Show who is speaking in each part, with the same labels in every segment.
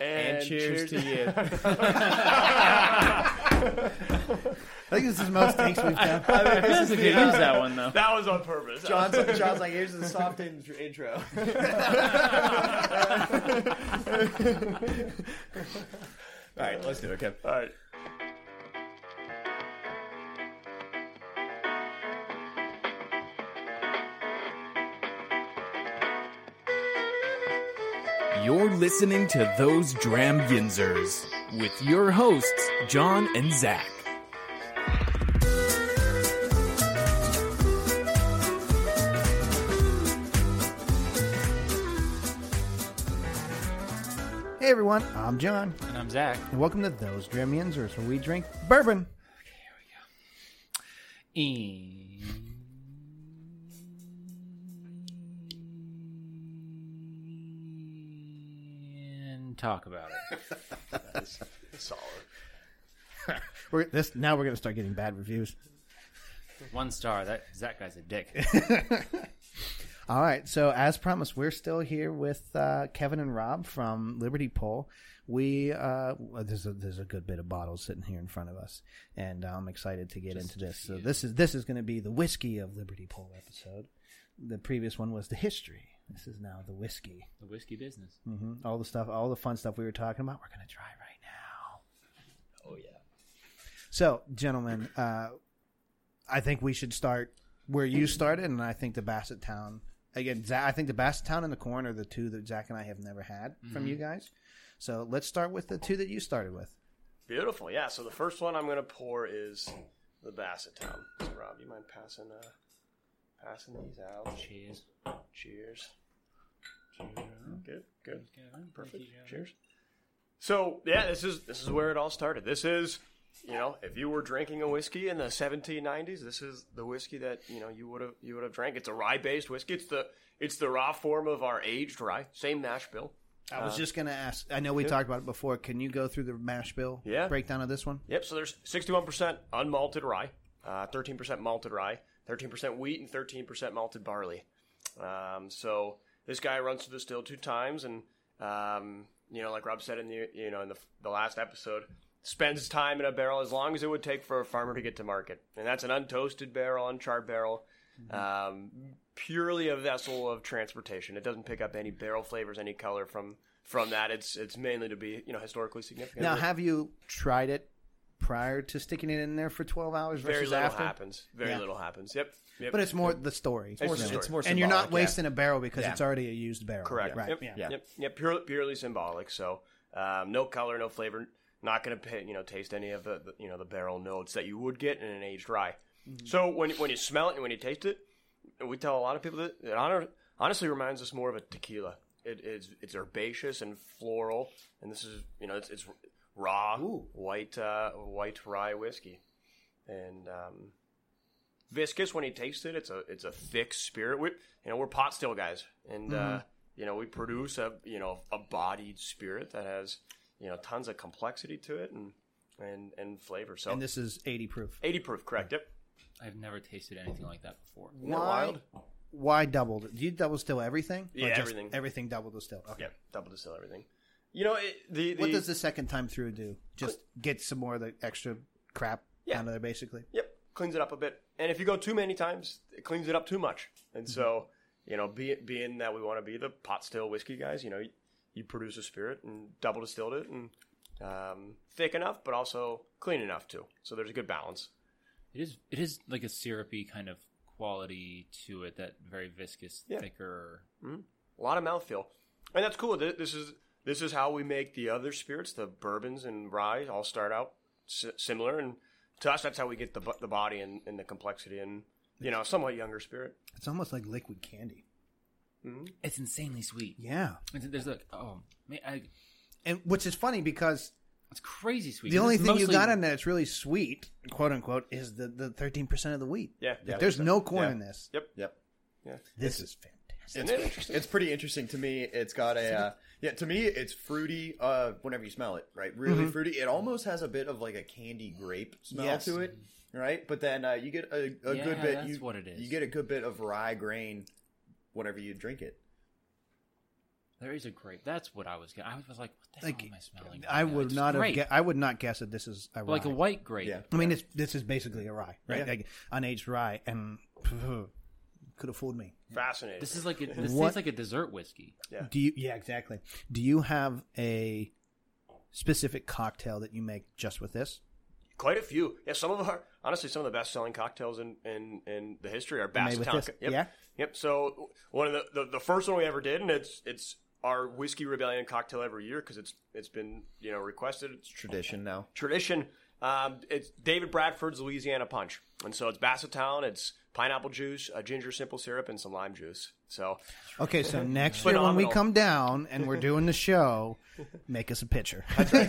Speaker 1: And,
Speaker 2: cheers to you.
Speaker 3: I think this is the most takes we've done.
Speaker 2: I feel like we could use that one though.
Speaker 1: that was on purpose.
Speaker 4: John's, John's like, here's the soft in- intro. All right, let's do it, Kev.
Speaker 1: All right.
Speaker 5: You're listening to Those Dramyinzers with your hosts, John and Zach.
Speaker 3: Hey everyone, I'm John,
Speaker 2: And I'm Zach.
Speaker 3: and welcome to Those Dram Yinzers, where we drink bourbon.
Speaker 2: E. And talk about it.
Speaker 1: Solid.
Speaker 3: We're, this now we're gonna start getting bad reviews.
Speaker 2: One star. That that guy's a dick.
Speaker 3: All right, so as promised, we're still here with uh, Kevin and Rob from Liberty Pole. We uh, well, there's a, there's a good bit of bottles sitting here in front of us, and I'm excited to get into this. So this is this is going to be the whiskey of Liberty Pole episode. The previous one was the history. This is now the whiskey.
Speaker 2: The whiskey business.
Speaker 3: hmm All the stuff, all the fun stuff we were talking about, we're going to try right now.
Speaker 4: Oh, yeah.
Speaker 3: So, gentlemen, uh, I think we should start where you started, and I think the Bassett Town again. Zach, I think the Bassett Town and the corn are the two that Zach and I have never had
Speaker 1: Mm-hmm.
Speaker 3: from you guys. So let's start with the two that you started with.
Speaker 1: Beautiful. Yeah. So the first one I'm going to pour is the Basset Town. So Rob, you mind passing uh, passing these out?
Speaker 2: Cheers.
Speaker 1: Cheers. Cheers. Good. Good. Perfect.
Speaker 2: Thank you, John.
Speaker 1: Cheers. So yeah, this is this is where it all started. This is, you know, if you were drinking a whiskey in the 1790s, this is the whiskey that you know you would have you would have drank. It's a rye based whiskey. It's the it's the raw form of our aged rye. Same mash bill.
Speaker 3: I
Speaker 1: Uh,
Speaker 3: was just going to ask. I know we talked about it before. Can you go through the mash bill
Speaker 1: Yeah.
Speaker 3: breakdown of this one?
Speaker 1: Yep. So there's 61% unmalted rye, uh, 13% malted rye, 13% wheat, and 13% malted barley. Um, so this guy runs to the still two times, and um, you know, like Rob said in the you know in the, the last episode, spends time in a barrel as long as it would take for a farmer to get to market, and that's an untoasted barrel, uncharred barrel. Um, purely a vessel of transportation. It doesn't pick up any barrel flavors, any color from from that. It's it's mainly to be you know historically significant.
Speaker 3: Now,
Speaker 1: But-
Speaker 3: have you tried it prior to sticking it in there for twelve hours
Speaker 1: Very
Speaker 3: versus
Speaker 1: little
Speaker 3: after?
Speaker 1: happens. Very
Speaker 3: Yeah.
Speaker 1: little happens. Yep. Yep.
Speaker 3: But it's more the story.
Speaker 1: It's
Speaker 3: It's
Speaker 1: more
Speaker 3: really.
Speaker 1: story. It's
Speaker 4: more
Speaker 3: and you're not
Speaker 4: symbolic, yeah.
Speaker 3: wasting a barrel because
Speaker 4: Yeah.
Speaker 3: it's already a used barrel.
Speaker 1: correct.
Speaker 3: Right.
Speaker 1: Yep.
Speaker 3: Yeah.
Speaker 4: Yeah.
Speaker 1: Yep. Yep. Pure, purely symbolic. So um, no color, no flavor. Not going to pay, you know taste any of the, the you know the barrel notes that you would get in an aged rye.
Speaker 3: Mm-hmm.
Speaker 1: So when when you smell it and when you taste it, we tell a lot of people that it honor, honestly reminds us more of a tequila. It, it's it's herbaceous and floral, and this is you know it's, it's raw white uh, white rye whiskey, and um, viscous when you taste it. It's a it's a thick spirit. We you know we're pot still guys, and
Speaker 3: Mm-hmm.
Speaker 1: uh, you know we produce a you know a bodied spirit that has you know tons of complexity to it and and and flavor. So
Speaker 3: And this Mm-hmm. is 80 proof.
Speaker 1: eighty proof, correct? Yep.
Speaker 2: I've never tasted anything like that before.
Speaker 1: Isn't that wild?
Speaker 3: Why doubled? Do you double still everything? Or
Speaker 1: Yeah,
Speaker 3: just
Speaker 1: everything.
Speaker 3: Everything double distilled. Okay.
Speaker 1: Yep. Double distill everything. You know it, the, the
Speaker 3: What does the second time through do? Just get some more of the extra crap
Speaker 1: Yeah.
Speaker 3: out of there, basically.
Speaker 1: Yep, cleans it up a bit. And if you go too many times, it cleans it up too much. And so, you know, be, being that we want to be the pot still whiskey guys, you know, you, you produce a spirit and double distilled it and um, thick enough, but also clean enough too. So there's a good balance.
Speaker 2: It is it is like a syrupy kind of quality to it that very viscous,
Speaker 1: Yeah.
Speaker 2: thicker.
Speaker 1: Mm-hmm. A lot of mouthfeel, and that's cool. Th- This is this is how we make the other spirits, the bourbons and rye, all start out si- similar. And to us, that's how we get the bo- the body and, and the complexity and you know somewhat younger spirit. Mm-hmm.
Speaker 3: It's almost like liquid candy.
Speaker 2: It's insanely sweet.
Speaker 3: Yeah.
Speaker 2: It's- There's like oh man, I,
Speaker 3: And which is funny because
Speaker 2: it's crazy sweet.
Speaker 3: the only
Speaker 2: It's
Speaker 3: thing you
Speaker 2: mostly-
Speaker 3: got in there that's really sweet, quote unquote, is the, the 13% of the wheat.
Speaker 1: Yeah,
Speaker 3: Like,
Speaker 1: yeah,
Speaker 3: there's no corn
Speaker 4: Yeah.
Speaker 3: in this.
Speaker 1: Yep,
Speaker 4: Yep.
Speaker 3: This is fantastic.
Speaker 1: Isn't it interesting?
Speaker 4: It's pretty interesting to me. It's got a uh, yeah. To me, it's fruity. Uh, whenever you smell it, right? Really
Speaker 2: Mm-hmm.
Speaker 4: fruity. It almost has a bit of like a candy grape smell
Speaker 3: Yes.
Speaker 4: to it, right? But then uh, you get a, a
Speaker 2: Yeah,
Speaker 4: good bit.
Speaker 2: that's
Speaker 4: you,
Speaker 2: what it is.
Speaker 4: You get a good bit of rye grain whenever you drink it.
Speaker 2: There is a grape. That's what I was getting. I was like, what the
Speaker 3: Like,
Speaker 2: hell am I smelling?
Speaker 3: I
Speaker 2: right now?
Speaker 3: would
Speaker 2: It's
Speaker 3: not have.
Speaker 2: grape.
Speaker 3: gue- I would not guess that this is a
Speaker 2: But like a
Speaker 3: rye.
Speaker 2: white grape.
Speaker 4: Yeah.
Speaker 3: I mean, it's, this is basically a rye, right?
Speaker 4: Yeah.
Speaker 3: Like unaged rye, and could have fooled me.
Speaker 1: Fascinating.
Speaker 2: This is like a, this
Speaker 3: What-
Speaker 2: tastes like a dessert whiskey.
Speaker 1: Yeah.
Speaker 3: Do you? Yeah, exactly. Do you have a specific cocktail that you make just with this?
Speaker 1: Quite a few. Yeah, some of our honestly some of the best selling cocktails in, in, in the history are
Speaker 3: Made
Speaker 1: Basque
Speaker 3: with
Speaker 1: Tonka.
Speaker 3: this?
Speaker 1: Yep.
Speaker 3: Yeah?
Speaker 1: Yep. So one of the, the the first one we ever did, and it's it's our whiskey rebellion cocktail every year because it's it's been you know requested. It's
Speaker 4: Tradition now.
Speaker 1: tradition. Um, it's David Bradford's Louisiana Punch, and so it's Bassett Town. It's pineapple juice, a ginger simple syrup, and some lime juice. So
Speaker 3: Okay, so next year when we
Speaker 1: Phenomenal.
Speaker 3: come down and we're doing the show, make us a pitcher.
Speaker 1: that's right.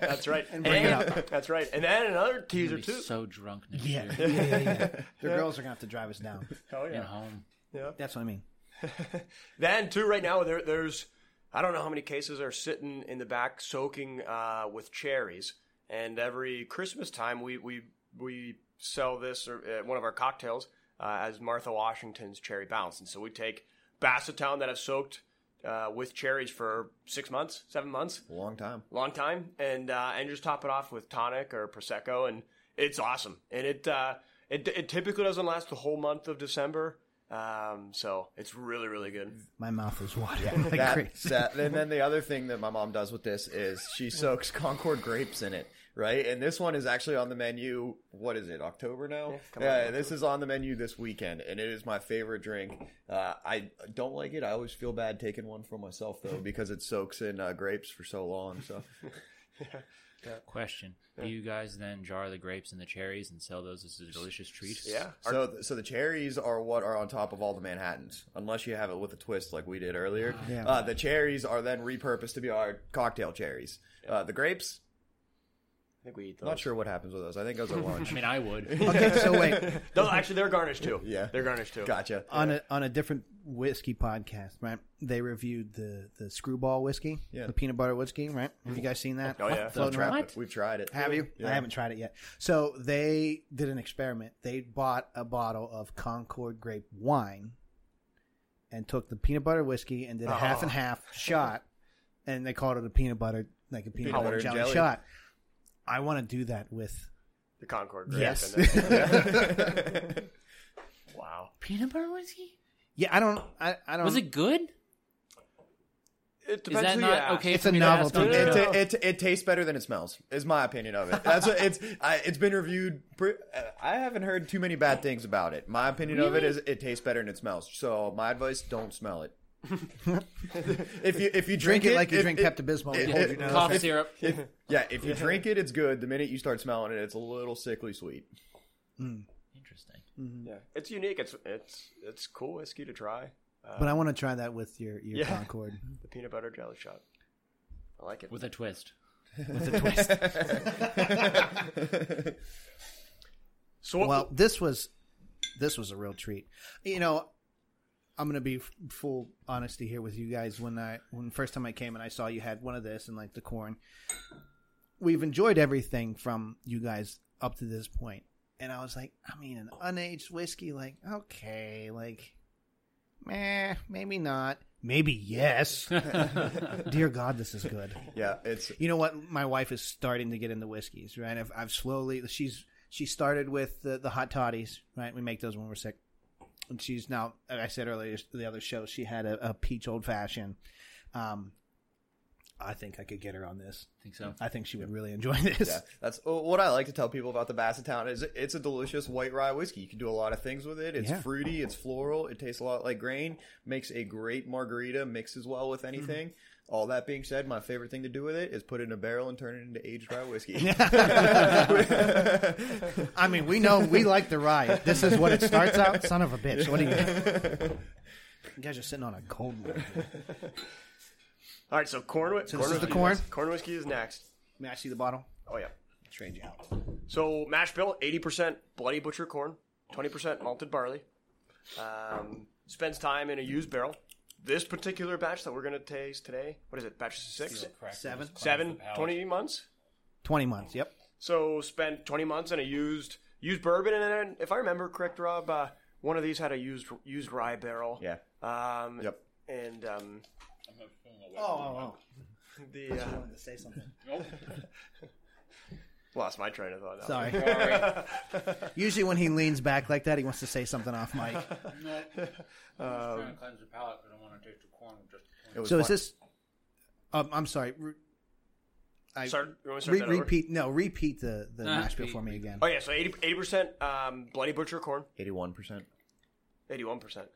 Speaker 1: That's right. and
Speaker 3: bring it
Speaker 1: That's right. And then another
Speaker 2: I'm
Speaker 1: teaser
Speaker 2: gonna be
Speaker 1: too.
Speaker 2: so drunk next
Speaker 3: yeah,
Speaker 2: year
Speaker 3: yeah, yeah, yeah. The girls are gonna have to drive us down.
Speaker 1: oh
Speaker 2: at
Speaker 1: yeah.
Speaker 2: home.
Speaker 3: That's what I mean.
Speaker 1: Then too, right now there, there's I don't know how many cases are sitting in the back soaking uh, with cherries. And every Christmas time we we we sell this or uh, one of our cocktails uh, as Martha Washington's Cherry Bounce. And so we take Bassett Town that have soaked uh, with cherries for six months, seven months,
Speaker 4: Long time.
Speaker 1: long time, and uh, and just top it off with tonic or prosecco, and it's awesome. And it uh, it it typically doesn't last the whole month of December. Um, so it's really, really good.
Speaker 3: My mouth is watering. like
Speaker 4: That,
Speaker 3: crazy.
Speaker 4: that, and then the other thing that my mom does with this is she soaks Concord grapes in it, right? And this one is actually on the menu. What is it? October now? Yeah,
Speaker 1: come on,
Speaker 4: this is on the menu this weekend, and it is my favorite drink. Uh, I don't like it. I always feel bad taking one for myself though because it soaks in uh, grapes for so long. So
Speaker 2: Question: Do you guys then jar the grapes and the cherries and sell those as a delicious treat?
Speaker 1: Yeah.
Speaker 4: So, so the cherries are what are on top of all the Manhattans, unless you have it with a twist like we did earlier.
Speaker 3: Yeah.
Speaker 4: Uh, the cherries are then repurposed to be our cocktail cherries. Uh, the grapes,
Speaker 1: I think we eat those.
Speaker 4: not sure what happens with those. I think those are
Speaker 2: I
Speaker 4: lunch.
Speaker 2: mean, I would.
Speaker 3: Okay, so wait.
Speaker 1: No, actually, they're garnished too.
Speaker 4: Yeah.
Speaker 1: they're garnished too.
Speaker 4: gotcha.
Speaker 3: on a on a different whiskey podcast, right? They reviewed the the screwball whiskey,
Speaker 4: Yeah.
Speaker 3: the peanut butter whiskey, right? Have you guys seen that?
Speaker 1: Oh, yeah.
Speaker 3: floating around.
Speaker 2: What?
Speaker 4: We've tried it.
Speaker 3: Have you?
Speaker 4: Yeah.
Speaker 3: I haven't tried it yet. So they did an experiment. They bought a bottle of Concord grape wine and took the peanut butter whiskey and did a half and half shot, and they called it a peanut butter like a peanut,
Speaker 4: Peanut
Speaker 3: butter,
Speaker 4: butter
Speaker 3: jelly,
Speaker 4: jelly.
Speaker 3: shot. I want to do that with
Speaker 1: The Concord. Grape
Speaker 3: Yes.
Speaker 1: and then- wow.
Speaker 2: Peanut butter whiskey?
Speaker 3: yeah. I don't. I, I don't.
Speaker 2: Was it good?
Speaker 1: It
Speaker 2: Is
Speaker 1: Um, depends
Speaker 2: that
Speaker 1: who
Speaker 2: not
Speaker 1: you ask.
Speaker 2: okay?
Speaker 3: It's
Speaker 2: for
Speaker 3: a
Speaker 2: me to ask
Speaker 3: novelty
Speaker 2: on the
Speaker 1: drink.
Speaker 4: It,
Speaker 2: show?
Speaker 1: Yeah.
Speaker 4: it, it, it tastes better than it smells. Is my opinion of it. That's what it's. I, it's been reviewed. Pre, uh, I haven't heard too many bad things about it. My opinion of it is it tastes better than it smells. So my advice: don't smell it. if you if you drink,
Speaker 3: Drink it like you
Speaker 4: if-
Speaker 3: drink
Speaker 4: if-
Speaker 3: Pepto Bismol. and
Speaker 4: it-
Speaker 3: hold
Speaker 4: it-
Speaker 3: your nose.
Speaker 2: Cough syrup.
Speaker 4: Yeah, if you drink it, it's good. The minute you start smelling it, it's a little sickly sweet.
Speaker 2: Interesting.
Speaker 1: Yeah. It's unique. It's it's it's cool whiskey to try.
Speaker 3: But I want to try that with your your
Speaker 1: Yeah.
Speaker 3: Concord.
Speaker 1: The peanut butter jelly shot. I like it.
Speaker 2: With a twist.
Speaker 1: So what,
Speaker 3: well this was this was a real treat you know i'm gonna be f- full honesty here with you guys when i when first time i came and i saw you had one of this and like the corn we've enjoyed everything from you guys up to this point and i was like i mean an unaged whiskey like okay like meh maybe not maybe yes dear god this is good
Speaker 4: Yeah, it's
Speaker 3: you know what? My wife is starting to get into whiskeys, right? I've, I've slowly she's she started with the, the hot toddies, right? We make those when we're sick, and she's now. Like I said earlier, the other show she had a, a peach old fashioned. Um, I think I could get her on this.
Speaker 2: think so.
Speaker 3: I think she would really enjoy this.
Speaker 4: yeah, that's oh, what I like to tell people about the Bassett Town is it's a delicious white rye whiskey. You can do a lot of things with it. It's
Speaker 3: Yeah.
Speaker 4: fruity, it's floral, it tastes a lot like grain, makes a great margarita, mixes well with anything.
Speaker 3: Mm-hmm.
Speaker 4: All that being said, my favorite thing to do with it is put it in a barrel and turn it into aged rye whiskey.
Speaker 3: I mean, we know we like the rye. This is what it starts out. Son of a bitch! What do you? You guys are sitting on a gold mine.
Speaker 1: all right. So corn. whi-
Speaker 3: this
Speaker 1: corn
Speaker 3: is the
Speaker 1: whiskey
Speaker 3: corn?
Speaker 1: is- Corn whiskey is next.
Speaker 3: May I see the bottle?
Speaker 1: Oh yeah.
Speaker 3: Trade you out.
Speaker 1: So mash bill, eighty percent bloody butcher corn, twenty percent malted barley. Um, spends time in a used barrel. This particular batch that we're gonna taste today, what is it? Batch six,
Speaker 3: Seven,
Speaker 1: seven, 20 months.
Speaker 3: twenty months. Yep.
Speaker 1: So spent twenty months in a used used bourbon, and then if I remember correct, Rob, uh, one of these had a used used rye barrel.
Speaker 4: yeah.
Speaker 1: Um,
Speaker 4: Yep.
Speaker 1: And um,
Speaker 3: Oh,
Speaker 1: The uh,
Speaker 3: wanted to say something.
Speaker 1: lost my train of thought. now.
Speaker 3: Sorry. Usually, when he leans back like that, he wants to say something off mic.
Speaker 2: No. I'm just trying to cleanse the palate. I don't want to taste the corn. Just
Speaker 4: It was
Speaker 3: So is
Speaker 4: fun.
Speaker 3: this? Um, I'm sorry. Re- I
Speaker 1: Start, you want me to start
Speaker 3: re-
Speaker 1: that over?
Speaker 3: repeat. No, repeat the the
Speaker 2: Ah,
Speaker 3: mash bill
Speaker 2: repeat,
Speaker 3: for me
Speaker 2: repeat.
Speaker 3: again.
Speaker 1: Oh yeah, so 80 percent um, bloody butcher corn,
Speaker 4: 81%.
Speaker 1: eighty one percent,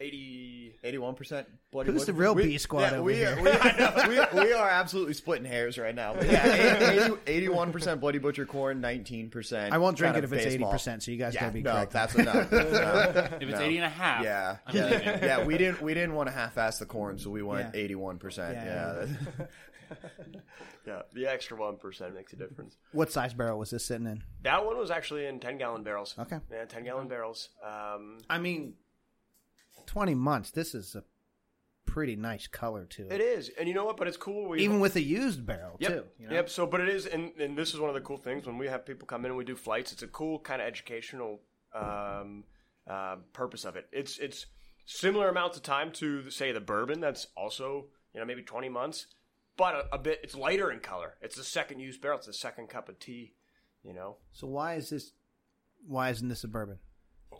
Speaker 1: eighty.
Speaker 4: 81% bloody
Speaker 3: Who's
Speaker 4: wood.
Speaker 3: the real
Speaker 4: We-
Speaker 3: B squad
Speaker 4: yeah,
Speaker 3: over
Speaker 4: we,
Speaker 3: here?
Speaker 4: We, we, we are absolutely splitting hairs right now. But yeah, 80, 81% bloody butcher corn, 19%.
Speaker 3: I won't drink
Speaker 4: kind
Speaker 3: it
Speaker 4: of
Speaker 3: if it's eighty
Speaker 4: baseball.
Speaker 3: percent. So you guys
Speaker 4: Yeah,
Speaker 3: gotta be
Speaker 4: no,
Speaker 3: correct.
Speaker 4: that's enough. No.
Speaker 2: if it's
Speaker 4: No.
Speaker 2: eighty and a half,
Speaker 4: Yeah,
Speaker 2: I'm
Speaker 4: yeah,
Speaker 2: leaving.
Speaker 4: yeah. We didn't we didn't want to half-ass the corn, so we went
Speaker 3: Yeah.
Speaker 4: eighty-one percent.
Speaker 3: Yeah.
Speaker 4: Yeah,
Speaker 1: Yeah, the extra one percent makes a difference.
Speaker 3: What size barrel was this sitting in?
Speaker 1: That one was actually in ten gallon barrels.
Speaker 3: Okay.
Speaker 1: yeah, ten gallon barrels. Um,
Speaker 3: I mean, twenty months. This is a pretty nice color to it,
Speaker 1: it is, and you know what? But it's cool. We
Speaker 3: even with a used barrel
Speaker 1: Yep.
Speaker 3: too. You know?
Speaker 1: Yep. So, but it is, and, and this is one of the cool things when we have people come in and we do flights. It's a cool kind of educational um, uh, purpose of it. It's it's similar amounts of time to say the bourbon. That's also you know maybe twenty months, but a, a bit. It's lighter in color. It's the second use barrel. It's the second cup of tea. You know,
Speaker 3: So why is this? Why isn't this a bourbon?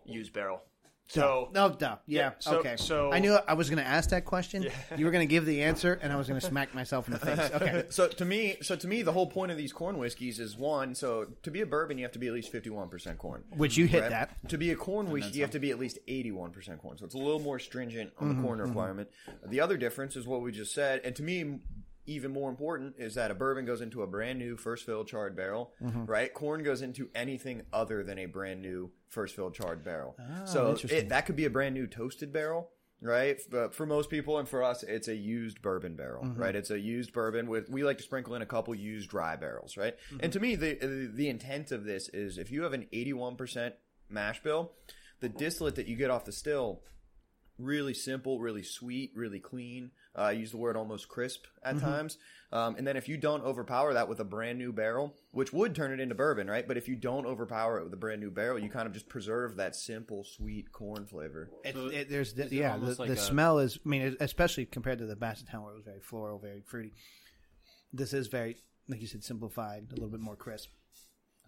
Speaker 1: use barrel. So
Speaker 3: No, Oh, duh. Yeah.
Speaker 1: Yeah, so-
Speaker 3: okay.
Speaker 1: so-
Speaker 3: I knew I was going to ask that question. You were going to give the answer, and I was going to smack myself in the face. Okay.
Speaker 4: So to me, so to me, the whole point of these corn whiskeys is one. So to be a bourbon, you have to be at least fifty-one percent corn.
Speaker 3: Would you hit
Speaker 4: right?
Speaker 3: that?
Speaker 4: To be a corn whiskey, you have to be at least eighty-one percent corn. So it's a little more stringent on the
Speaker 3: Mm-hmm,
Speaker 4: corn requirement. The other difference is what we just said, and to me. Even more important is that a bourbon goes into a brand new first fill charred barrel,
Speaker 3: Mm-hmm.
Speaker 4: right? Corn goes into anything other than a brand new first fill charred barrel.
Speaker 3: Ah,
Speaker 4: so it, that could be a brand new toasted barrel, right? But for most people and for us, it's a used bourbon barrel,
Speaker 3: Mm-hmm.
Speaker 4: right? It's a used bourbon with we like to sprinkle in a couple used dry barrels, right?
Speaker 3: Mm-hmm.
Speaker 4: And to me, the the- the intent of this is if you have an eighty one percent mash bill, the distillate that you get off the still really simple, really sweet, really clean. Uh, I use the word almost crisp at times. Um, and then if you don't overpower that with a brand new barrel, which would turn it into bourbon, right? But if you don't overpower it with a brand new barrel, you kind of just preserve that simple, sweet corn flavor.
Speaker 3: It, it, there's the, yeah, the,
Speaker 2: almost like
Speaker 3: the
Speaker 2: a-
Speaker 3: smell is. I mean, especially compared to the Basset Town, where it was very floral, very fruity. This is very, like you said, simplified, a little bit more crisp.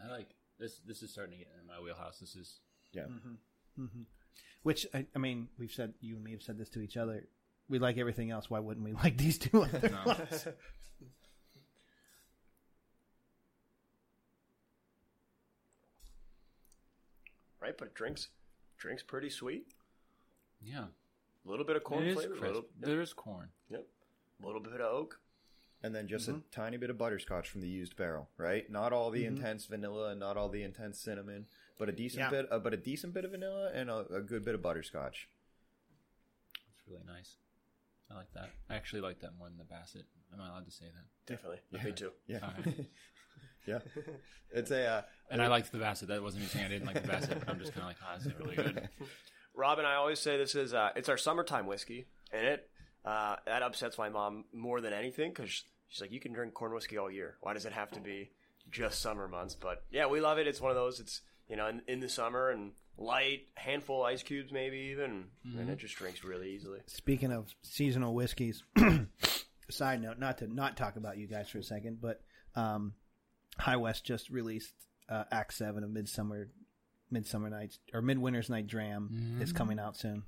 Speaker 2: I like this. This is starting to get in my wheelhouse. This is
Speaker 4: Yeah.
Speaker 3: Which I, I mean, we've said you and me have said this to each other. We like everything else. Why wouldn't we like these two other ones?
Speaker 1: right, but it drinks drinks pretty sweet.
Speaker 2: yeah.
Speaker 1: A little bit of corn
Speaker 2: it is
Speaker 1: flavor. a
Speaker 2: crisp.
Speaker 1: little-
Speaker 2: There is corn.
Speaker 1: yep. A little bit of oak.
Speaker 4: And then just a tiny bit of butterscotch from the used barrel, right? Not all the intense vanilla and not all the intense cinnamon, but a decent
Speaker 3: Yeah.
Speaker 4: bit, uh, but a decent bit of vanilla and a, a good bit of butterscotch.
Speaker 2: It's really nice. I like that. I actually like that more than the Bassett. Am I allowed to say that?
Speaker 1: Definitely. Me too.
Speaker 4: Yeah,
Speaker 2: Alright.
Speaker 4: yeah. It's a uh,
Speaker 2: And I liked the Bassett. That wasn't me saying I didn't like the Bassett, but I'm just kind of like, oh, this is really good.
Speaker 1: Rob and I always say this is uh, it's our summertime whiskey, and it uh, that upsets my mom more than anything because she's like, you can drink corn whiskey all year. Why does it have to be just summer months? But yeah, we love it. It's one of those. It's you know in, in the summer and light handful ice cubes maybe even, and it just drinks really easily.
Speaker 3: Speaking of seasonal whiskeys, side note, not to not talk about you guys for a second, but um, High West just released uh, Act Seven of Midsummer, Midsummer Nights or Midwinter's Night Dram is coming out soon.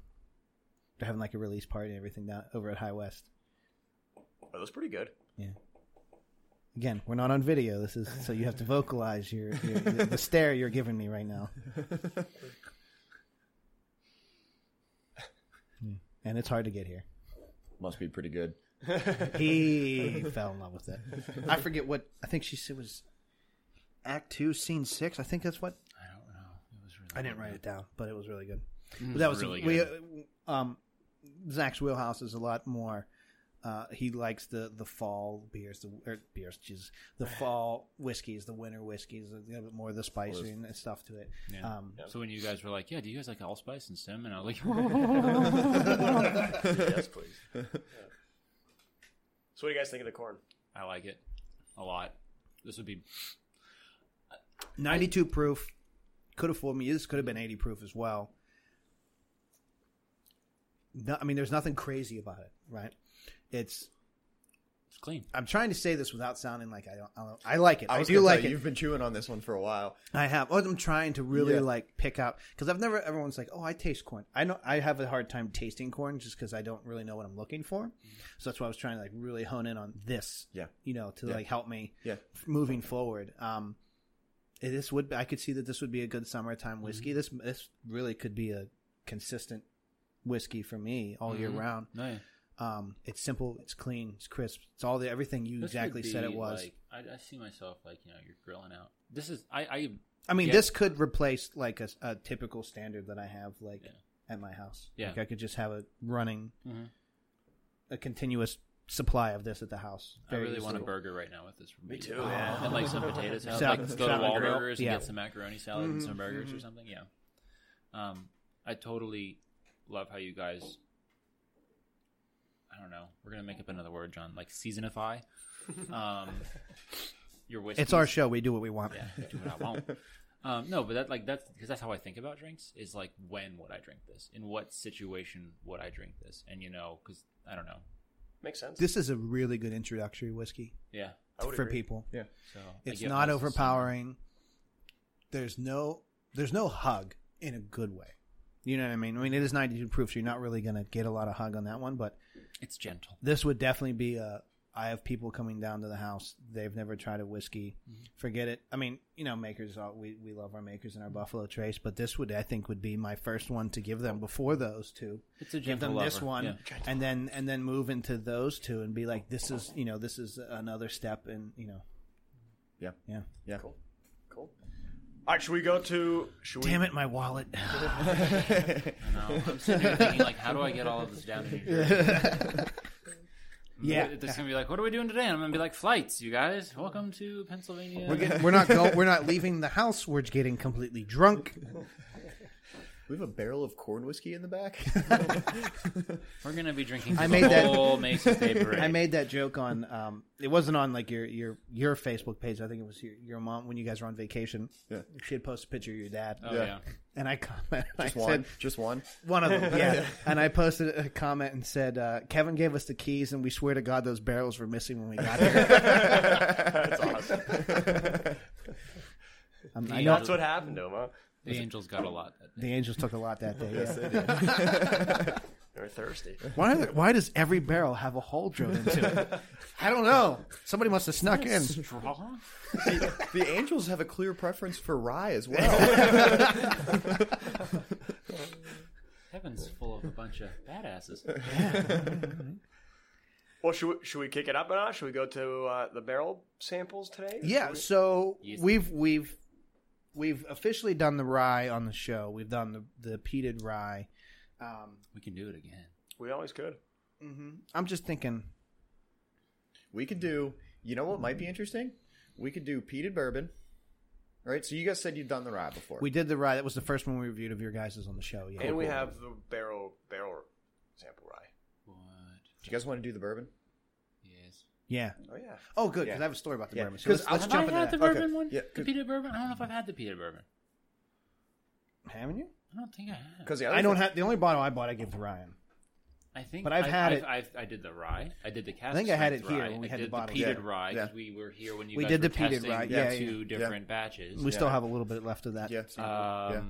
Speaker 3: They're having like a release party and everything down over at High West.
Speaker 1: But it was pretty good.
Speaker 3: Yeah. Again, we're not on video. This is so you have to vocalize your, your the, the stare you're giving me right now. Yeah. And it's hard to get here.
Speaker 4: must be pretty good.
Speaker 3: He fell in love with it. I forget what I think she said was Act Two, Scene Six. I think that's what
Speaker 2: I don't know. It was really
Speaker 3: I didn't write it down, but it was really good. But that was
Speaker 2: Mm, really
Speaker 3: we,
Speaker 2: good.
Speaker 3: uh, um, Zach's wheelhouse is a lot more. Uh, he likes the, the fall beers, the or beers, Jesus, the fall whiskeys, the winter whiskeys, a little bit more of the spicy and stuff to it. Um,
Speaker 2: So when you guys were like, yeah, do you guys like allspice and cinnamon? I was like,
Speaker 1: yes, please. Yeah. So what do you guys think of the corn?
Speaker 2: I like it a lot. This would be
Speaker 3: 92 proof could have fooled me. This could have been 80 proof as well. No, I mean, there's nothing crazy about it, right? It's
Speaker 2: It's clean.
Speaker 3: I'm trying to say this without sounding like I don't. I, don't, I like it. I,
Speaker 4: was
Speaker 3: do
Speaker 4: gonna
Speaker 3: like
Speaker 4: tell you,
Speaker 3: it.
Speaker 4: You've been chewing on this one for a while.
Speaker 3: I have. Oh, I'm trying to really
Speaker 4: Yeah.
Speaker 3: like pick up because I've never. Everyone's like, "Oh, I taste corn." I know I have a hard time tasting corn just because I don't really know what I'm looking for. So that's why I was trying to like really hone in on this.
Speaker 4: Yeah.
Speaker 3: you know, to
Speaker 4: Yeah.
Speaker 3: like help me
Speaker 4: Yeah.
Speaker 3: f- moving forward. Um, eh, this would I could see that this would be a good
Speaker 2: Mm-hmm.
Speaker 3: summertime whiskey. This this really could be a consistent whiskey for me all year
Speaker 2: Mhm.
Speaker 3: round.
Speaker 2: No, yeah.
Speaker 3: Um, it's simple, it's clean, it's crisp, it's all the everything you
Speaker 2: This would
Speaker 3: exactly said
Speaker 2: be,
Speaker 3: it was.
Speaker 2: Like, I, I see myself like you know you're grilling out. This is I I
Speaker 3: I mean,
Speaker 2: Yeah.
Speaker 3: this could replace like a, a typical standard that I have like
Speaker 2: Yeah.
Speaker 3: at my house.
Speaker 2: Yeah.
Speaker 3: like, I could just have a running,
Speaker 2: Mhm.
Speaker 3: a continuous supply of this at the house.
Speaker 2: I really want a
Speaker 3: easily.
Speaker 2: burger right now with this.
Speaker 1: Me too,
Speaker 2: Yeah.
Speaker 1: yeah.
Speaker 2: And like some potatoes. salad.
Speaker 3: Salad-
Speaker 2: like go to
Speaker 3: salad on the grill.
Speaker 2: Wahlburgers and
Speaker 3: Yeah.
Speaker 2: get some macaroni salad and
Speaker 3: Mhm,
Speaker 2: some burgers or
Speaker 3: mhm.
Speaker 2: something. Yeah. Um, I totally love how you guys. I don't know. We're gonna make up another word, John. Like seasonify. Um, your whiskey.
Speaker 3: It's our show; we do what we want.
Speaker 2: Yeah, do what I want. Um, no, but that like that's because that's how I think about drinks is like when would I drink this? In what situation would I drink this? And you know, because I don't know.
Speaker 1: Makes sense.
Speaker 3: This is a really good introductory whiskey
Speaker 2: Yeah.
Speaker 1: I would
Speaker 3: for
Speaker 1: agree.
Speaker 3: people.
Speaker 2: So I
Speaker 3: It's
Speaker 2: give
Speaker 3: not
Speaker 2: this a seven.
Speaker 3: overpowering. There's no there's no hug in a good way. You know what I mean? I mean, it is 92 proof, so you're not really going to get a lot of hug on that one, but
Speaker 2: It's gentle.
Speaker 3: this would definitely be a I have people coming down to the house. They've never tried a whiskey.
Speaker 2: Mm-hmm.
Speaker 3: Forget it. I mean, you know, makers. All, we we love our makers and our Buffalo Trace, but this would I think would be my first one to give them before those two.
Speaker 2: It's a gentle
Speaker 3: Give them this
Speaker 2: lover.
Speaker 3: one,
Speaker 2: Yeah.
Speaker 3: and then and then move into those two and be like, this is you know this is another step in you know
Speaker 4: Yeah.
Speaker 3: yeah.
Speaker 4: Yeah.
Speaker 1: Cool. Cool. All right, should we go to? Should we,
Speaker 3: Damn it, my wallet.
Speaker 2: I know. I'm sitting here thinking like, how do I get all of this down to New Jersey?
Speaker 3: yeah,
Speaker 2: It's gonna be like, what are we doing today? And I'm gonna be like, flights, you guys. Welcome to Pennsylvania.
Speaker 3: we're, getting, we're not go, we're not leaving the house. We're getting completely drunk.
Speaker 4: We have a barrel of corn whiskey in the back.
Speaker 2: We're gonna be drinking.
Speaker 3: I
Speaker 2: I
Speaker 3: made
Speaker 2: made
Speaker 3: that-
Speaker 2: whole Macy's Day Parade.
Speaker 3: I made that joke on. Um, it wasn't on like your your your Facebook page. I think it was your, your mom when you guys were on vacation.
Speaker 4: Yeah.
Speaker 3: She had posted a picture of your dad,
Speaker 2: Oh
Speaker 4: Yeah.
Speaker 2: yeah.
Speaker 3: and I commented. I
Speaker 4: Just one.
Speaker 3: said
Speaker 4: Just one.
Speaker 3: one of them. Yeah, and I posted a comment and said, uh, "Kevin gave us the keys, and we swear to God those barrels were missing when we got here."
Speaker 1: That's awesome.
Speaker 3: Um, I
Speaker 2: The
Speaker 3: know
Speaker 1: That's what happened to him, huh?
Speaker 2: The Angels got a lot. that day.
Speaker 3: the angels took a lot that day. yeah.
Speaker 1: They were thirsty.
Speaker 3: Why? are there- Why does every barrel have a hole drilled into it? I don't know. Somebody must have snuck in.
Speaker 2: Straw?
Speaker 4: The, the Angels have a clear preference for rye as well.
Speaker 2: Heaven's full of a bunch of badasses.
Speaker 1: Well, should we, should we kick it up a notch? Should we go to uh, the barrel samples today?
Speaker 3: Yeah, so
Speaker 2: Yes.
Speaker 3: we've we've we've officially done the rye on the show. We've done the the peated rye. Um,
Speaker 2: We can do it again.
Speaker 1: we always could.
Speaker 3: I'm just thinking.
Speaker 4: we could do. You know what might be interesting? We could do peated bourbon. All right. So you guys said you've done the rye before.
Speaker 3: We did the rye. That was the first one we reviewed of your guys' on the show. Yeah,
Speaker 1: And we have the barrel barrel sample rye.
Speaker 2: What?
Speaker 4: do you guys want to do the bourbon?
Speaker 2: Yes.
Speaker 3: yeah.
Speaker 1: Oh yeah.
Speaker 3: Oh, good because
Speaker 4: Yeah.
Speaker 3: I have a story about the
Speaker 4: Yeah.
Speaker 3: bourbon. So
Speaker 4: 'Cause
Speaker 3: let's,
Speaker 4: I
Speaker 3: let's
Speaker 4: was-
Speaker 2: Have
Speaker 3: jump into
Speaker 2: I had
Speaker 3: that.
Speaker 2: the
Speaker 4: Okay.
Speaker 2: bourbon one?
Speaker 4: Yeah,
Speaker 2: the
Speaker 4: good.
Speaker 2: peanut bourbon? I don't know if I've had the peanut bourbon.
Speaker 3: Haven't you?
Speaker 2: I don't think I have.
Speaker 4: Because the other
Speaker 3: I don't
Speaker 4: thing-
Speaker 3: have the only bottle I bought. I gave to Ryan.
Speaker 2: I think,
Speaker 3: But I've
Speaker 2: I-
Speaker 3: had
Speaker 2: I've,
Speaker 3: it-
Speaker 2: I've, i did the rye. I did the cast.
Speaker 3: think I had
Speaker 2: strength
Speaker 3: it here
Speaker 2: rye.
Speaker 3: when we
Speaker 2: I
Speaker 3: had the
Speaker 2: did
Speaker 3: bottle.
Speaker 2: peated
Speaker 4: Yeah.
Speaker 2: rye because
Speaker 4: Yeah.
Speaker 2: we were here when you
Speaker 3: We
Speaker 2: guys
Speaker 3: did
Speaker 2: were
Speaker 3: the peated
Speaker 2: testing
Speaker 3: rye.
Speaker 2: the
Speaker 3: Yeah, yeah,
Speaker 2: two
Speaker 4: yeah.
Speaker 2: different batches.
Speaker 3: We still have a little bit left of that.
Speaker 4: Yeah.
Speaker 2: Um,
Speaker 4: yeah.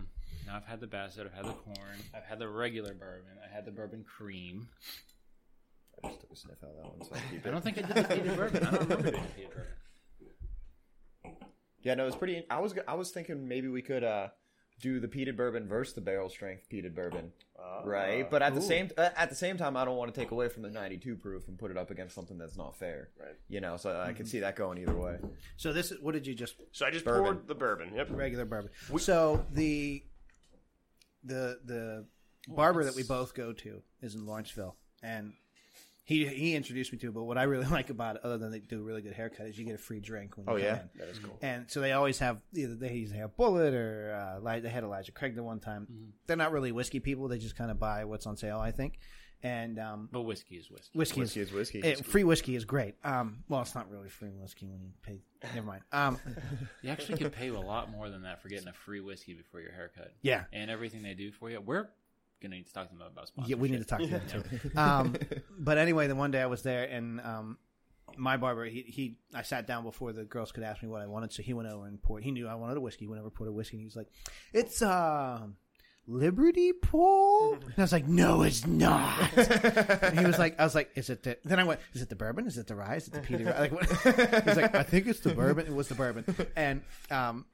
Speaker 2: Now I've had the Bassett. I've had the corn. I've had the regular bourbon. I had the bourbon cream.
Speaker 4: I just took a sniff out of that one. So I'll keep
Speaker 2: I
Speaker 4: it.
Speaker 2: don't think I did the peated bourbon. I don't remember doing the peated bourbon.
Speaker 4: Yeah, no, it's pretty. I was I was thinking maybe we could uh, do the peated bourbon versus the barrel strength peated bourbon, right? But at the same uh, at the same time, I don't want to take away from the 92 proof and put it up against something that's not fair,
Speaker 1: Right.
Speaker 4: You know, so I
Speaker 3: Mm-hmm.
Speaker 4: can see that going either way.
Speaker 3: So this is what did you just
Speaker 1: So I just
Speaker 4: Bourbon.
Speaker 1: poured the bourbon. Yep.
Speaker 3: regular bourbon? so the the the barber that we both go to is in Lawrenceville, and he he introduced me to. it, But what I really like about it, other than they do a really good haircut, is you get a free drink when you
Speaker 4: Oh,
Speaker 3: come
Speaker 4: yeah?
Speaker 3: in.
Speaker 1: That is cool.
Speaker 3: And so they always have either they either have Bullet or uh, Eli- they had Elijah Craig the one time. They're not really whiskey people; they just kind of buy what's on sale, I think. And um,
Speaker 2: But whiskey is whiskey.
Speaker 3: whiskey,
Speaker 4: Whiskey is whiskey.
Speaker 3: eh, free whiskey is great. Um, well, it's not really free whiskey when you pay. Never mind. Um,
Speaker 2: You actually could pay a lot more than that for getting a free whiskey before your haircut.
Speaker 3: yeah,
Speaker 2: And everything they do for you. Where gonna need to talk to them about sponsorship.
Speaker 3: Yeah, we need to talk to them too. Um, but anyway, the one day I was there, and um, my barber, he, he, I sat down before the girls could ask me what I wanted, so he went over and poured. He knew I wanted a whiskey. He went over, poured a whiskey, and he was like, "It's um, Liberty Pool," and I was like, "No, it's not." And he was like, "I was like, is it the?" Then I went, "Is it the bourbon? Is it the rye? Is it the Peter?" Like, what? he was like, "I think it's the bourbon." It was the bourbon, and um,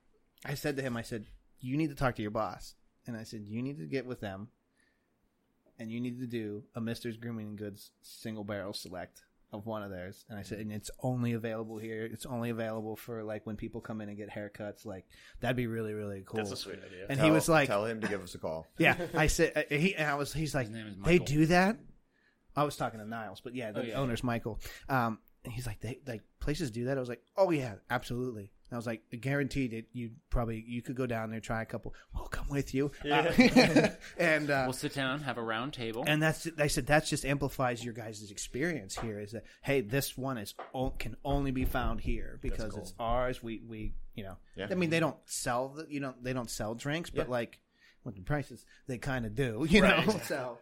Speaker 3: I said to him, I said, "You need to talk to your boss," and I said, "You need to get with them." and you need to do a Mister's Grooming and Goods single barrel select of one of theirs. And I said, and it's only available here. It's only available for like when people come in and get haircuts. Like that'd be really really cool.
Speaker 1: That's a sweet idea.
Speaker 3: And he was like,
Speaker 4: "Tell him to give us a call."
Speaker 3: yeah. I said, uh, he and I was. He's like,
Speaker 2: name is
Speaker 3: they
Speaker 2: Michael.
Speaker 3: do that. I was talking to Niles, but yeah, the
Speaker 2: Oh, yeah.
Speaker 3: owner's Michael. Um, and he's like, they like places do that. I was like, oh yeah, absolutely. And I was like, guaranteed it. You probably you could go down there, try a couple. We'll come with you. Uh, and uh,
Speaker 2: We'll sit down, have a round table.
Speaker 3: and that's I said that's just amplifies your guys' experience here is that hey this one is o- can only be found here because it's ours we we you know
Speaker 4: Yeah.
Speaker 3: I mean they don't sell the, you know they don't sell drinks but like with the prices they kind of do you
Speaker 1: Right,
Speaker 3: know
Speaker 1: exactly.
Speaker 3: so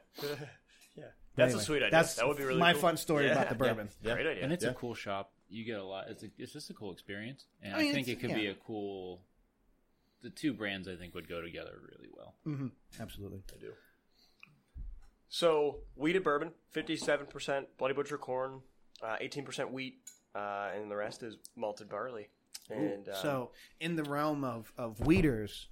Speaker 1: That's
Speaker 3: anyway,
Speaker 1: a sweet idea.
Speaker 3: that's
Speaker 1: that would be really
Speaker 3: my
Speaker 1: cool.
Speaker 3: fun story
Speaker 1: Yeah.
Speaker 3: about the bourbon
Speaker 4: Yeah.
Speaker 1: Great idea.
Speaker 2: And it's
Speaker 4: Yeah.
Speaker 2: a cool shop. You get a lot. It's, a, it's just a cool experience, and
Speaker 3: I
Speaker 2: I,
Speaker 3: mean,
Speaker 2: think it
Speaker 3: it's-
Speaker 2: could be
Speaker 3: yeah.
Speaker 2: a cool. The two brands I think would go together really well.
Speaker 3: absolutely
Speaker 1: So weeded bourbon, fifty-seven percent Bloody Butcher corn, eighteen percent wheat, uh, and the rest is malted barley. And uh,
Speaker 3: so in the realm of of weeders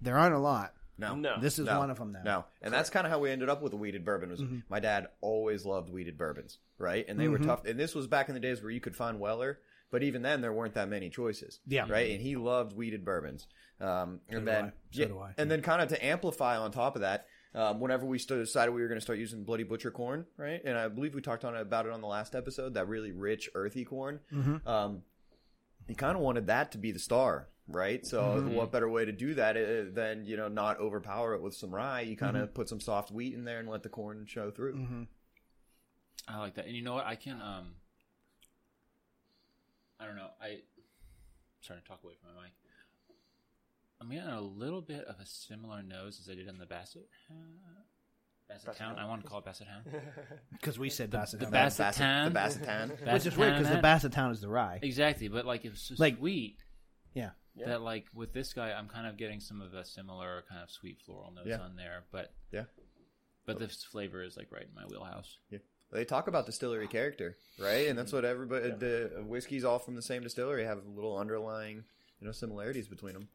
Speaker 3: there aren't a lot
Speaker 4: No,
Speaker 1: No.
Speaker 3: this is
Speaker 4: No.
Speaker 3: one of Mm-hmm. them now
Speaker 4: No, and that's kind of how we ended up with the weeded bourbon. Was my dad always loved weeded bourbons, right? And they were
Speaker 3: Mm-hmm.
Speaker 4: tough. And this was back in the days where you could find Weller, but even then there weren't that many choices.
Speaker 3: Yeah.
Speaker 4: right. And he loved weeded bourbons. Um, and
Speaker 3: do
Speaker 4: then
Speaker 3: I. So
Speaker 4: yeah,
Speaker 3: do I.
Speaker 4: and then kind of to amplify on top of that. Um, whenever we st- decided we were going to start using bloody butcher corn, right? And I believe we talked on about it on the last episode, that really rich, earthy corn.
Speaker 3: Mm-hmm.
Speaker 4: Um, he kind of wanted that to be the star, right? So,
Speaker 3: Mm-hmm.
Speaker 4: what better way to do that uh, than you know not overpower it with some rye? You kind of
Speaker 3: Mm-hmm.
Speaker 4: put some soft wheat in there and let the corn show through.
Speaker 2: I like that. And you know what? I can um I don't know. I I'm starting to talk away from my mic. I'm getting a little bit of a similar nose as I did on the Basset uh, Basset, Hound. I want to call it Basset Hound.
Speaker 3: because we said Basset Town
Speaker 2: Basset Town.
Speaker 4: the Basset Town.
Speaker 3: which is weird because the Basset Town is the rye
Speaker 2: Exactly, but like it's just
Speaker 3: Like-
Speaker 2: like wheat.
Speaker 3: yeah
Speaker 2: That like with this guy, I'm kind of getting some of a similar kind of sweet floral notes
Speaker 4: Yeah.
Speaker 2: on there, but
Speaker 4: yeah,
Speaker 2: but this flavor is like right in my wheelhouse.
Speaker 4: yeah. They talk about distillery character, right? And that's what everybody the whiskeys all from the same distillery have little underlying you know similarities between them.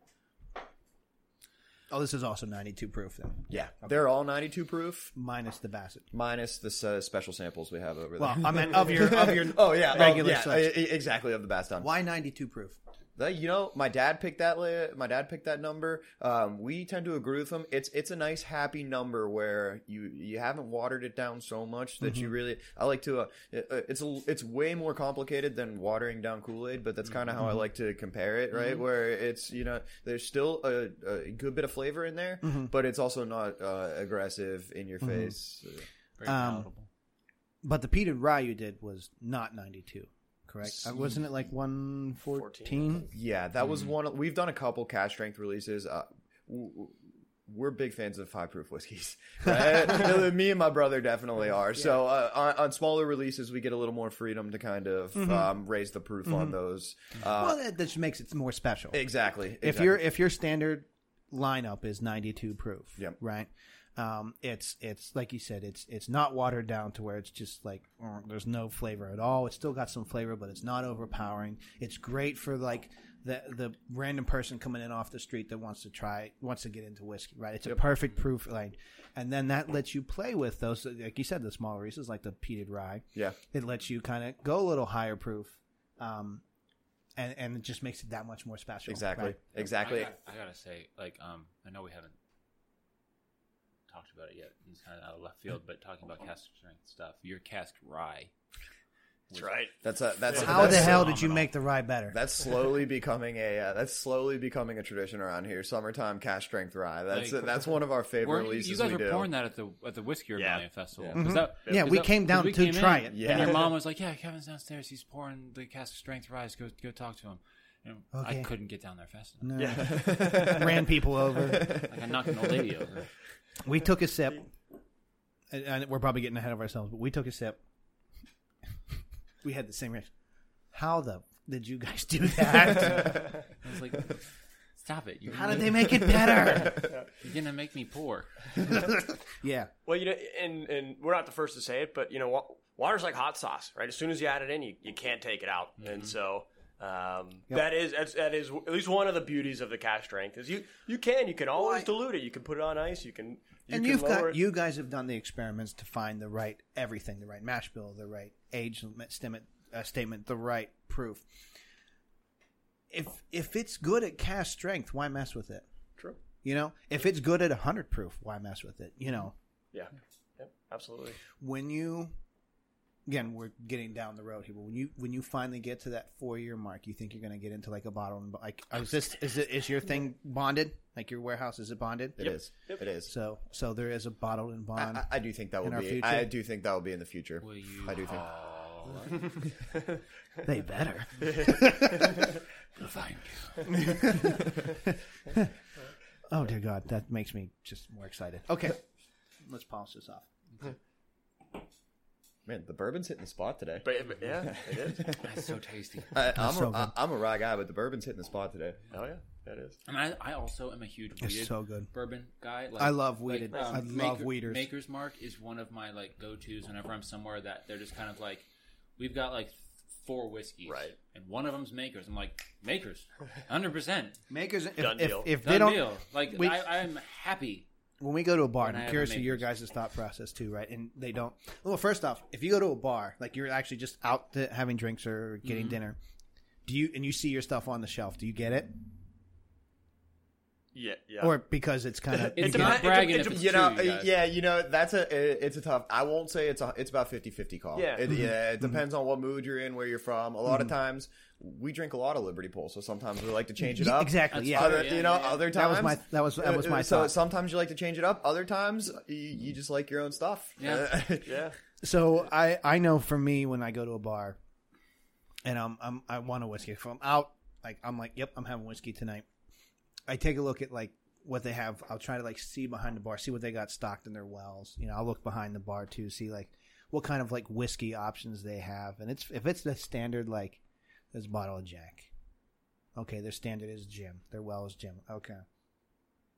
Speaker 3: oh this is also 92 proof then
Speaker 4: Yeah, they're all 92 proof
Speaker 3: minus the Basset
Speaker 4: minus the uh, special samples we have over
Speaker 3: Well,
Speaker 4: there.
Speaker 3: I mean, of your of your.
Speaker 4: Oh yeah,
Speaker 3: regular
Speaker 4: regular. yeah,
Speaker 3: size.
Speaker 4: e- e- exactly of the Basset Town.
Speaker 3: Why ninety two proof?
Speaker 4: That- you know, my dad picked that. Li- my dad picked that number. Um, we tend to agree with him. It's it's a nice happy number where you you haven't watered it down so much that you really. I like to. Uh, it- it's a, it's way more complicated than watering down Kool Aid, but that's kind of how I like to compare it. Right, where it's you know there's still a, a good bit of flavor in there, but it's also not uh, aggressive in your face.
Speaker 2: Very
Speaker 3: Um,
Speaker 2: palatable.
Speaker 3: But the peated rye you did was not ninety two, correct? Uh, wasn't it like one fourteen?
Speaker 4: Yeah, that
Speaker 2: Mm.
Speaker 4: was one. We've done a couple cash strength releases. Uh, w- w- we're big fans of high proof whiskeys. Uh, Me and my brother definitely are. So uh, on, on smaller releases, we get a little more freedom to kind of
Speaker 2: Mm-hmm.
Speaker 4: um, raise the proof on those. Uh,
Speaker 3: Well, that, that just makes it more special.
Speaker 4: exactly,
Speaker 3: If
Speaker 4: exactly.
Speaker 3: your if your standard lineup is ninety two proof,
Speaker 4: Yep.
Speaker 3: right? Um, it's it's like you said, it's it's not watered down to where it's just like mm, there's no flavor at all. It's still got some flavor, but it's not overpowering. It's great for like the the random person coming in off the street that wants to try wants to get into whiskey, right? It's a perfect proof like, and then that lets you play with those, like you said, the small releases like the peated rye.
Speaker 4: yeah,
Speaker 3: It lets you kind of go a little higher proof, um, and and it just makes it that much more special.
Speaker 4: exactly,
Speaker 3: right?
Speaker 4: exactly.
Speaker 2: I gotta, I gotta say, like, um, I know we haven't talked about it yet. and It's kind of out of left field, but talking about cask strength stuff, your cask rye.
Speaker 1: that's right.
Speaker 4: That's a, that's
Speaker 3: How
Speaker 4: that's
Speaker 3: the hell did you
Speaker 2: phenomenal.
Speaker 3: make the rye better?
Speaker 4: That's slowly becoming a uh, that's slowly becoming a tradition around here. Summertime cash strength rye. That's
Speaker 2: Like-
Speaker 4: that's one of our favorite
Speaker 2: Weren't-
Speaker 4: releases.
Speaker 2: you guys
Speaker 4: we
Speaker 2: were
Speaker 4: do.
Speaker 2: pouring that at the at the whiskey
Speaker 1: Yeah.
Speaker 2: rebellion festival. 'Cause that-
Speaker 3: Mm-hmm. Yeah,
Speaker 2: 'cause
Speaker 3: we
Speaker 2: that-
Speaker 3: came
Speaker 2: 'cause
Speaker 3: down
Speaker 2: we
Speaker 3: to
Speaker 2: came
Speaker 3: try
Speaker 2: in,
Speaker 3: it.
Speaker 4: Yeah.
Speaker 2: and your mom was like, "Yeah, Kevin's downstairs. He's pouring the cask strength rye. Go go talk to him." You know, I
Speaker 3: Okay.
Speaker 2: couldn't get down there fast enough.
Speaker 3: No.
Speaker 1: Yeah.
Speaker 3: Ran people over.
Speaker 2: Like I knocked an old lady over.
Speaker 3: We took a sip. And, and we're probably getting ahead of ourselves, but we took a sip. we had the same reaction. How the f- did you guys do that?
Speaker 2: I was like, "Stop it! You're,
Speaker 3: How did they make it better?
Speaker 2: you're gonna make me poor."
Speaker 3: yeah.
Speaker 1: Well, you know, and and we're not the first to say it, but you know, wa- water's like hot sauce, right? As soon as you add it in, you, you can't take it out,
Speaker 4: Mm-hmm.
Speaker 1: and so um, that is that's, that is at least one of the beauties of the cash strength is you you can you can always dilute it. You can put it on ice. You can you
Speaker 3: and
Speaker 1: can
Speaker 3: you've
Speaker 1: lower
Speaker 3: got
Speaker 1: it.
Speaker 3: you guys have done the experiments to find the right everything, the right mash bill, the right age limit, statement, uh, statement, the right proof. If if it's good at cast strength, why mess with it?
Speaker 1: True.
Speaker 3: You know, if it's good at hundred proof, why mess with it? You know,
Speaker 1: Yeah. Yep, absolutely.
Speaker 3: when you again we're getting down the road here, but when you when you finally get to that four year mark, you think you're going to get into like a bottle and like oh, is this is it is your thing bonded? Like your warehouse is it bonded?
Speaker 4: It is. It is.
Speaker 3: So so there is a bottle and
Speaker 4: I,
Speaker 3: bond.
Speaker 4: I- I do think that
Speaker 3: in
Speaker 4: will
Speaker 3: our
Speaker 4: be.
Speaker 3: future.
Speaker 4: I do think that will be in the future.
Speaker 2: Will you?
Speaker 4: I do think.
Speaker 2: Oh,
Speaker 3: They better.
Speaker 2: Fine.
Speaker 3: Oh dear God, that makes me just more excited. Okay, let's polish this off.
Speaker 4: Man, the bourbon's hitting the spot today.
Speaker 1: But, but yeah, it is.
Speaker 2: That's so tasty.
Speaker 4: I, I'm,
Speaker 3: so
Speaker 4: a,
Speaker 3: good.
Speaker 4: I, I'm a raw guy, but the bourbon's hitting the spot today.
Speaker 1: Oh yeah, that is.
Speaker 2: I mean, I, I also am a huge
Speaker 3: It's
Speaker 2: weeded
Speaker 3: so good.
Speaker 2: bourbon guy. Like, um,
Speaker 3: I love weeded. I love weeders.
Speaker 2: Maker's Mark is one of my like go tos whenever I'm somewhere that they're just kind of like, we've got like four whiskeys,
Speaker 1: Right.
Speaker 2: And one of them's Maker's. I'm like Maker's, hundred percent
Speaker 3: Makers, if,
Speaker 1: Done
Speaker 3: if,
Speaker 1: deal.
Speaker 3: if they
Speaker 2: done
Speaker 3: don't,
Speaker 2: deal. Like
Speaker 3: we-
Speaker 2: I, I'm happy.
Speaker 3: when we go to a bar,
Speaker 2: When
Speaker 3: and
Speaker 2: I
Speaker 3: I'm
Speaker 2: have
Speaker 3: curious
Speaker 2: a
Speaker 3: to your guys' thought process too, right? And they don't. Well, first off, if you go to a bar, like you're actually just out to having drinks or getting
Speaker 2: Mm-hmm.
Speaker 3: dinner, do you and you see your stuff on the shelf? Do you get it,
Speaker 1: Yeah, yeah.
Speaker 3: or because it's kind of
Speaker 2: Uh, It's
Speaker 1: a-
Speaker 2: not
Speaker 1: it's a-
Speaker 2: bragging
Speaker 1: it's a-
Speaker 2: if it's
Speaker 4: you know,
Speaker 2: true, you guys.
Speaker 4: yeah, you know, that's a it, it's a tough. I won't say it's a it's about 50-50 call.
Speaker 1: Yeah.
Speaker 4: it, yeah,
Speaker 3: Mm-hmm.
Speaker 4: it depends on what mood you're in, where you're from. A lot of times, we drink a lot of Liberty Pole, so sometimes we like to change it up.
Speaker 3: exactly? Yeah,
Speaker 4: Other,
Speaker 2: Yeah,
Speaker 4: you know,
Speaker 2: yeah.
Speaker 4: other
Speaker 3: That
Speaker 4: times
Speaker 3: was
Speaker 4: uh,
Speaker 3: my- that was- that was my
Speaker 4: So
Speaker 3: thought.
Speaker 4: sometimes you like to change it up. Other times you, you just like your own stuff.
Speaker 2: Yeah.
Speaker 1: yeah.
Speaker 3: So I I know for me when I go to a bar, and I'm, I'm I want a whiskey. If I'm out, like I'm like, yep, I'm having whiskey tonight. I take a look at like what they have. I'll try to like see behind the bar, see what they got stocked in their wells. You know, I'll look behind the bar too, see like what kind of like whiskey options they have. And it's if it's the standard like this bottle of Jack. Okay, their standard is Jim. Their well is Jim. Okay.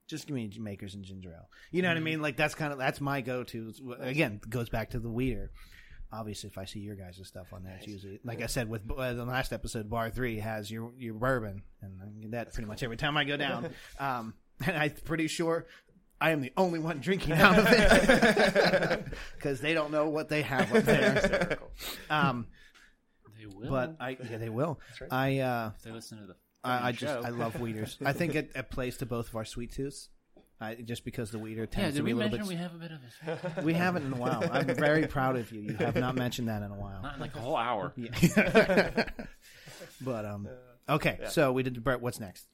Speaker 3: Just give me makers and ginger ale. You know what
Speaker 2: Mm-hmm.
Speaker 3: I mean? Like that's kind of that's my go-to. It's- Again, it goes back to the weeder. Obviously, if I see your guys' stuff on that, it's usually like I said with uh, the last episode, bar three has your your bourbon, and I get that pretty much every time I go down. um, and I'm pretty sure I am the only one drinking out of it because they don't know what they have up there. um,
Speaker 2: They will.
Speaker 3: but I yeah, they will. I uh,
Speaker 2: if they listen to the.
Speaker 3: I, I just I love weeders. I think it, it plays to both of our sweet tooths. I, just because the weeder
Speaker 2: Yeah,
Speaker 3: tends
Speaker 2: did
Speaker 3: to be
Speaker 2: we
Speaker 3: a little bit.
Speaker 2: mention we
Speaker 3: We,
Speaker 2: have a bit of a
Speaker 3: haven't in a while. I'm very proud of you. You have not mentioned that in a while.
Speaker 2: not in, like a whole hour?
Speaker 3: Yeah. but um,
Speaker 4: Uh,
Speaker 3: okay. So we did the Bert. What's next?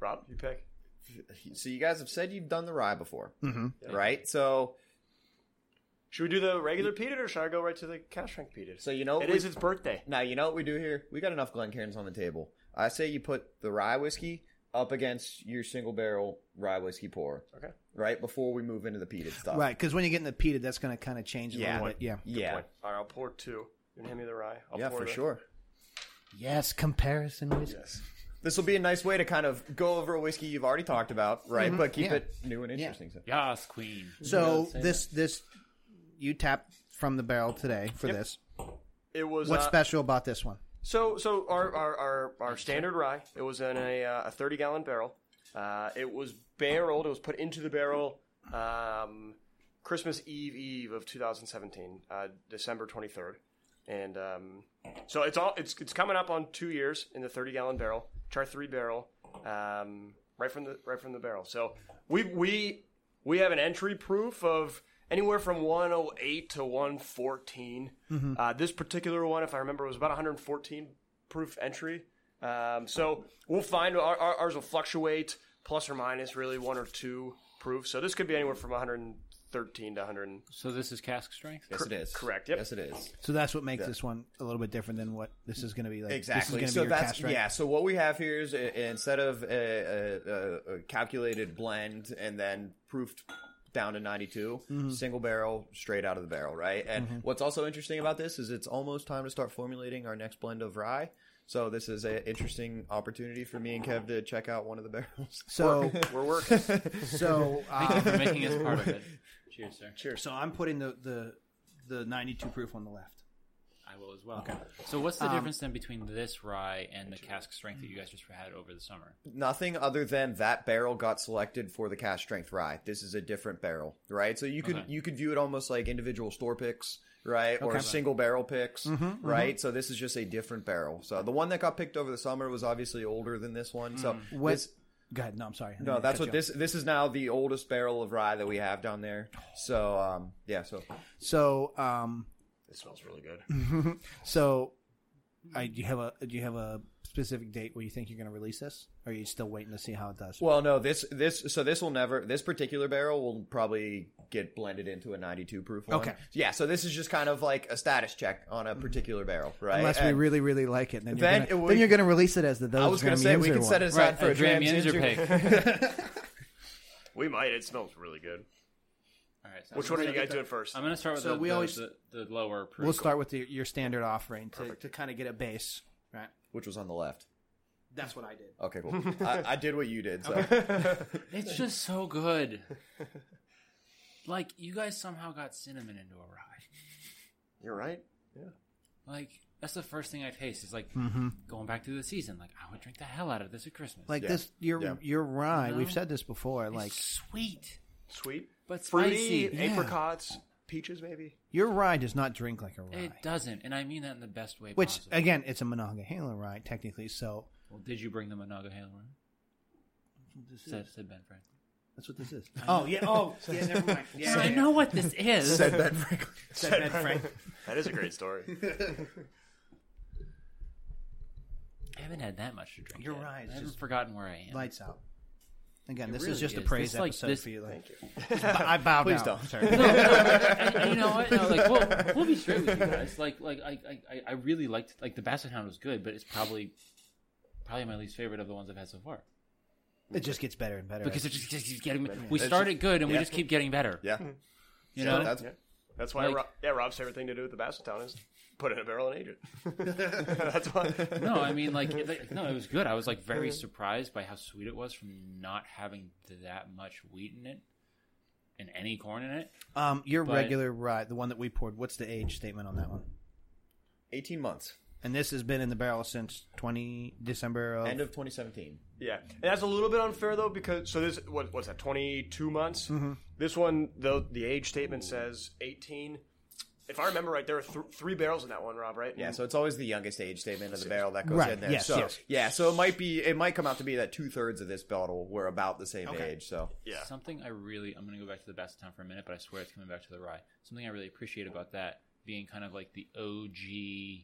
Speaker 1: Rob, you pick.
Speaker 4: So you guys have said you've done the rye before,
Speaker 3: Mm-hmm.
Speaker 4: right? So
Speaker 1: Should we do the regular peated or should I go right to the cash strength peated?
Speaker 4: So you know
Speaker 1: it
Speaker 4: we-
Speaker 1: is its birthday.
Speaker 4: now you know what we do here. We got enough Glencairns on the table. I say you put the rye whiskey up against your single barrel rye whiskey pour,
Speaker 1: Okay.
Speaker 4: right? Before we move into the peated stuff,
Speaker 3: Right, because when you get in the peated, that's going to kind of change a
Speaker 4: Uh, Yeah.
Speaker 3: little bit. Yeah.
Speaker 1: Good
Speaker 4: Yeah,
Speaker 1: point. All right, I'll pour two. You can hand me the rye. I'll
Speaker 4: yeah,
Speaker 1: pour
Speaker 4: for
Speaker 1: the-
Speaker 4: sure.
Speaker 3: Yes, comparison whiskey.
Speaker 4: This will be a nice way to kind of go over a whiskey you've already talked about, right? But keep
Speaker 3: Mm-hmm. Yeah.
Speaker 4: it new and interesting. So.
Speaker 2: Yes, queen.
Speaker 3: So this this you tapped from the barrel today for this.
Speaker 1: It was
Speaker 3: What's
Speaker 1: uh,
Speaker 3: special about this one?
Speaker 1: So, so our our, our, our standard rye. It was in a uh, a thirty gallon barrel. Uh, it was barreled. It was put into the barrel um, Christmas Eve Eve of 2017, uh, December 23rd, and um, so it's all it's it's coming up on two years in the thirty gallon barrel, char three barrel, um, right from the right from the barrel. So we we we have an entry proof of anywhere from 108 to 114. Uh, this particular one, if I remember, was about 114 proof entry. Um, so we'll find our, our, ours will fluctuate plus or minus really one or two proof. So this could be anywhere from 130 thirteen to hundred. and-
Speaker 2: So this is cask strength.
Speaker 4: Yes, it is.
Speaker 1: correct, yep.
Speaker 4: Yes, it is.
Speaker 3: So that's what makes
Speaker 4: Yeah.
Speaker 3: this one a little bit different than what this is going to be like.
Speaker 4: Exactly.
Speaker 3: This is
Speaker 4: So
Speaker 3: gonna be your
Speaker 4: that's
Speaker 3: cast strength.
Speaker 4: yeah. So what we have here is uh, instead of a, a, a calculated blend and then proofed down to 92,
Speaker 3: Mm-hmm.
Speaker 4: single barrel straight out of the barrel, right? And what's also interesting about this is it's almost time to start formulating our next blend of rye. So this is an interesting opportunity for me and Kev to check out one of the barrels.
Speaker 3: So
Speaker 1: We're working.
Speaker 3: so um,
Speaker 2: You're making us part of it. Cheers, sir. Cheers.
Speaker 3: so I'm putting the the the 92 proof on the left.
Speaker 2: I will as well. So what's
Speaker 3: Um,
Speaker 2: the difference then between this rye and the cask strength that you guys just had over the summer?
Speaker 4: nothing other than that barrel got selected for the cash strength rye. This is a different barrel, right? So you could
Speaker 2: Okay.
Speaker 4: you could view it almost like individual store picks, right, or
Speaker 3: Okay. Mm-hmm,
Speaker 4: single barrel picks, right? So this is just a different barrel. So the one that got picked over the summer was obviously older than this one. So
Speaker 3: Mm. What?
Speaker 4: this,
Speaker 3: Go ahead. No, I'm sorry. I
Speaker 4: no,
Speaker 3: didn't
Speaker 4: that's
Speaker 3: cut you
Speaker 4: what
Speaker 3: off.
Speaker 4: this this is now the oldest barrel of rye that we have down there. So um yeah, so
Speaker 3: So um
Speaker 1: it smells really good.
Speaker 3: so I do you have a do you have a specific date where you think you're going to release this? Or are you still waiting to see how it does?
Speaker 4: Well, no, this this so this will never this particular barrel will probably get blended into a 92 proof one.
Speaker 3: Okay.
Speaker 4: Yeah, so this is just kind of like a status check on a particular barrel, right?
Speaker 3: Unless we
Speaker 4: And
Speaker 3: really really like it, then you're
Speaker 4: Then
Speaker 3: gonna-
Speaker 4: it would-
Speaker 3: then you're going to release it as the those.
Speaker 4: I was going to
Speaker 3: Dramamine
Speaker 4: say we
Speaker 3: User
Speaker 4: could
Speaker 3: one.
Speaker 4: set it aside
Speaker 2: Right,
Speaker 4: for
Speaker 2: a
Speaker 4: a
Speaker 2: Dram
Speaker 4: Dram
Speaker 2: Yinzer
Speaker 4: Ginger
Speaker 2: pick.
Speaker 1: We might. It smells really good.
Speaker 2: All right. So
Speaker 1: Which
Speaker 2: I'm
Speaker 1: one are
Speaker 2: gonna
Speaker 1: you
Speaker 2: start
Speaker 1: guys
Speaker 2: with
Speaker 1: doing first?
Speaker 2: the- I'm going to start with
Speaker 3: So
Speaker 2: the,
Speaker 3: we
Speaker 2: the,
Speaker 3: always-
Speaker 2: the, the lower. Proof.
Speaker 3: We'll start with the, your standard offering to, to kind of get a base, right?
Speaker 4: which was on the left.
Speaker 3: That's what I did.
Speaker 4: Okay, cool. I, I did what you did. So
Speaker 2: It's just so good. like you guys somehow got cinnamon into a rye.
Speaker 1: You're right.
Speaker 2: Like that's the first thing I taste. Is like going back through the season. Like I would drink the hell out of this at Christmas.
Speaker 3: Mm-hmm. Like
Speaker 4: Yeah.
Speaker 3: this, your
Speaker 4: Yeah.
Speaker 3: your rye.
Speaker 2: No.
Speaker 3: We've said this before.
Speaker 2: Uh-huh. It's
Speaker 3: Like
Speaker 2: sweet
Speaker 1: Sweet,
Speaker 2: but
Speaker 1: fruity,
Speaker 2: spicy.
Speaker 3: yeah.
Speaker 1: apricots, peaches, maybe.
Speaker 3: your rye does not drink like a rye.
Speaker 2: It doesn't, and I mean that in the best way
Speaker 3: Which
Speaker 2: possible.
Speaker 3: again, it's a Monongahela rye technically. So
Speaker 2: well, did you bring the Monongahela rye? Said, said Ben Franklin.
Speaker 3: that's what this is. Oh yeah. Oh yeah. Never mind. Yeah,
Speaker 2: I know what this is.
Speaker 4: said Ben Franklin.
Speaker 3: Said Ben Frank.
Speaker 1: That is a great story.
Speaker 2: I haven't had that much to drink.
Speaker 3: Your
Speaker 2: yet.
Speaker 3: rye is
Speaker 2: I haven't
Speaker 3: just
Speaker 2: forgotten where I am.
Speaker 3: Lights out. Again,
Speaker 2: It
Speaker 3: this
Speaker 2: really
Speaker 3: is just a
Speaker 2: is.
Speaker 3: praise
Speaker 2: It's like
Speaker 3: episode
Speaker 2: this-
Speaker 3: for you. Like, I bow
Speaker 4: Please
Speaker 3: down.
Speaker 4: don't.
Speaker 3: Sorry.
Speaker 2: And- and you know what? No, like we'll, we'll be straight with you guys. Like, like I, I- I, I really liked like the Basset Hound was good, but it's probably, probably my least favorite of the ones I've had so far
Speaker 3: It just gets better and better.
Speaker 2: because it just, just keeps getting. We
Speaker 4: It's
Speaker 2: started
Speaker 4: just-
Speaker 2: good and we
Speaker 4: yeah.
Speaker 2: just keep getting better.
Speaker 4: Yeah.
Speaker 2: You
Speaker 4: So
Speaker 2: know,
Speaker 4: that's
Speaker 1: That's why,
Speaker 2: Like-
Speaker 1: Rob, yeah, Rob's favorite thing to do with the Basset Town is put it in a barrel and age it. That's why.
Speaker 2: no, I mean like, it- like, no, it was good. I was like very surprised by how sweet it was from not having that much wheat in it and any corn in it.
Speaker 3: um, your
Speaker 2: But-
Speaker 3: regular rye, the one that we poured. What's the age statement on that one?
Speaker 4: 18 months.
Speaker 3: And this has been in the barrel since twenty December of
Speaker 4: End of 2017.
Speaker 1: Yeah, and that's a little bit unfair though because so this what, what's that twenty two months?
Speaker 4: Mm-hmm.
Speaker 1: This one though the age statement says eighteen. If I remember right, there are th- three barrels in that one, Rob. Right?
Speaker 4: Yeah, so it's always the youngest age statement of the barrel that goes
Speaker 3: Mm-hmm. Right,
Speaker 4: in there.
Speaker 3: yes,
Speaker 4: so
Speaker 3: yes.
Speaker 4: yeah, so it might be it might come out to be that two thirds of this bottle were about the same age. So
Speaker 1: Yeah.
Speaker 2: Something I really, I'm going to go back to the Basset Town for a minute, but I swear it's coming back to the rye. Something I really appreciate about that being kind of like the OG,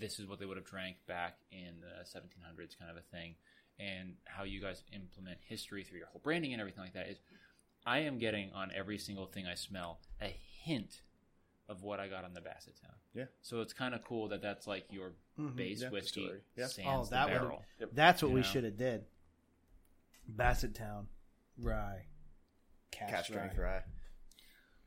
Speaker 2: this is what they would have drank back in the 1700s kind of a thing, and how you guys implement history through your whole branding and everything like that is I am getting on every single thing I smell a hint of what I got on the Basset Town.
Speaker 4: Yeah.
Speaker 2: So it's kind of cool that that's like your base
Speaker 4: Mm-hmm. yeah, Oh,
Speaker 2: whiskey
Speaker 4: distillery. Yeah.
Speaker 2: sans the
Speaker 3: Oh, would've-
Speaker 2: barrel.
Speaker 3: That's what
Speaker 2: You
Speaker 3: we
Speaker 2: know?
Speaker 3: should have did. Basset Town, rye, cash,
Speaker 4: cash
Speaker 3: rye.
Speaker 4: strength rye.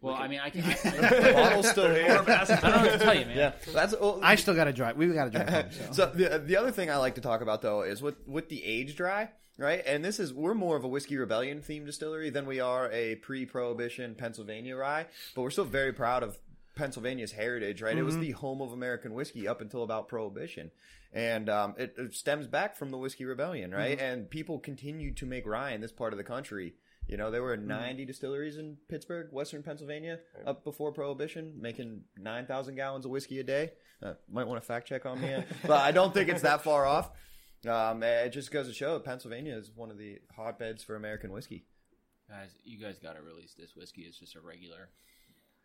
Speaker 2: Well, I mean, I can. I,
Speaker 4: The bottle's still here.
Speaker 2: I don't know what to tell you, man.
Speaker 4: yeah, that's well,
Speaker 3: I still got to drive. We got to drive. Home, so.
Speaker 4: So the the other thing I like to talk about though is with with the age dry, right? And this is we're more of a whiskey rebellion themed distillery than we are a pre-prohibition Pennsylvania rye, but we're still very proud of Pennsylvania's heritage, right? It was the home of American whiskey up until about prohibition. And um, it, it stems back from the whiskey rebellion, right? And people continued to make rye in this part of the country. You know, there were
Speaker 1: Mm-hmm.
Speaker 4: 90 distilleries in Pittsburgh, Western Pennsylvania, up before Prohibition, making 9,000 gallons of whiskey a day. Uh, might want to fact check on me, uh, but I don't think it's that far off. Um, it just goes to show that Pennsylvania is one of the hotbeds for American whiskey.
Speaker 2: Guys, you guys gotta release this whiskey. It's just a regular.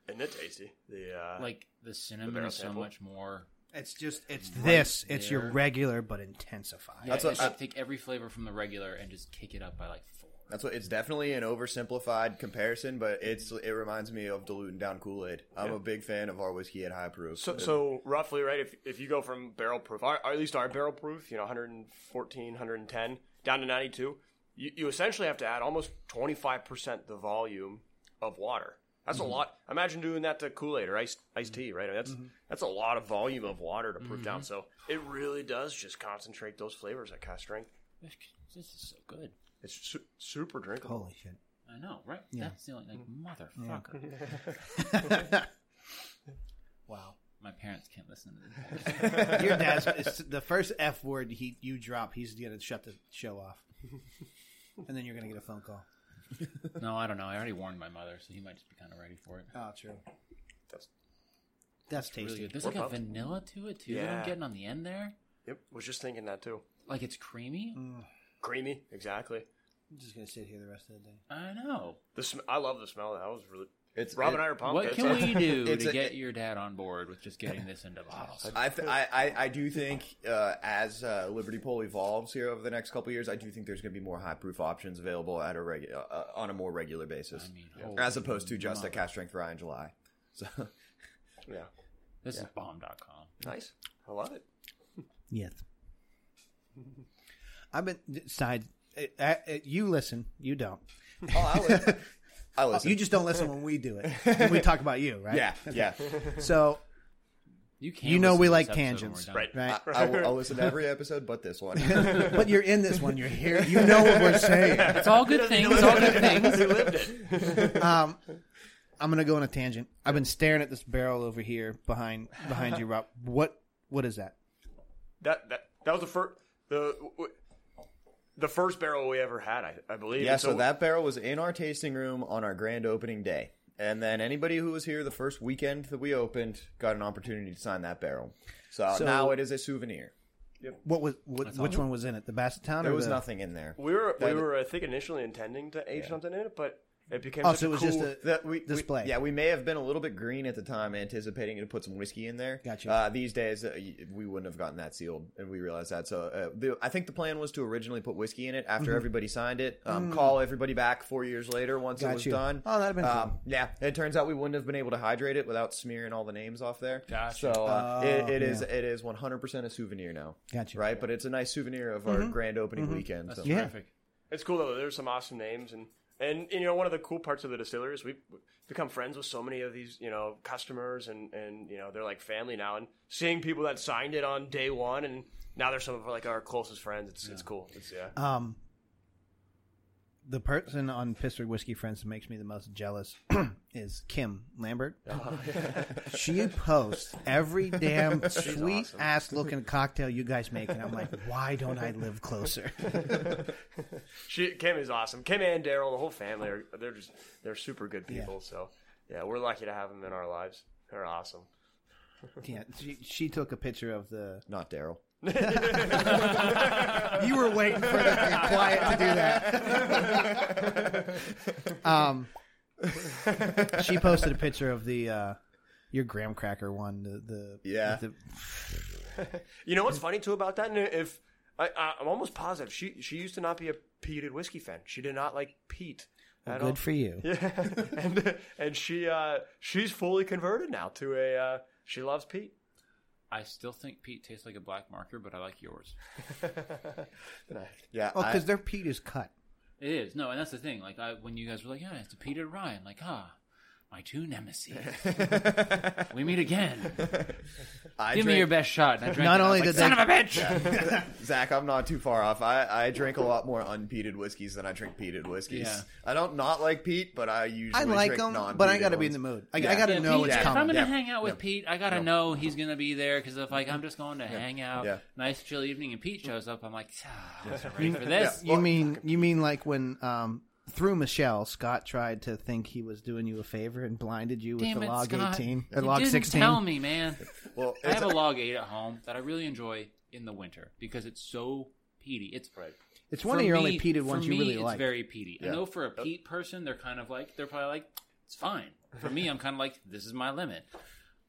Speaker 1: Isn't it tasty? The uh,
Speaker 2: Like the cinnamon
Speaker 1: barrel
Speaker 2: is so
Speaker 1: sample?
Speaker 2: much more.
Speaker 3: It's just it's this. It's your
Speaker 2: there.
Speaker 3: regular but intensified.
Speaker 2: That's
Speaker 4: That's what
Speaker 2: what,
Speaker 4: I-
Speaker 2: take every flavor from the regular and just kick it up by like four.
Speaker 4: That's what it's definitely an oversimplified comparison, but it's it reminds me of diluting down Kool Aid. I'm a big fan of our whiskey at high proof.
Speaker 1: So, so roughly, right? If if you go from barrel proof, or, or at least our barrel proof, you know, 114, 110 down to 92, you, you essentially have to add almost 25 percent the volume of water. That's
Speaker 2: Mm-hmm.
Speaker 1: a lot. Imagine doing that to Kool Aid or iced iced tea, right? That's that's a lot of volume of water to proof
Speaker 2: Mm-hmm.
Speaker 1: down. So it really does just concentrate those flavors at cast strength.
Speaker 2: This this is so good.
Speaker 1: It's su- super drinkable.
Speaker 3: Holy shit.
Speaker 2: I know, right? That's the only like motherfucker. wow. My parents can't listen to this.
Speaker 3: Your dad's it's the first F word he you drop, he's gonna shut the show off. and then you're gonna get a phone call.
Speaker 2: No, I don't know. I already warned my mother, so he might just be kind of ready for it.
Speaker 3: Oh true.
Speaker 1: That's-
Speaker 3: That's
Speaker 2: Really
Speaker 3: tasty.
Speaker 2: good. There's
Speaker 1: We're
Speaker 2: like a
Speaker 1: pumped.
Speaker 2: vanilla to it too that
Speaker 1: Yeah.
Speaker 2: I'm getting on the end there.
Speaker 1: Yep, was just thinking that too.
Speaker 2: Like it's creamy.
Speaker 1: Creamy, exactly.
Speaker 3: I'm just gonna sit here the rest of the day.
Speaker 2: I know.
Speaker 1: The sm- I love the smell. of That That was really.
Speaker 4: It's
Speaker 1: Rob
Speaker 4: it-
Speaker 1: and I are pumped.
Speaker 2: what
Speaker 1: It's
Speaker 2: can
Speaker 1: a-
Speaker 2: we do
Speaker 4: it's
Speaker 2: to
Speaker 4: a-
Speaker 2: get your dad on board with just getting this into bottles?
Speaker 4: I, th- I, I, I do think uh, as uh, Liberty Pole evolves here over the next couple of years, I do think there's going to be more high proof options available at a regu- uh, uh, on a more regular basis,
Speaker 2: I mean, holy
Speaker 4: as opposed to just a
Speaker 2: mother-
Speaker 4: cash strength rye in July. So oh,
Speaker 1: Yeah,
Speaker 2: This is bomb.com.
Speaker 1: nice. I love it.
Speaker 3: Yes. I've been side. eh, eh, eh, you listen. You don't.
Speaker 4: oh, I listen. I listen.
Speaker 3: You just don't listen when we do it. When we talk about you, right?
Speaker 4: yeah, yeah.
Speaker 3: So
Speaker 2: You can
Speaker 3: You know
Speaker 2: listen
Speaker 3: we
Speaker 2: to this
Speaker 3: like
Speaker 2: episode when we're
Speaker 3: tangents.
Speaker 2: done.
Speaker 1: Right.
Speaker 3: right.
Speaker 4: I will, I'll listen to every episode but this one.
Speaker 3: but you're in this one. You're here. You know what we're saying.
Speaker 2: It's all good things. It's all good things.
Speaker 1: We lived it.
Speaker 3: Um, I'm gonna go on a tangent. I've been staring at this barrel over here behind behind you, Rob. What what is that?
Speaker 1: That that that was the first the w- the first barrel we ever had. I, I believe.
Speaker 4: Yeah,
Speaker 1: And
Speaker 4: so, that barrel was in our tasting room on our grand opening day. And then anybody who was here the first weekend that we opened got an opportunity to sign that barrel. So,
Speaker 3: So-
Speaker 4: now it is a souvenir.
Speaker 3: What was what, which one was in it? The Basset Town?
Speaker 4: There
Speaker 3: or
Speaker 4: was
Speaker 3: the-
Speaker 4: nothing in there.
Speaker 1: we were we
Speaker 4: that-
Speaker 1: were I think initially intending to age something in it, but it became.
Speaker 3: Oh,
Speaker 1: such
Speaker 3: so it
Speaker 1: a
Speaker 3: was
Speaker 1: cool,
Speaker 3: just a.
Speaker 4: That we, we-
Speaker 3: Display.
Speaker 4: yeah, we may have been a little bit green at the time, anticipating to put some whiskey in there.
Speaker 3: Gotcha.
Speaker 4: Uh, these days, uh, y- we wouldn't have gotten that sealed, and we realized that. So uh, the, I think the plan was to originally put whiskey in it after
Speaker 3: Mm-hmm.
Speaker 4: everybody signed it. Um, Call everybody back four years later once
Speaker 3: Got
Speaker 4: it was
Speaker 3: you.
Speaker 4: done.
Speaker 3: Mm. Oh, that'd have been
Speaker 4: um,
Speaker 3: cool.
Speaker 4: Yeah, it turns out we wouldn't have been able to hydrate it without smearing all the names off there.
Speaker 2: Gotcha.
Speaker 4: So uh, it, it is
Speaker 3: Oh, yeah.
Speaker 4: it is 100 percent a souvenir now.
Speaker 3: Gotcha. Mm-hmm.
Speaker 4: Right, but it's a nice souvenir of our grand opening weekend. so.
Speaker 3: Yeah.
Speaker 2: Terrific.
Speaker 1: It's cool though. There's some awesome names and. And, and, you know one of the cool parts of the distillery is we've we've become friends with so many of these you know customers and and you know they're like family now and seeing people that signed it on day one and now they're some of like our closest friends it's it's cool it's yeah
Speaker 3: Um, the person on Pittsburgh Whiskey Friends that makes me the most jealous is Kim Lambert. she posts every damn sweet ass looking cocktail you guys make, and I'm like, why don't I live closer?
Speaker 1: She, Kim is awesome. Kim and Daryl, the whole family are they're just they're super good people. So yeah, we're lucky to have them in our lives. They're awesome.
Speaker 3: yeah, she, she took a picture of the.
Speaker 4: Not Daryl.
Speaker 3: Oh, You were waiting for the quiet to do that. um, she posted a picture of the uh, your graham cracker one. The, the
Speaker 4: Yeah.
Speaker 3: the-
Speaker 1: You know what's funny too about that? And If I, I, I'm almost positive she she used to not be a peated whiskey fan. She did not like peat. at all.
Speaker 3: good for you.
Speaker 1: Yeah, and and she uh, she's fully converted now to a uh, she loves peat.
Speaker 2: I still think Pete tastes like a black marker, but I like yours.
Speaker 4: Yeah,
Speaker 3: Oh,
Speaker 4: I-
Speaker 3: because their peat is cut.
Speaker 2: It is no, and that's the thing. Like I, when you guys were like, "Yeah, it's a Peter Ryan," like ah, my two nemesis. we meet again.
Speaker 4: I
Speaker 2: Give me
Speaker 4: drank-
Speaker 2: your best shot. And I drank
Speaker 3: Not
Speaker 2: it, and I
Speaker 3: only
Speaker 2: was
Speaker 3: did
Speaker 2: like,
Speaker 3: they-
Speaker 2: son of a bitch.
Speaker 4: Zach, I'm not too far off. I, I drink a lot more unpeated whiskeys than I drink peated whiskeys.
Speaker 2: Yeah.
Speaker 4: I don't not like peat, but I usually
Speaker 3: I like
Speaker 4: drink
Speaker 3: them,
Speaker 4: non-peated
Speaker 3: but I got to be in
Speaker 4: ones.
Speaker 3: the mood. I,
Speaker 4: Yeah.
Speaker 3: I got to
Speaker 2: Yeah,
Speaker 3: know
Speaker 2: Pete,
Speaker 3: it's
Speaker 2: if I'm
Speaker 3: coming.
Speaker 2: gonna
Speaker 4: Yeah.
Speaker 2: hang out with Pete, I gotta know he's gonna be there because if like I'm just going to hang out,
Speaker 4: Yeah.
Speaker 2: nice chill evening, and Pete shows up, I'm like, ah, I wasn't ready for this.
Speaker 3: You mean you mean like when um, through Michelle Scott tried to think he was doing you a favor and blinded you with
Speaker 2: Damn
Speaker 3: the
Speaker 2: it,
Speaker 3: log
Speaker 2: Scott.
Speaker 3: eighteen
Speaker 2: You
Speaker 3: or log
Speaker 2: didn't
Speaker 3: sixteen?
Speaker 2: Tell me, man.
Speaker 4: Well,
Speaker 2: I have
Speaker 4: it's-
Speaker 2: a log eight at home that I really enjoy in the winter because it's so peaty. It's
Speaker 3: It's one
Speaker 2: for
Speaker 3: of your
Speaker 2: me-
Speaker 3: only peated
Speaker 2: for
Speaker 3: ones
Speaker 2: me,
Speaker 3: you really
Speaker 2: it's
Speaker 3: like.
Speaker 2: Very peaty.
Speaker 4: Yeah.
Speaker 2: I know for a peat person, they're kind of like they're probably like it's fine. For me, I'm kind of like this is my limit.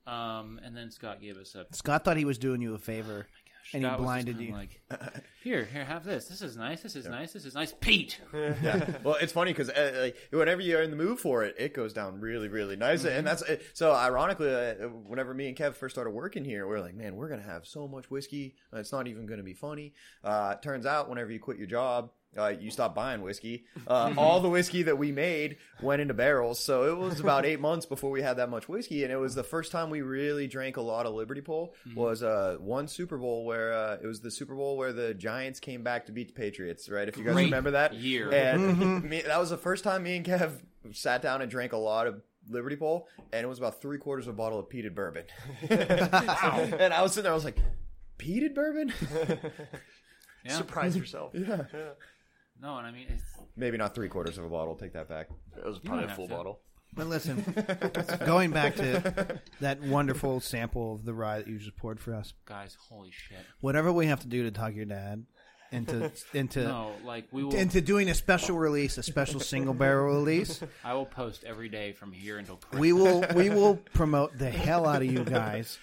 Speaker 2: Um, and then Scott gave us a
Speaker 3: Scott thought he was doing you a favor and he
Speaker 2: Oh That was just
Speaker 3: blinded
Speaker 2: kinda
Speaker 3: you.
Speaker 2: Like, here, here, have this. This is nice. This is nice. This is nice. Pete.
Speaker 4: well, it's funny because uh, like, whenever you're in the mood for it, it goes down really, really nice. And that's uh, so ironically, uh, whenever me and Kev first started working here, we were like, man, we're gonna have so much whiskey. uh, It's not even gonna be funny. Uh, turns out, whenever you quit your job. Uh, you stopped buying whiskey. Uh, all the whiskey that we made went into barrels. So it was about eight months before we had that much whiskey, and it was the first time we really drank a lot of Liberty Pole. Was uh, one Super Bowl where uh, it was the Super Bowl where the Giants came back to beat the Patriots. Right? If you guys
Speaker 2: Great
Speaker 4: remember that
Speaker 2: year.
Speaker 4: And and me, that was the first time me and Kev sat down and drank a lot of Liberty Pole, and it was about three quarters of a bottle of peated bourbon. and I was sitting there, I was like, peated bourbon?
Speaker 2: Yeah.
Speaker 1: Surprise yourself. yeah.
Speaker 2: No, and I mean, it's,
Speaker 4: Maybe not three quarters of a bottle. Take that back.
Speaker 1: It was probably
Speaker 2: don't
Speaker 1: a
Speaker 2: have
Speaker 1: full
Speaker 2: to.
Speaker 1: bottle.
Speaker 3: But listen, going back to that wonderful sample of the rye that you just poured for us,
Speaker 2: guys, holy shit.
Speaker 3: whatever we have to do to talk your dad into into
Speaker 2: No, like we will.
Speaker 3: into doing a special release, a special single barrel release,
Speaker 2: I will post every day from here until Christmas.
Speaker 3: we will we will promote the hell out of you guys.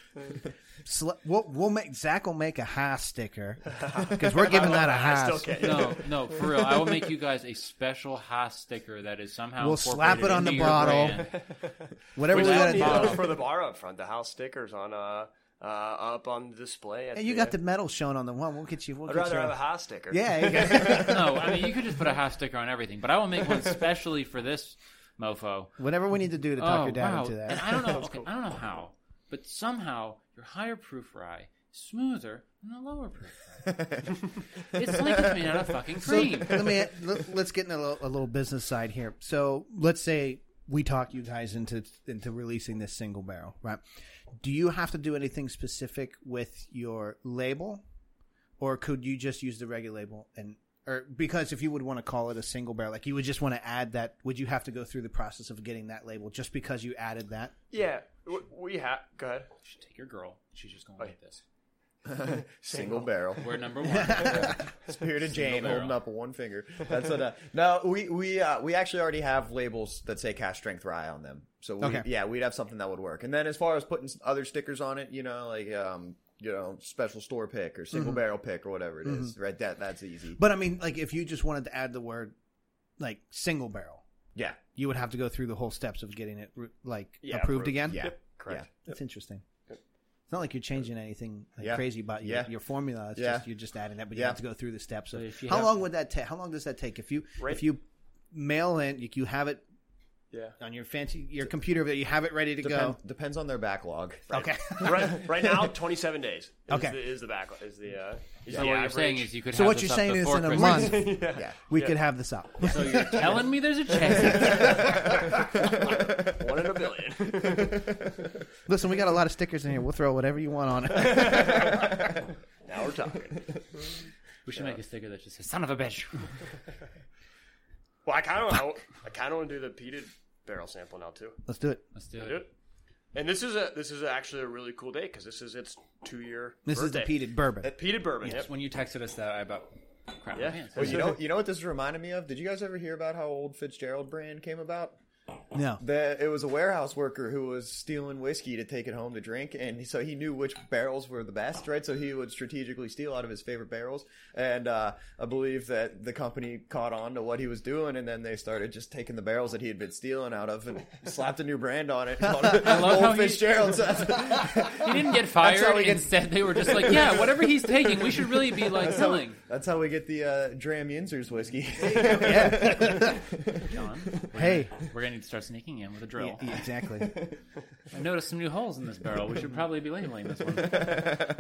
Speaker 3: Sele- We'll, we'll make Zach will make a high sticker because we're giving that a
Speaker 1: I
Speaker 3: high.
Speaker 1: still
Speaker 3: sticker.
Speaker 1: can't.
Speaker 2: no, no, for real. I will make you guys a special Haas sticker that is somehow
Speaker 3: We'll slap
Speaker 2: incorporated
Speaker 3: it on the
Speaker 2: into your
Speaker 3: bottle.
Speaker 2: brand.
Speaker 3: Whatever
Speaker 1: We
Speaker 3: we
Speaker 1: don't
Speaker 3: got to
Speaker 1: need
Speaker 3: do.
Speaker 1: those for the bar up front. The house stickers on uh, uh up on the display. At
Speaker 3: Hey, you got the medal shown on the one. We'll get you. We'll
Speaker 1: I'd
Speaker 3: get you.
Speaker 1: rather have
Speaker 3: a-
Speaker 1: a house sticker.
Speaker 3: yeah, you got-
Speaker 2: No, I mean you could just put a Haas sticker on everything, but I will make one specially for this mofo.
Speaker 3: whatever we need to do to talk your dad into
Speaker 2: Oh, And
Speaker 3: that.
Speaker 2: I don't know. okay, I don't know how, but somehow your higher proof rye is smoother than the lower proof rye. it's like it's made out of fucking cream.
Speaker 3: let me let, us get into a little, a little business side here. So let's say we talk you guys into into releasing this single barrel, right? Do you have to do anything specific with your label, or could you just use the regular label and? Or because if you would want to call it a single barrel, like you would just want to add that, would you have to go through the process of getting that label just because you added that?
Speaker 1: yeah. w- We have. Go ahead.
Speaker 2: Should take your girl. She's just gonna like this.
Speaker 4: Single barrel.
Speaker 2: We're number one.
Speaker 4: Spirited Jane
Speaker 2: barrel.
Speaker 4: holding up one finger. That's what. Uh, no, we we uh, we actually already have labels that say cash strength rye on them. So we,
Speaker 3: Okay.
Speaker 4: yeah, we'd have something that would work. And then as far as putting s- other stickers on it, you know, like um, you know, special store pick or single barrel pick or whatever it is, right? That that's easy.
Speaker 3: But I mean, like if you just wanted to add the word, like single barrel,
Speaker 4: yeah,
Speaker 3: you would have to go through the whole steps of getting it like
Speaker 1: Yeah,
Speaker 3: approved
Speaker 1: approved.
Speaker 3: again.
Speaker 4: yeah,
Speaker 1: Correct.
Speaker 3: That's interesting. It's not like you're changing anything like
Speaker 4: Yeah.
Speaker 3: crazy about your,
Speaker 4: Yeah.
Speaker 3: your formula. It's
Speaker 4: Yeah.
Speaker 3: just you're just adding that, but you
Speaker 4: Yeah.
Speaker 3: have to go through the steps. Of,
Speaker 2: if you
Speaker 3: how
Speaker 2: have-
Speaker 3: long would that take? How long does that take if you
Speaker 1: Right.
Speaker 3: if you mail in, you, you have it
Speaker 1: Yeah.
Speaker 3: on your fancy your computer that you have it ready to
Speaker 4: Depend,
Speaker 3: go?
Speaker 4: depends on their backlog.
Speaker 3: Okay,
Speaker 1: right, right now, 27 days. Is
Speaker 3: Okay.
Speaker 1: The, is the back is the uh, is
Speaker 2: So
Speaker 1: the
Speaker 2: what you're
Speaker 1: average.
Speaker 2: saying is you could.
Speaker 3: so
Speaker 2: have
Speaker 3: what
Speaker 2: this
Speaker 3: you're
Speaker 2: up
Speaker 3: saying is
Speaker 2: before
Speaker 3: in a
Speaker 2: Christmas.
Speaker 3: month
Speaker 4: Yeah.
Speaker 3: we could have this up.
Speaker 2: So you're telling me there's a chance?
Speaker 1: one in a billion.
Speaker 3: Listen, we got a lot of stickers in here. We'll throw whatever you want on it.
Speaker 1: now we're talking.
Speaker 2: We should make a sticker that just says "Son of a bitch."
Speaker 1: Well, I kind of I kind of want to do the peated barrel sample now too.
Speaker 3: Let's do it.
Speaker 2: Let's do
Speaker 1: Can I
Speaker 2: it.
Speaker 1: do it? And this is a this is actually a really cool day because this is its two year.
Speaker 3: This is the peated bourbon.
Speaker 1: peated bourbon.
Speaker 2: That's
Speaker 1: Yep.
Speaker 2: when you texted us that I about crap my
Speaker 1: Yeah.
Speaker 2: pants.
Speaker 4: Well, you know, you know what this reminded me of? Did you guys ever hear about how old Fitzgerald brand came about?
Speaker 3: no,
Speaker 4: That it was a warehouse worker who was stealing whiskey to take it home to drink, and so he knew which barrels were the best, right? So he would strategically steal out of his favorite barrels, and uh, I believe that the company caught on to what he was doing, and then they started just taking the barrels that he had been stealing out of and slapped a new brand on it. Called it
Speaker 2: love how
Speaker 4: old
Speaker 2: he-
Speaker 4: Fitzgerald.
Speaker 2: He didn't get
Speaker 4: how
Speaker 2: fired.
Speaker 4: we get-
Speaker 2: Instead, they were just like, "Yeah, whatever he's taking, we should really be like selling."
Speaker 4: That's how we get the uh, Dram Yinzers whiskey.
Speaker 2: John,
Speaker 3: hey,
Speaker 2: we're gonna need to start sneaking in with a drill.
Speaker 3: Yeah, exactly.
Speaker 2: I noticed some new holes in this barrel. We should probably be labeling this one.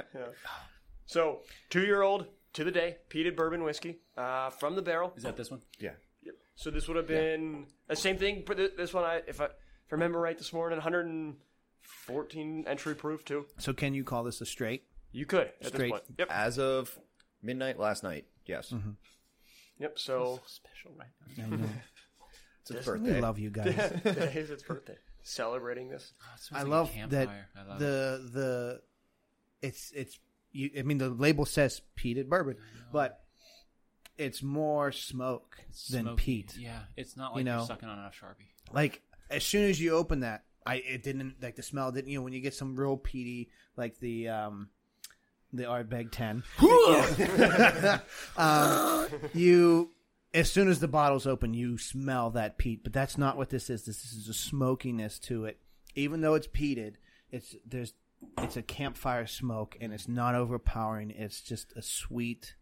Speaker 1: So two year old to the day peated bourbon whiskey uh, from the barrel.
Speaker 2: Is that this one?
Speaker 4: yeah.
Speaker 1: So this would have been the same thing, but th- this one I if I if I remember right this morning 114 entry proof too.
Speaker 3: So can you call this a straight?
Speaker 1: You could at
Speaker 3: Straight.
Speaker 1: this point. Yep.
Speaker 4: As of midnight last night, yes.
Speaker 1: Yep. So
Speaker 2: Special, right?
Speaker 3: I know.
Speaker 4: It's his
Speaker 3: we
Speaker 4: birthday.
Speaker 3: love you guys.
Speaker 1: today is its birthday. Celebrating this.
Speaker 2: Oh, it
Speaker 3: I
Speaker 2: smells like a
Speaker 3: love that
Speaker 2: campfire. I love it.
Speaker 3: the the it's it's you. I mean, the label says peated bourbon, but it's more smoke than
Speaker 2: Smoky.
Speaker 3: peat.
Speaker 2: Yeah, it's not like
Speaker 3: You
Speaker 2: you
Speaker 3: know.
Speaker 2: are sucking on enough sharpie.
Speaker 3: Like as soon as you open that, I it didn't like the smell didn't. You know, when you get some real peaty, like the um the Ardbeg Ten. um, you, as soon as the bottle's open, you smell that peat, but that's not what this is. This, is a smokiness to it, even though it's peated. It's there's it's a campfire smoke, and it's not overpowering. It's just a sweet,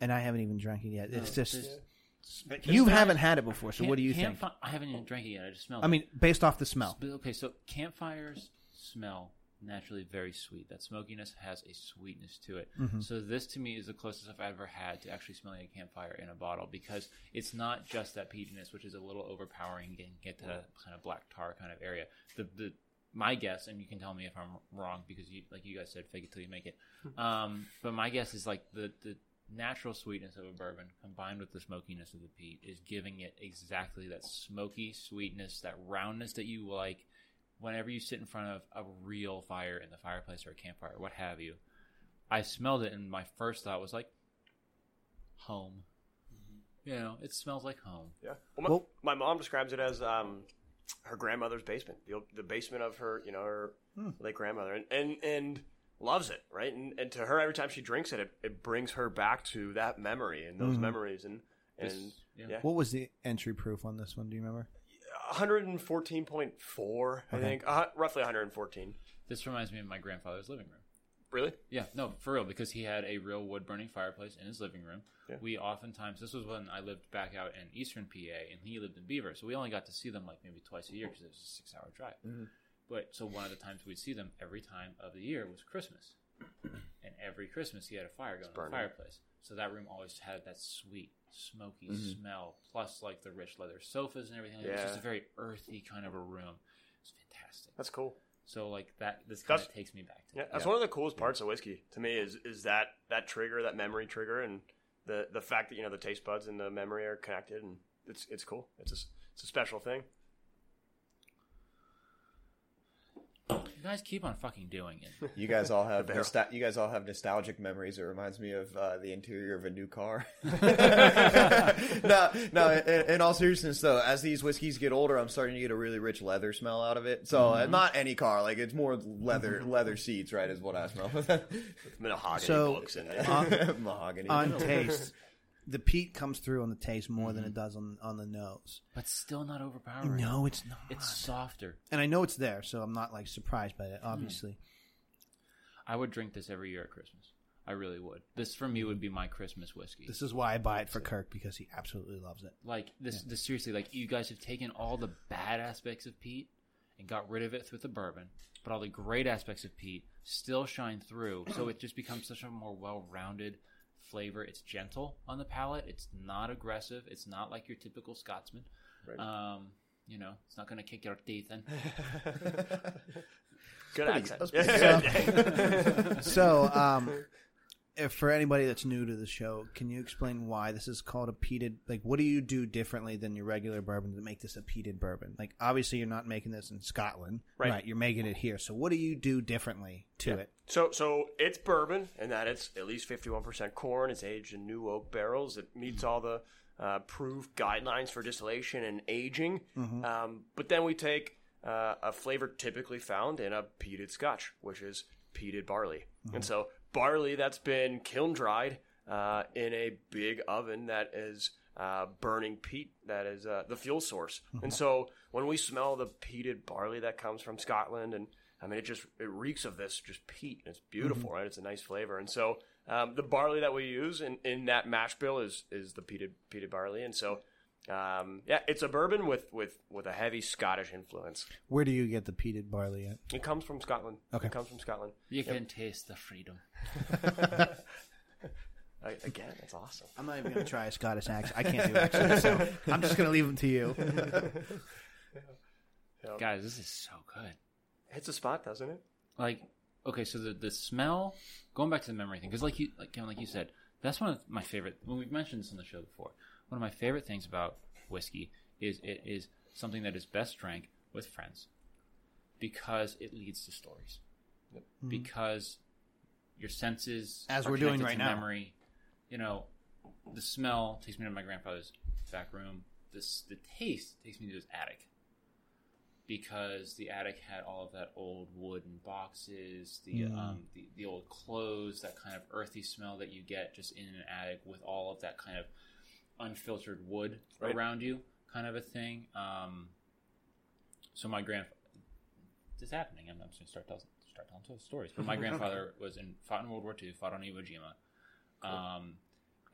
Speaker 3: and I haven't even drank it yet. It's just you haven't had it before, so what do you think?
Speaker 2: Campfi- I haven't even drank it yet. I just smelled.
Speaker 3: I
Speaker 2: it.
Speaker 3: mean, based off the smell.
Speaker 2: But, Okay, so campfires smell naturally very sweet. That smokiness has a sweetness to it.
Speaker 3: Mm-hmm.
Speaker 2: So this to me is the closest I've ever had to actually smelling a campfire in a bottle because it's not just that peatiness, which is a little overpowering and get to that kind of black tar kind of area. The the my guess, and you can tell me if I'm wrong because you like you guys said, fake it till you make it. Um, but my guess is like the the natural sweetness of a bourbon combined with the smokiness of the peat is giving it exactly that smoky sweetness, that roundness that you like whenever you sit in front of a real fire in the fireplace or a campfire, what have you. I smelled it, and my first thought was like, home. You know, it smells like home.
Speaker 1: Yeah. Well, my,
Speaker 3: Well-
Speaker 1: my mom describes it as um, her grandmother's basement, the, old- the basement of her, you know, her late grandmother, and, and and loves it, right? And and to her, every time she drinks it, it, it brings her back to that memory and those memories, and and
Speaker 2: This- yeah.
Speaker 1: yeah,
Speaker 3: What was the entry proof on this one? Do you remember?
Speaker 1: 114.4, I think, uh, roughly 114.
Speaker 2: This reminds me of my grandfather's living room.
Speaker 1: Really?
Speaker 2: Yeah, no, for real, because he had a real wood burning fireplace in his living room. We oftentimes, this was when I lived back out in eastern PA and he lived in Beaver, so we only got to see them like maybe twice a year because it was a six hour drive.
Speaker 1: Mm-hmm.
Speaker 2: But so one of the times we'd see them every time of the year was Christmas. And every Christmas he had a fire going in the fireplace. So that room always had that sweet, smoky smell, plus like the rich leather sofas and everything. Like, It was
Speaker 1: Mm-hmm. Yeah.
Speaker 2: just a very earthy kind of a room. It's fantastic.
Speaker 1: That's cool.
Speaker 2: So like that, this kind of
Speaker 1: That's-
Speaker 2: takes me back to
Speaker 1: Yeah, that's one of the coolest parts of whiskey to me is is that that trigger, that memory trigger, and the the fact that you know the taste buds and the memory are connected, and it's it's cool. It's a s- it's a special thing.
Speaker 2: You guys keep on fucking doing it.
Speaker 4: You guys all have
Speaker 1: The barrel.
Speaker 4: nostal- you guys all have nostalgic memories. It reminds me of uh, the interior of a new car. no, no. In, in all seriousness, though, as these whiskeys get older, I'm starting to get a really rich leather smell out of it. So uh, not any car, like it's more leather leather seats, right? Is what I smell.
Speaker 1: Mahogany
Speaker 3: So-
Speaker 1: books in there.
Speaker 4: Mahogany.
Speaker 3: on taste, Mm-hmm. the peat comes through on the taste more than it does on on the nose.
Speaker 2: But still not overpowering.
Speaker 3: No, it's not.
Speaker 2: It's softer.
Speaker 3: and I know it's there, so I'm not like surprised by it. Obviously,
Speaker 2: I would drink this every year at Christmas. I really would. This for me would be my Christmas whiskey.
Speaker 3: this is why I buy it for Kirk because he absolutely loves it.
Speaker 2: like this, this seriously, like you guys have taken all the bad aspects of Pete and got rid of it through the bourbon, but all the great aspects of Pete still shine through. so it just becomes such a more well-rounded flavor. It's gentle on the palate. It's not aggressive. It's not like your typical Scotsman. Um, you know, it's not going to kick your teeth in.
Speaker 1: Good accent.
Speaker 3: So, um, if for anybody that's new to the show, can you explain why this is called a peated? Like, what do you do differently than your regular bourbon to make this a peated bourbon? Like, obviously, you're not making this in Scotland,
Speaker 1: Right.
Speaker 3: You're making it here. So, what do you do differently to it?
Speaker 1: So, so it's bourbon, and that it's at least fifty-one percent corn. It's aged in new oak barrels. It meets all the uh, proof guidelines for distillation and aging. Um, but then we take uh, a flavor typically found in a peated Scotch, which is peated barley. And so, barley that's been kiln dried uh, in a big oven that is uh, burning peat that is uh, the fuel source. And so when we smell the peated barley that comes from Scotland, and I mean, it just it reeks of this just peat, and it's beautiful,
Speaker 2: Mm-hmm.
Speaker 1: right? It's a nice flavor. And so um, the barley that we use in, in that mash bill is is the peated peated barley. And so um, yeah, it's a bourbon with with with a heavy Scottish influence.
Speaker 3: Where do you get the peated barley at?
Speaker 1: It comes from Scotland.
Speaker 3: Okay.
Speaker 1: it comes from Scotland
Speaker 2: You can taste the freedom.
Speaker 1: I, again. That's awesome.
Speaker 3: I'm not even going to try a Scottish accent. I can't do accents, so I'm just going to leave them to you.
Speaker 2: Guys, this is so good.
Speaker 1: Hits a spot, doesn't it?
Speaker 2: like okay so the the smell going back to the memory thing because like you like Kevin like you said that's one of my favorite when we've mentioned this on the show before one of my favorite things about whiskey is it is something that is best drank with friends because it leads to stories because your senses
Speaker 3: Mm-hmm. As
Speaker 2: are
Speaker 3: we're doing
Speaker 2: connected
Speaker 3: right
Speaker 2: to
Speaker 3: now.
Speaker 2: memory you know the smell takes me to my grandfather's back room this the taste takes me to his attic because the attic had all of that old wood and boxes, the
Speaker 3: Mm.
Speaker 2: um, the, the old clothes, that kind of earthy smell that you get just in an attic with all of that kind of unfiltered wood
Speaker 1: Right.
Speaker 2: around you, kind of a thing. Um, so my grand this is happening. I'm, I'm just gonna start telling start telling those stories. But my grandfather was in fought in World War II, fought on Iwo Jima, um,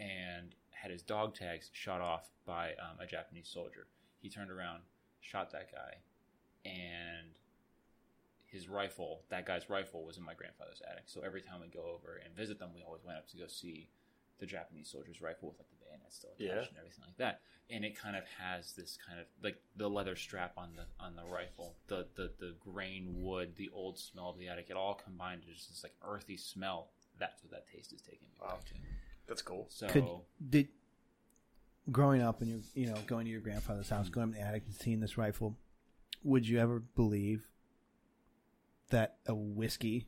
Speaker 2: and had his dog tags shot off by um, a Japanese soldier. He turned around, shot that guy, and his rifle, that guy's rifle, was in my grandfather's attic. So every time we go over and visit them, we always went up to go see the Japanese soldier's rifle with like the bayonet still attached
Speaker 1: Yeah.
Speaker 2: and everything like that. And it kind of has this kind of like the leather strap on the on the rifle, the the the grain wood, the old smell of the attic. It all combined to just this like earthy smell. That's what that taste is taking me
Speaker 1: Wow.
Speaker 2: back to.
Speaker 1: That's cool.
Speaker 2: So
Speaker 3: Could did growing up and you you know going to your grandfather's house, going up in the attic and seeing this rifle, would you ever believe that a whiskey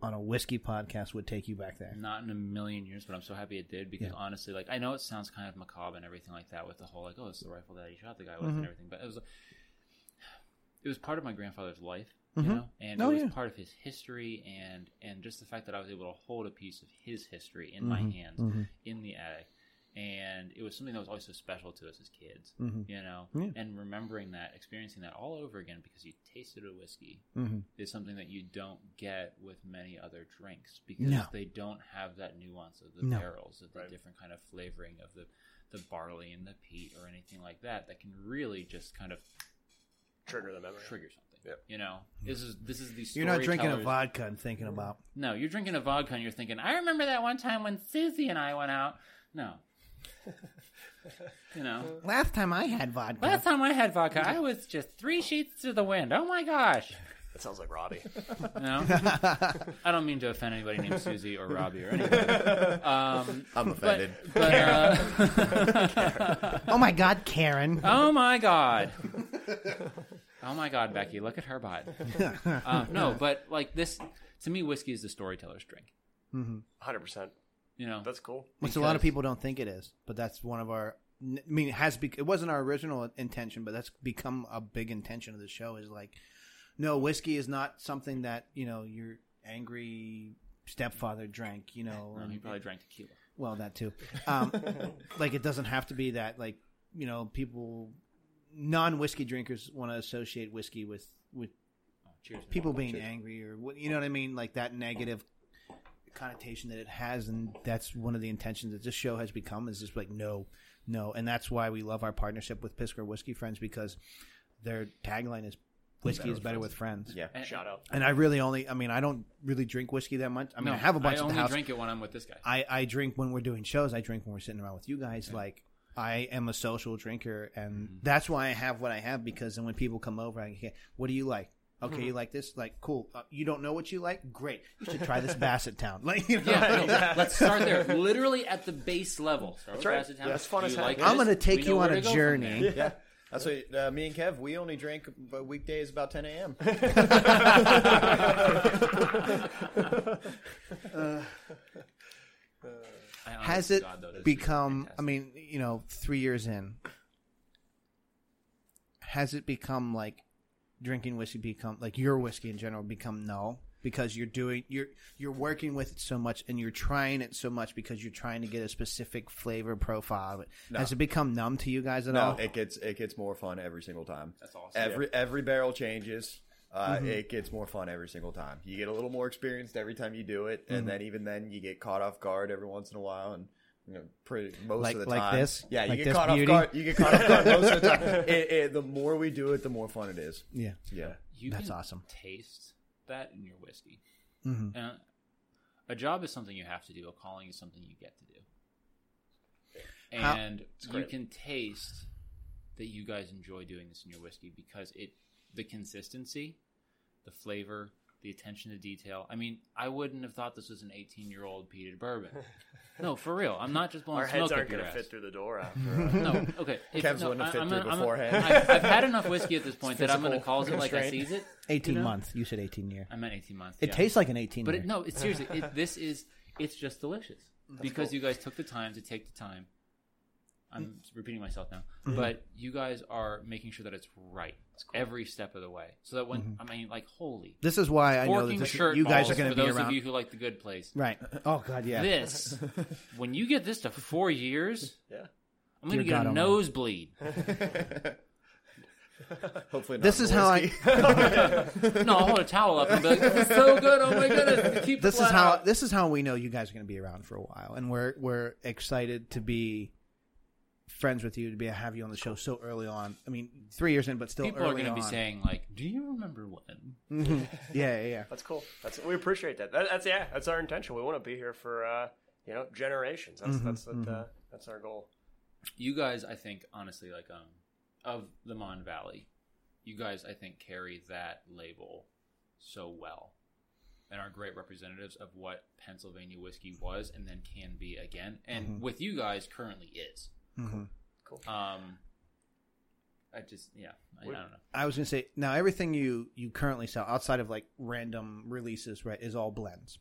Speaker 3: on a whiskey podcast would take you back there?
Speaker 2: Not in a million years, but I'm so happy it did because
Speaker 3: Yeah.
Speaker 2: honestly, like I know it sounds kind of macabre and everything like that with the whole like, oh, it's the rifle that he shot the guy with
Speaker 3: Mhm.
Speaker 2: and everything, but it was it was part of my grandfather's life,
Speaker 3: Mhm.
Speaker 2: you know, and
Speaker 3: Oh,
Speaker 2: it was
Speaker 3: yeah.
Speaker 2: part of his history and and just the fact that I was able to hold a piece of his history in
Speaker 3: Mhm.
Speaker 2: my hands
Speaker 3: Mhm.
Speaker 2: in the attic, and it was something that was always so special to us as kids,
Speaker 3: Mhm.
Speaker 2: you know,
Speaker 3: Yeah.
Speaker 2: and remembering that, experiencing that all over again because you tasted a whiskey
Speaker 3: Mm-hmm.
Speaker 2: is something that you don't get with many other drinks because
Speaker 3: No.
Speaker 2: they don't have that nuance of the
Speaker 3: No.
Speaker 2: barrels, of the
Speaker 1: Right.
Speaker 2: different kind of flavoring of the the barley and the peat or anything like that that can really just kind of
Speaker 1: Trigger the memory.
Speaker 2: trigger something.
Speaker 1: Yep.
Speaker 2: You know, this is this is the
Speaker 3: Hmm. You're not drinking a
Speaker 2: storyteller's-
Speaker 3: vodka and thinking about
Speaker 2: No, you're drinking a vodka and you're thinking, I remember that one time when Susie and I went out. No, you know.
Speaker 3: last time I had vodka.
Speaker 2: Last time I had vodka, I was just three sheets to the wind. Oh my gosh!
Speaker 1: That sounds like Robbie.
Speaker 2: You know? I don't mean to offend anybody named Susie or Robbie or anybody. Um,
Speaker 4: I'm offended.
Speaker 2: but uh,
Speaker 3: oh my God, Karen!
Speaker 5: Uh,
Speaker 2: oh my god, oh my god, Becky, look at her butt. Uh, no, but like this, to me, whiskey is the storyteller's drink.
Speaker 3: Mm-hmm.
Speaker 1: Hundred percent.
Speaker 2: You know,
Speaker 1: That's cool.
Speaker 3: Which a lot of
Speaker 2: because-
Speaker 3: people don't think it is, but that's one of our. I mean, it has. Be, it wasn't our original intention, but that's become a big intention of the show. Is like, no, whiskey is not something that you know your angry stepfather drank. You know,
Speaker 2: Um,
Speaker 3: and-
Speaker 2: he probably drank tequila.
Speaker 3: well, that too. Um, like it doesn't have to be that. Like you know, people non whiskey drinkers want to associate whiskey with with
Speaker 2: Oh, cheers.
Speaker 3: people being angry or what you know what I mean, like that negative connotation that it has, and that's one of the intentions that this show has become is just like no, no, and that's why we love our partnership with Pisco Whiskey Friends because their tagline is whiskey is better with friends.
Speaker 4: Yeah.
Speaker 2: And-
Speaker 1: Shout out.
Speaker 3: And I really only, I mean, I don't really drink whiskey that much. I mean,
Speaker 2: no,
Speaker 3: I have a bunch
Speaker 2: I
Speaker 3: at the
Speaker 2: only
Speaker 3: house.
Speaker 2: drink it when I'm with this guy.
Speaker 3: I, I drink when we're doing shows. I drink when we're sitting around with you guys. Like I am a social drinker, and
Speaker 2: Mm-hmm.
Speaker 3: that's why I have what I have because then when people come over, I can. What do you like? Okay, you like this? Like cool. Uh, you don't know what you like? Great. You should try this Basset Town. Like you know?
Speaker 2: Yeah, no, let's start there. Literally at the base level. Start with
Speaker 1: right.
Speaker 2: Bassett Town.
Speaker 1: Yeah, that's fun
Speaker 2: Do
Speaker 1: as
Speaker 2: you
Speaker 1: hell.
Speaker 2: like
Speaker 3: I'm
Speaker 2: this?
Speaker 3: gonna take
Speaker 2: We
Speaker 3: you
Speaker 2: know
Speaker 3: on
Speaker 2: where
Speaker 3: a
Speaker 2: to go from
Speaker 3: journey.
Speaker 2: there.
Speaker 4: Yeah. That's what uh, me and Kev, we only drink uh, weekdays about 10 a.m.
Speaker 2: I honest
Speaker 3: Has
Speaker 2: to
Speaker 3: it
Speaker 2: God, though, this is
Speaker 3: become? I
Speaker 2: fantastic.
Speaker 3: mean, you know, three years in, has it become like drinking whiskey become like your whiskey in general become no because you're doing you're you're working with it so much and you're trying it so much because you're trying to get a specific flavor profile of it. Has it become numb to you guys at
Speaker 4: No,
Speaker 3: all?
Speaker 4: it gets it gets more fun every single time.
Speaker 2: That's awesome.
Speaker 4: Every every barrel changes. Uh,
Speaker 3: Mm-hmm.
Speaker 4: It gets more fun every single time. You get a little more experienced every time you do it,
Speaker 3: Mm-hmm.
Speaker 4: and then even then you get caught off guard every once in a while, and you know, pretty most
Speaker 3: Like-
Speaker 4: of the
Speaker 3: like
Speaker 4: time.
Speaker 3: this?
Speaker 4: Yeah, you
Speaker 3: Like
Speaker 4: get
Speaker 3: this
Speaker 4: caught
Speaker 3: beauty?
Speaker 4: off guard. You get caught off guard most of the time. It, it, the more we do it, the more fun it is.
Speaker 3: yeah.
Speaker 4: Yeah,
Speaker 2: You
Speaker 3: That's
Speaker 2: can
Speaker 3: awesome.
Speaker 2: Taste that in your whiskey.
Speaker 4: Mm-hmm.
Speaker 2: And a job is something you have to do. A calling is something you get to do.
Speaker 3: How-
Speaker 2: And you
Speaker 1: great.
Speaker 2: can taste that you guys enjoy doing this in your whiskey because it the consistency, the flavor, the attention to detail. I mean, I wouldn't have thought this was an 18 year old peated bourbon. No, for real. I'm not just blowing
Speaker 1: Our
Speaker 2: smoke
Speaker 1: heads aren't
Speaker 2: up your
Speaker 1: going to
Speaker 2: ass.
Speaker 1: fit through the door after.
Speaker 2: No, okay. If,
Speaker 4: Kev's
Speaker 2: no,
Speaker 4: wouldn't have
Speaker 2: I-
Speaker 4: fit
Speaker 2: I'm
Speaker 4: through
Speaker 2: gonna- I'm gonna-
Speaker 4: beforehand.
Speaker 2: I've, I've had enough whiskey at this point that I'm going to
Speaker 4: Physical
Speaker 2: call it like I
Speaker 4: constraint.
Speaker 2: sees it.
Speaker 3: Eighteen
Speaker 2: know?
Speaker 3: months. You said eighteen year.
Speaker 2: I meant 18 months.
Speaker 3: It
Speaker 2: yeah.
Speaker 3: tastes like an eighteen.
Speaker 2: But
Speaker 3: year.
Speaker 2: it, no, it, seriously, it, this is it's just delicious because you guys took the time to take the time I'm
Speaker 3: Mm.
Speaker 2: repeating myself now,
Speaker 3: Mm-hmm.
Speaker 2: but you guys are making sure that it's right every step of the way, so that when I mean, like, holy,
Speaker 3: This is why Mm-hmm. I know
Speaker 2: forking
Speaker 3: that
Speaker 2: the
Speaker 3: this,
Speaker 2: shirt
Speaker 3: you guys
Speaker 2: balls
Speaker 3: are going
Speaker 2: for
Speaker 3: to be
Speaker 2: those
Speaker 3: around.
Speaker 2: of you who like the good place.
Speaker 3: Right. Oh God, yeah.
Speaker 2: This, when you get this to four years,
Speaker 1: Yeah.
Speaker 2: I'm gonna
Speaker 3: Dear
Speaker 2: get
Speaker 3: God oh
Speaker 2: a
Speaker 3: almighty.
Speaker 2: nosebleed.
Speaker 4: Hopefully, not
Speaker 3: This is how I.
Speaker 2: no, I'll hold a towel up and be like, "This is so good! Oh my goodness, keep the
Speaker 3: This is
Speaker 2: flat
Speaker 3: how.
Speaker 2: out."
Speaker 3: This is how we know you guys are going to be around for a while, and we're we're excited to be friends with you to be have you on the show so early on. I mean, three years in, but still
Speaker 2: people are
Speaker 3: early
Speaker 2: gonna
Speaker 3: on. Mm-hmm.
Speaker 2: be saying like, "Do you remember when?"
Speaker 3: yeah, yeah, yeah.
Speaker 1: That's cool. That's we appreciate that. that that's yeah. That's our intention. We want to be here for uh, you know generations.
Speaker 3: Mm-hmm,
Speaker 1: That's that's what, uh, that's our goal.
Speaker 2: you guys i think honestly like um of the mon valley you guys i think carry that label so well and are great representatives of what pennsylvania whiskey was and then can be again and
Speaker 3: Mm-hmm.
Speaker 2: with you guys currently is
Speaker 1: Cool.
Speaker 2: um i just yeah i, I don't know
Speaker 3: I was going to say now everything you you currently sell outside of like random releases, right, is all blends.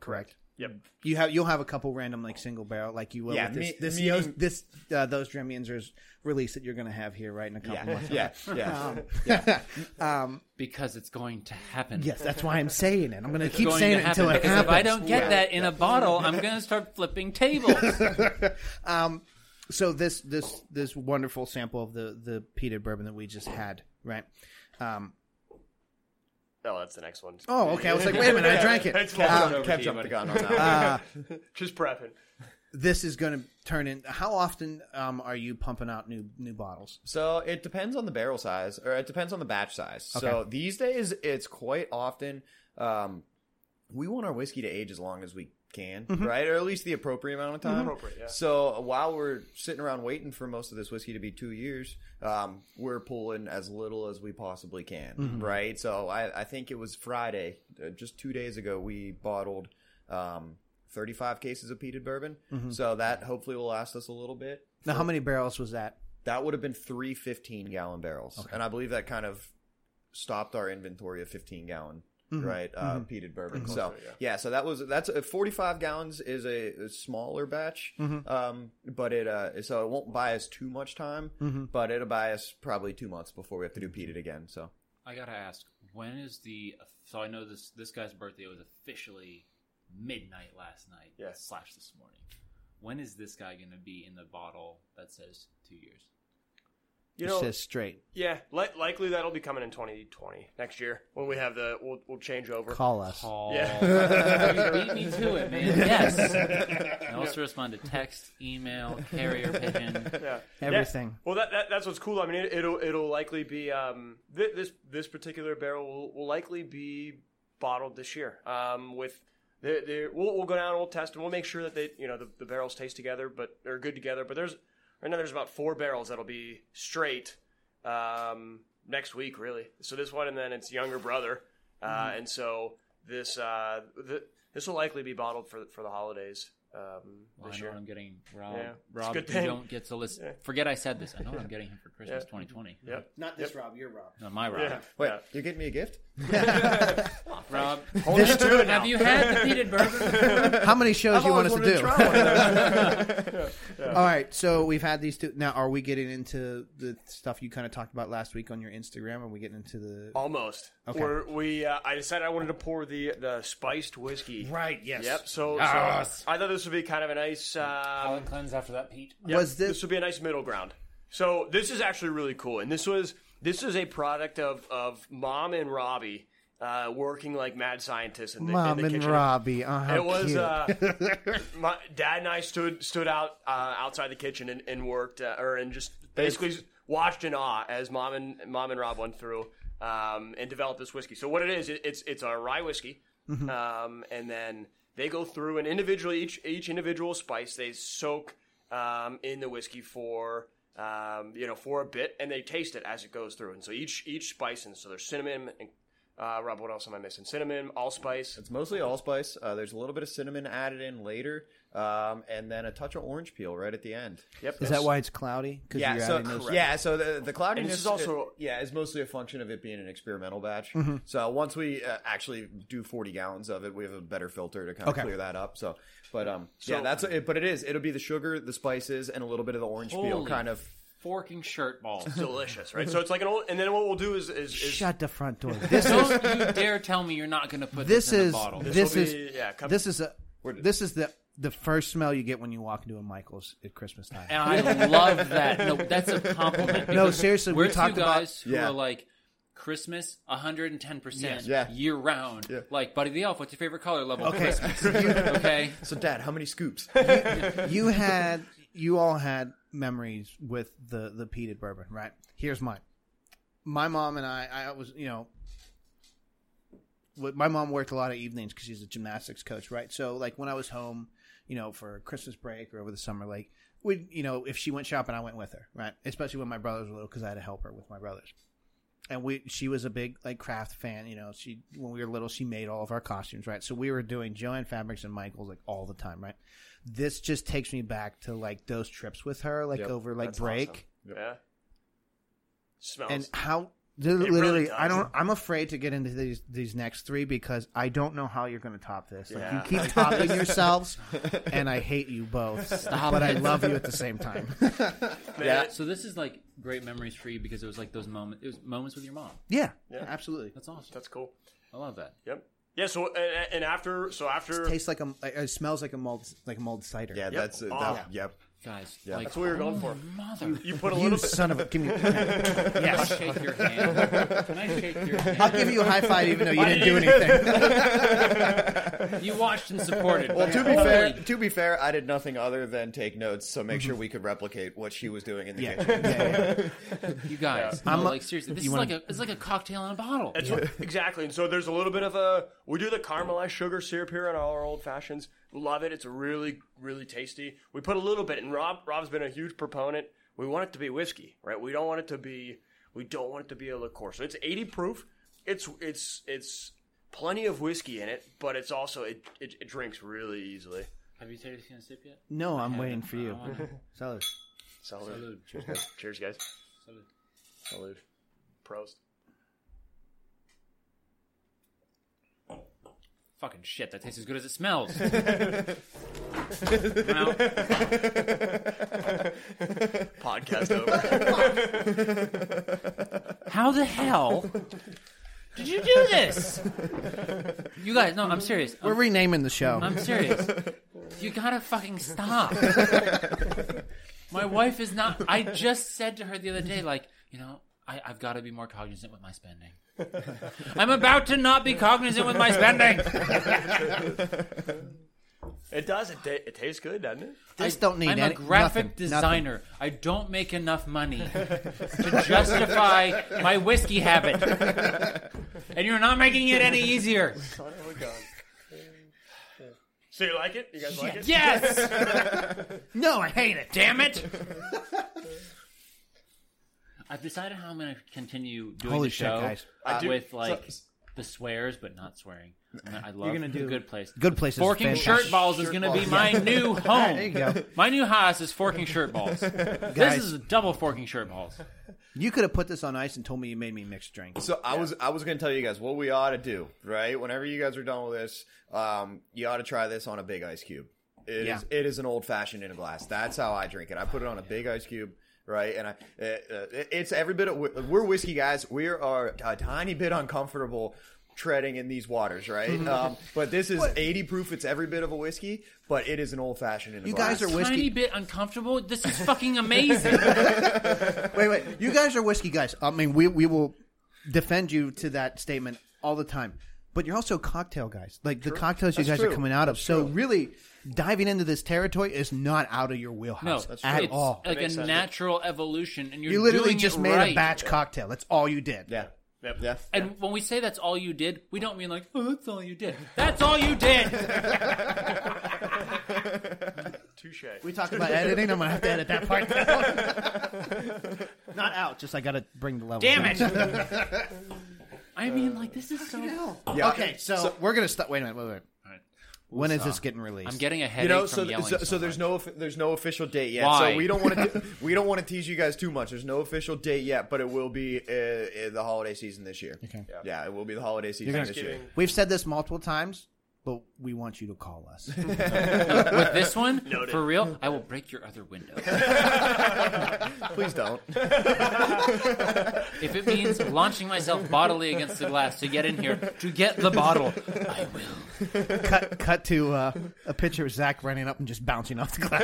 Speaker 3: Correct.
Speaker 1: Yep.
Speaker 3: You have you'll have a couple random like single barrel like you will
Speaker 4: Yeah,
Speaker 3: with this
Speaker 4: me-
Speaker 3: this
Speaker 4: meaning-
Speaker 3: Yost- this uh, those Dremianzers release that you're going to have here right in a couple months.
Speaker 4: yeah, yeah.
Speaker 3: yeah. um,
Speaker 2: because it's going to happen
Speaker 3: yes, that's why I'm saying it. I'm going to
Speaker 2: It's
Speaker 3: keep
Speaker 2: going
Speaker 3: saying
Speaker 2: to
Speaker 3: it until
Speaker 2: happen,
Speaker 3: it
Speaker 2: because
Speaker 3: happens.
Speaker 2: if i don't get that in a bottle i'm gonna start flipping tables
Speaker 3: so this this this wonderful sample of the the peated bourbon that we just had, right? Um,
Speaker 1: Oh, that's the next one.
Speaker 3: oh, okay. I was like, wait a minute, I drank it. Uh,
Speaker 1: It's
Speaker 4: Kev
Speaker 1: called-
Speaker 4: jumped- Kev jumped Um, the gun on that. one.
Speaker 1: just prepping.
Speaker 3: This is going to turn in. How often um, are you pumping out new new bottles?
Speaker 4: So it depends on the barrel size, or it depends on the batch size. So these days, it's quite often um, we want our whiskey to age as long as we can, right? Or at least the appropriate amount of time.
Speaker 1: Appropriate, yeah.
Speaker 4: So while we're sitting around waiting for most of this whiskey to be two years, um, we're pulling as little as we possibly can, right? So I, I think it was Friday, uh, just two days ago, we bottled. Um, 35 cases of peated bourbon. So that hopefully will last us a little bit.
Speaker 3: Now, how many barrels was that?
Speaker 4: That would have been three 15 gallon barrels. And I believe that kind of stopped our inventory of 15 gallon. Right, uh, peated bourbon. So yeah. so that was that's uh, forty five gallons is a, a smaller batch, um, but it uh, so it won't buy us too much time, but it'll buy us probably two months before we have to do peated again. So
Speaker 2: I gotta ask, when is the? So I know this this guy's birthday was officially midnight last night.
Speaker 1: Yes.
Speaker 2: Slash this morning. When is this guy gonna be in the bottle that says two years?
Speaker 1: You
Speaker 3: it
Speaker 1: know,
Speaker 3: says straight.
Speaker 1: yeah, li- likely that'll be coming in 2020 next year when we have the we'll, we'll change over.
Speaker 3: Call us.
Speaker 2: Paul,
Speaker 1: Yeah.
Speaker 2: you beat me to it, man. Yes. I also respond to text, email, carrier pigeon.
Speaker 1: yeah.
Speaker 3: Everything.
Speaker 1: Yeah. Well, that, that that's what's cool. I mean, it, it'll it'll likely be um th- this this particular barrel will, will likely be bottled this year. Um, with the, the we'll, we'll go down, and we'll test, and we'll make sure that they you know the, the barrels taste together, but are good together. But there's right now there's about four barrels that'll be straight um next week really. So this one, and then it's younger brother, uh,
Speaker 3: Mm-hmm.
Speaker 1: and so this uh th- this will likely be bottled for for the holidays. Um,
Speaker 2: Well, I
Speaker 1: this
Speaker 2: know
Speaker 1: year.
Speaker 2: what I'm getting, Rob.
Speaker 1: Yeah. It's a
Speaker 2: Rob,
Speaker 1: good
Speaker 2: you
Speaker 1: thing.
Speaker 2: don't get to listen. Forget I said this. I know what I'm getting him for Christmas 2020.
Speaker 1: Yep.
Speaker 3: Not this Rob, you're Rob.
Speaker 2: Not my Rob.
Speaker 1: Yeah.
Speaker 4: wait,
Speaker 1: Yeah.
Speaker 4: you're getting me a gift?
Speaker 2: Rob,
Speaker 1: Let's do it now.
Speaker 2: have you had the peated bourbon?
Speaker 3: How many shows do you want us to do?
Speaker 4: do?
Speaker 3: All right, so we've had these two. Now, are we getting into the stuff you kind of talked about last week on your Instagram? Are we getting into the?
Speaker 1: Almost.
Speaker 3: Okay.
Speaker 1: We're, we uh, I decided I wanted to pour the the spiced whiskey.
Speaker 3: Right. Yes.
Speaker 1: Yep. So, so
Speaker 2: Yes.
Speaker 1: I thought this would be kind of a nice. Um,
Speaker 2: cleanse after that, Pete.
Speaker 1: yep,
Speaker 3: Was this-
Speaker 1: This would be a nice middle ground. So this is actually really cool, and this was this is a product of of mom and Robbie uh, working like mad scientists in the, in
Speaker 3: Mom
Speaker 1: the
Speaker 3: and
Speaker 1: kitchen.
Speaker 3: Robbie. Oh, how
Speaker 1: It was
Speaker 3: cute.
Speaker 1: uh, my dad and I stood stood out uh, outside the kitchen and, and worked uh, or and just basically watched in awe as mom and mom and Rob went through um, and developed this whiskey. So what it is, it, it's it's a rye whiskey,
Speaker 3: Mm-hmm.
Speaker 1: um, and then they go through and individually each each individual spice they soak um, in the whiskey for. Um, you know, for a bit, and they taste it as it goes through, and so each each spice, and so there's cinnamon and Uh, Rob, what else am I missing? Cinnamon, allspice.
Speaker 4: It's mostly allspice. Uh, there's a little bit of cinnamon added in later, um, and then a touch of orange peel right at the end.
Speaker 1: Yep.
Speaker 3: Is that why it's cloudy? 'Cause
Speaker 4: Yeah,
Speaker 3: you're
Speaker 4: so
Speaker 3: adding those-
Speaker 4: yeah, so the the cloudiness
Speaker 1: And this is also-
Speaker 4: yeah is mostly a function of it being an experimental batch. So once we uh, actually do 40 gallons of it, we have a better filter to kind of
Speaker 3: Okay.
Speaker 4: clear that up. So, but um, yeah,
Speaker 1: So-
Speaker 4: that's it. But it is it'll be the sugar, the spices, and a little bit of the orange peel
Speaker 2: Holy
Speaker 4: kind of.
Speaker 2: forking shirt balls.
Speaker 1: Delicious, right? So it's like an old. And then what we'll do is is, is
Speaker 3: Shut the front door. This is
Speaker 2: Don't you dare tell me you're not going to put this,
Speaker 3: this
Speaker 2: in
Speaker 3: is
Speaker 2: a bottle.
Speaker 3: this
Speaker 1: will
Speaker 3: is
Speaker 1: be- yeah, come-
Speaker 3: this is a this is the the first smell you get when you walk into a Michael's at Christmas time.
Speaker 2: and I love that. No, that's a compliment.
Speaker 3: No, seriously, we
Speaker 2: we're
Speaker 3: talked
Speaker 2: two
Speaker 3: about-
Speaker 2: guys who
Speaker 4: Yeah.
Speaker 2: are like Christmas, 110 percent
Speaker 4: Yeah.
Speaker 2: year round. Like Buddy the Elf, what's your favorite color level?
Speaker 3: Okay.
Speaker 2: Christmas. okay,
Speaker 4: So, Dad, how many scoops?
Speaker 3: you had you all had memories with the the peated bourbon, right? Here's mine. My mom and I, I was you know, with- my mom worked a lot of evenings because she's a gymnastics coach, right? So like when I was home, you know, for Christmas break or over the summer, like we, you know, if she went shopping, I went with her, right? Especially when my brothers were little because I had to help her with my brothers. And we, she was a big like craft fan, you know. She when we were little, she made all of our costumes, right? So we were doing Joanne Fabrics and Michaels like all the time, right? this just takes me back to like those trips with her, like
Speaker 4: Yep.
Speaker 3: over like
Speaker 1: That's
Speaker 3: break,
Speaker 1: awesome. Yeah. Smells.
Speaker 3: and how literally
Speaker 1: does.
Speaker 3: I don't. I'm afraid to get into these these next three because I don't know how you're going to top this. Like
Speaker 1: Yeah.
Speaker 3: you keep topping yourselves, and I hate you both, but I love you at the same time.
Speaker 1: yeah.
Speaker 2: so this is like great memories for you because it was like those moments. It was moments with your mom.
Speaker 3: yeah, absolutely.
Speaker 2: That's awesome.
Speaker 1: That's cool.
Speaker 2: I love that.
Speaker 1: Yep. Yeah. So and, and after so after
Speaker 3: Tastes like a. It smells like a mulled like a mulled cider.
Speaker 4: yeah, that's it. That, Yep.
Speaker 2: Guys, like,
Speaker 1: that's what we were going for.
Speaker 2: mother.
Speaker 1: You put a
Speaker 3: You
Speaker 1: little bit.
Speaker 3: son of a. Give me. yes.
Speaker 2: Shake your hand. Can I shake your hand?
Speaker 3: I'll give you a high five even though you didn't do anything.
Speaker 2: You watched and supported.
Speaker 4: Well, to be fair, to be fair, I did nothing other than take notes, so make sure we could replicate what she was doing in the
Speaker 3: Yeah.
Speaker 4: kitchen.
Speaker 3: yeah, yeah.
Speaker 2: you guys,
Speaker 3: I'm a-
Speaker 2: no, like seriously, this
Speaker 3: you
Speaker 2: is
Speaker 3: wanna-
Speaker 2: like a it's like a cocktail in a bottle.
Speaker 1: That's what- exactly. And so there's a little bit of a we do the caramelized sugar syrup here on all our old fashions. Love it. It's really really tasty. We put a little bit, and Rob Rob's been a huge proponent. We want it to be whiskey, right? We don't want it to be we don't want it to be a liqueur. So it's 80 proof. It's it's it's plenty of whiskey in it, but it's also it it, it drinks really easily.
Speaker 2: Have you taken a sip yet?
Speaker 3: No, I'm waiting for you. Salud.
Speaker 1: Salud.
Speaker 2: Salud.
Speaker 1: Cheers, guys.
Speaker 2: Salud.
Speaker 1: Salud. Prost.
Speaker 2: Fucking shit, that tastes as good as it smells. Well,
Speaker 1: Podcast over.
Speaker 2: how the hell did you do this? You guys, no, I'm serious.
Speaker 3: We're
Speaker 2: I'm,
Speaker 3: renaming the show.
Speaker 2: I'm serious. You gotta fucking stop. My wife is not. I just said to her the other day, like, you know, I, I've got to be more cognizant with my spending. I'm about to not be cognizant with my spending.
Speaker 1: it does. It, ta- it tastes good, doesn't it?
Speaker 3: This don't need
Speaker 2: I'm
Speaker 3: any-
Speaker 2: a graphic
Speaker 3: nothing, nothing.
Speaker 2: designer. I don't make enough money to justify my whiskey habit, and you're not making it any easier.
Speaker 1: So you like it? You guys like it?
Speaker 2: Yes,
Speaker 3: No, I hate it.
Speaker 2: damn it. I've decided how I'm going to continue doing
Speaker 3: Holy
Speaker 2: the
Speaker 3: shit,
Speaker 2: show
Speaker 3: guys.
Speaker 1: I do-
Speaker 2: with like
Speaker 4: so-
Speaker 2: the swears, but not swearing. I'm gonna- I love
Speaker 3: gonna do-
Speaker 2: a good place.
Speaker 3: Good Place is
Speaker 2: Forking
Speaker 3: fantastic.
Speaker 2: shirt balls is going to be my new home.
Speaker 3: There you go.
Speaker 2: My new house is forking shirt balls.
Speaker 3: Guys.
Speaker 2: This is double forking shirt balls.
Speaker 3: You could have put this on ice and told me you made me mixed drink.
Speaker 4: So I was I was gonna tell you guys what we ought to do, right? Whenever you guys are done with this, um, you ought to try this on a big ice cube. It is
Speaker 3: Yeah.
Speaker 4: it is an old fashioned in a glass. That's how I drink it. I put it on a big ice cube, right? And I uh, uh, it's every bit of we're whiskey guys. We are a tiny bit uncomfortable treading in these waters, right?
Speaker 3: Mm-hmm.
Speaker 4: um, but this is eighty proof. It's every bit of a whiskey, but it is an old fashioned in a
Speaker 3: You
Speaker 4: glass.
Speaker 3: guys are whiskey.
Speaker 2: Tiny bit uncomfortable. This is fucking amazing.
Speaker 3: Wait, wait. You guys are whiskey guys. I mean, we we will defend you to that statement all the time. But you're also cocktail guys. Like the cocktails you
Speaker 4: That's
Speaker 3: guys are
Speaker 4: true.
Speaker 3: coming out of. so really, diving into this territory is not out of your
Speaker 2: no,
Speaker 3: wheelhouse
Speaker 2: that's
Speaker 3: at
Speaker 2: it's
Speaker 3: all.
Speaker 5: uh,
Speaker 2: like a
Speaker 1: sense.
Speaker 2: natural evolution, and you're
Speaker 3: You literally
Speaker 2: doing it
Speaker 3: just made
Speaker 2: right.
Speaker 3: a batch cocktail. That's all you did.
Speaker 4: yeah,
Speaker 1: Yep.
Speaker 4: yeah.
Speaker 2: And when we say that's all you did, we don't mean like, oh, that's all you did. That's all you did.
Speaker 1: Touche.
Speaker 3: We talked about editing. I'm gonna have to edit that part. down. not out. Just I gotta bring the level.
Speaker 2: Damn
Speaker 3: down.
Speaker 2: it. I mean, like this is so.
Speaker 4: Yeah.
Speaker 3: Okay, so, we're gonna stop. Wait a minute. Wait, wait.
Speaker 2: Alright.
Speaker 3: When is this getting released?
Speaker 2: I'm getting a headache
Speaker 4: You know,
Speaker 2: from
Speaker 4: so,
Speaker 2: yelling.
Speaker 4: so, so there's
Speaker 2: much.
Speaker 4: no offi- there's no official date yet.
Speaker 2: Why?
Speaker 4: So we don't want to we don't want to tease you guys too much. There's no official date yet, but it will be uh, uh, the holiday season this year.
Speaker 3: Okay.
Speaker 4: Yeah. it will be the holiday season
Speaker 3: gonna-
Speaker 4: this year.
Speaker 3: We've said this multiple times, but we want you to call us.
Speaker 2: with this one for real. I will break your other window
Speaker 4: Please don't.
Speaker 2: if it means launching myself bodily against the glass to get in here to get the bottle. I will.
Speaker 3: cut, cut to uh, a picture of Zach running up and just bouncing off the glass.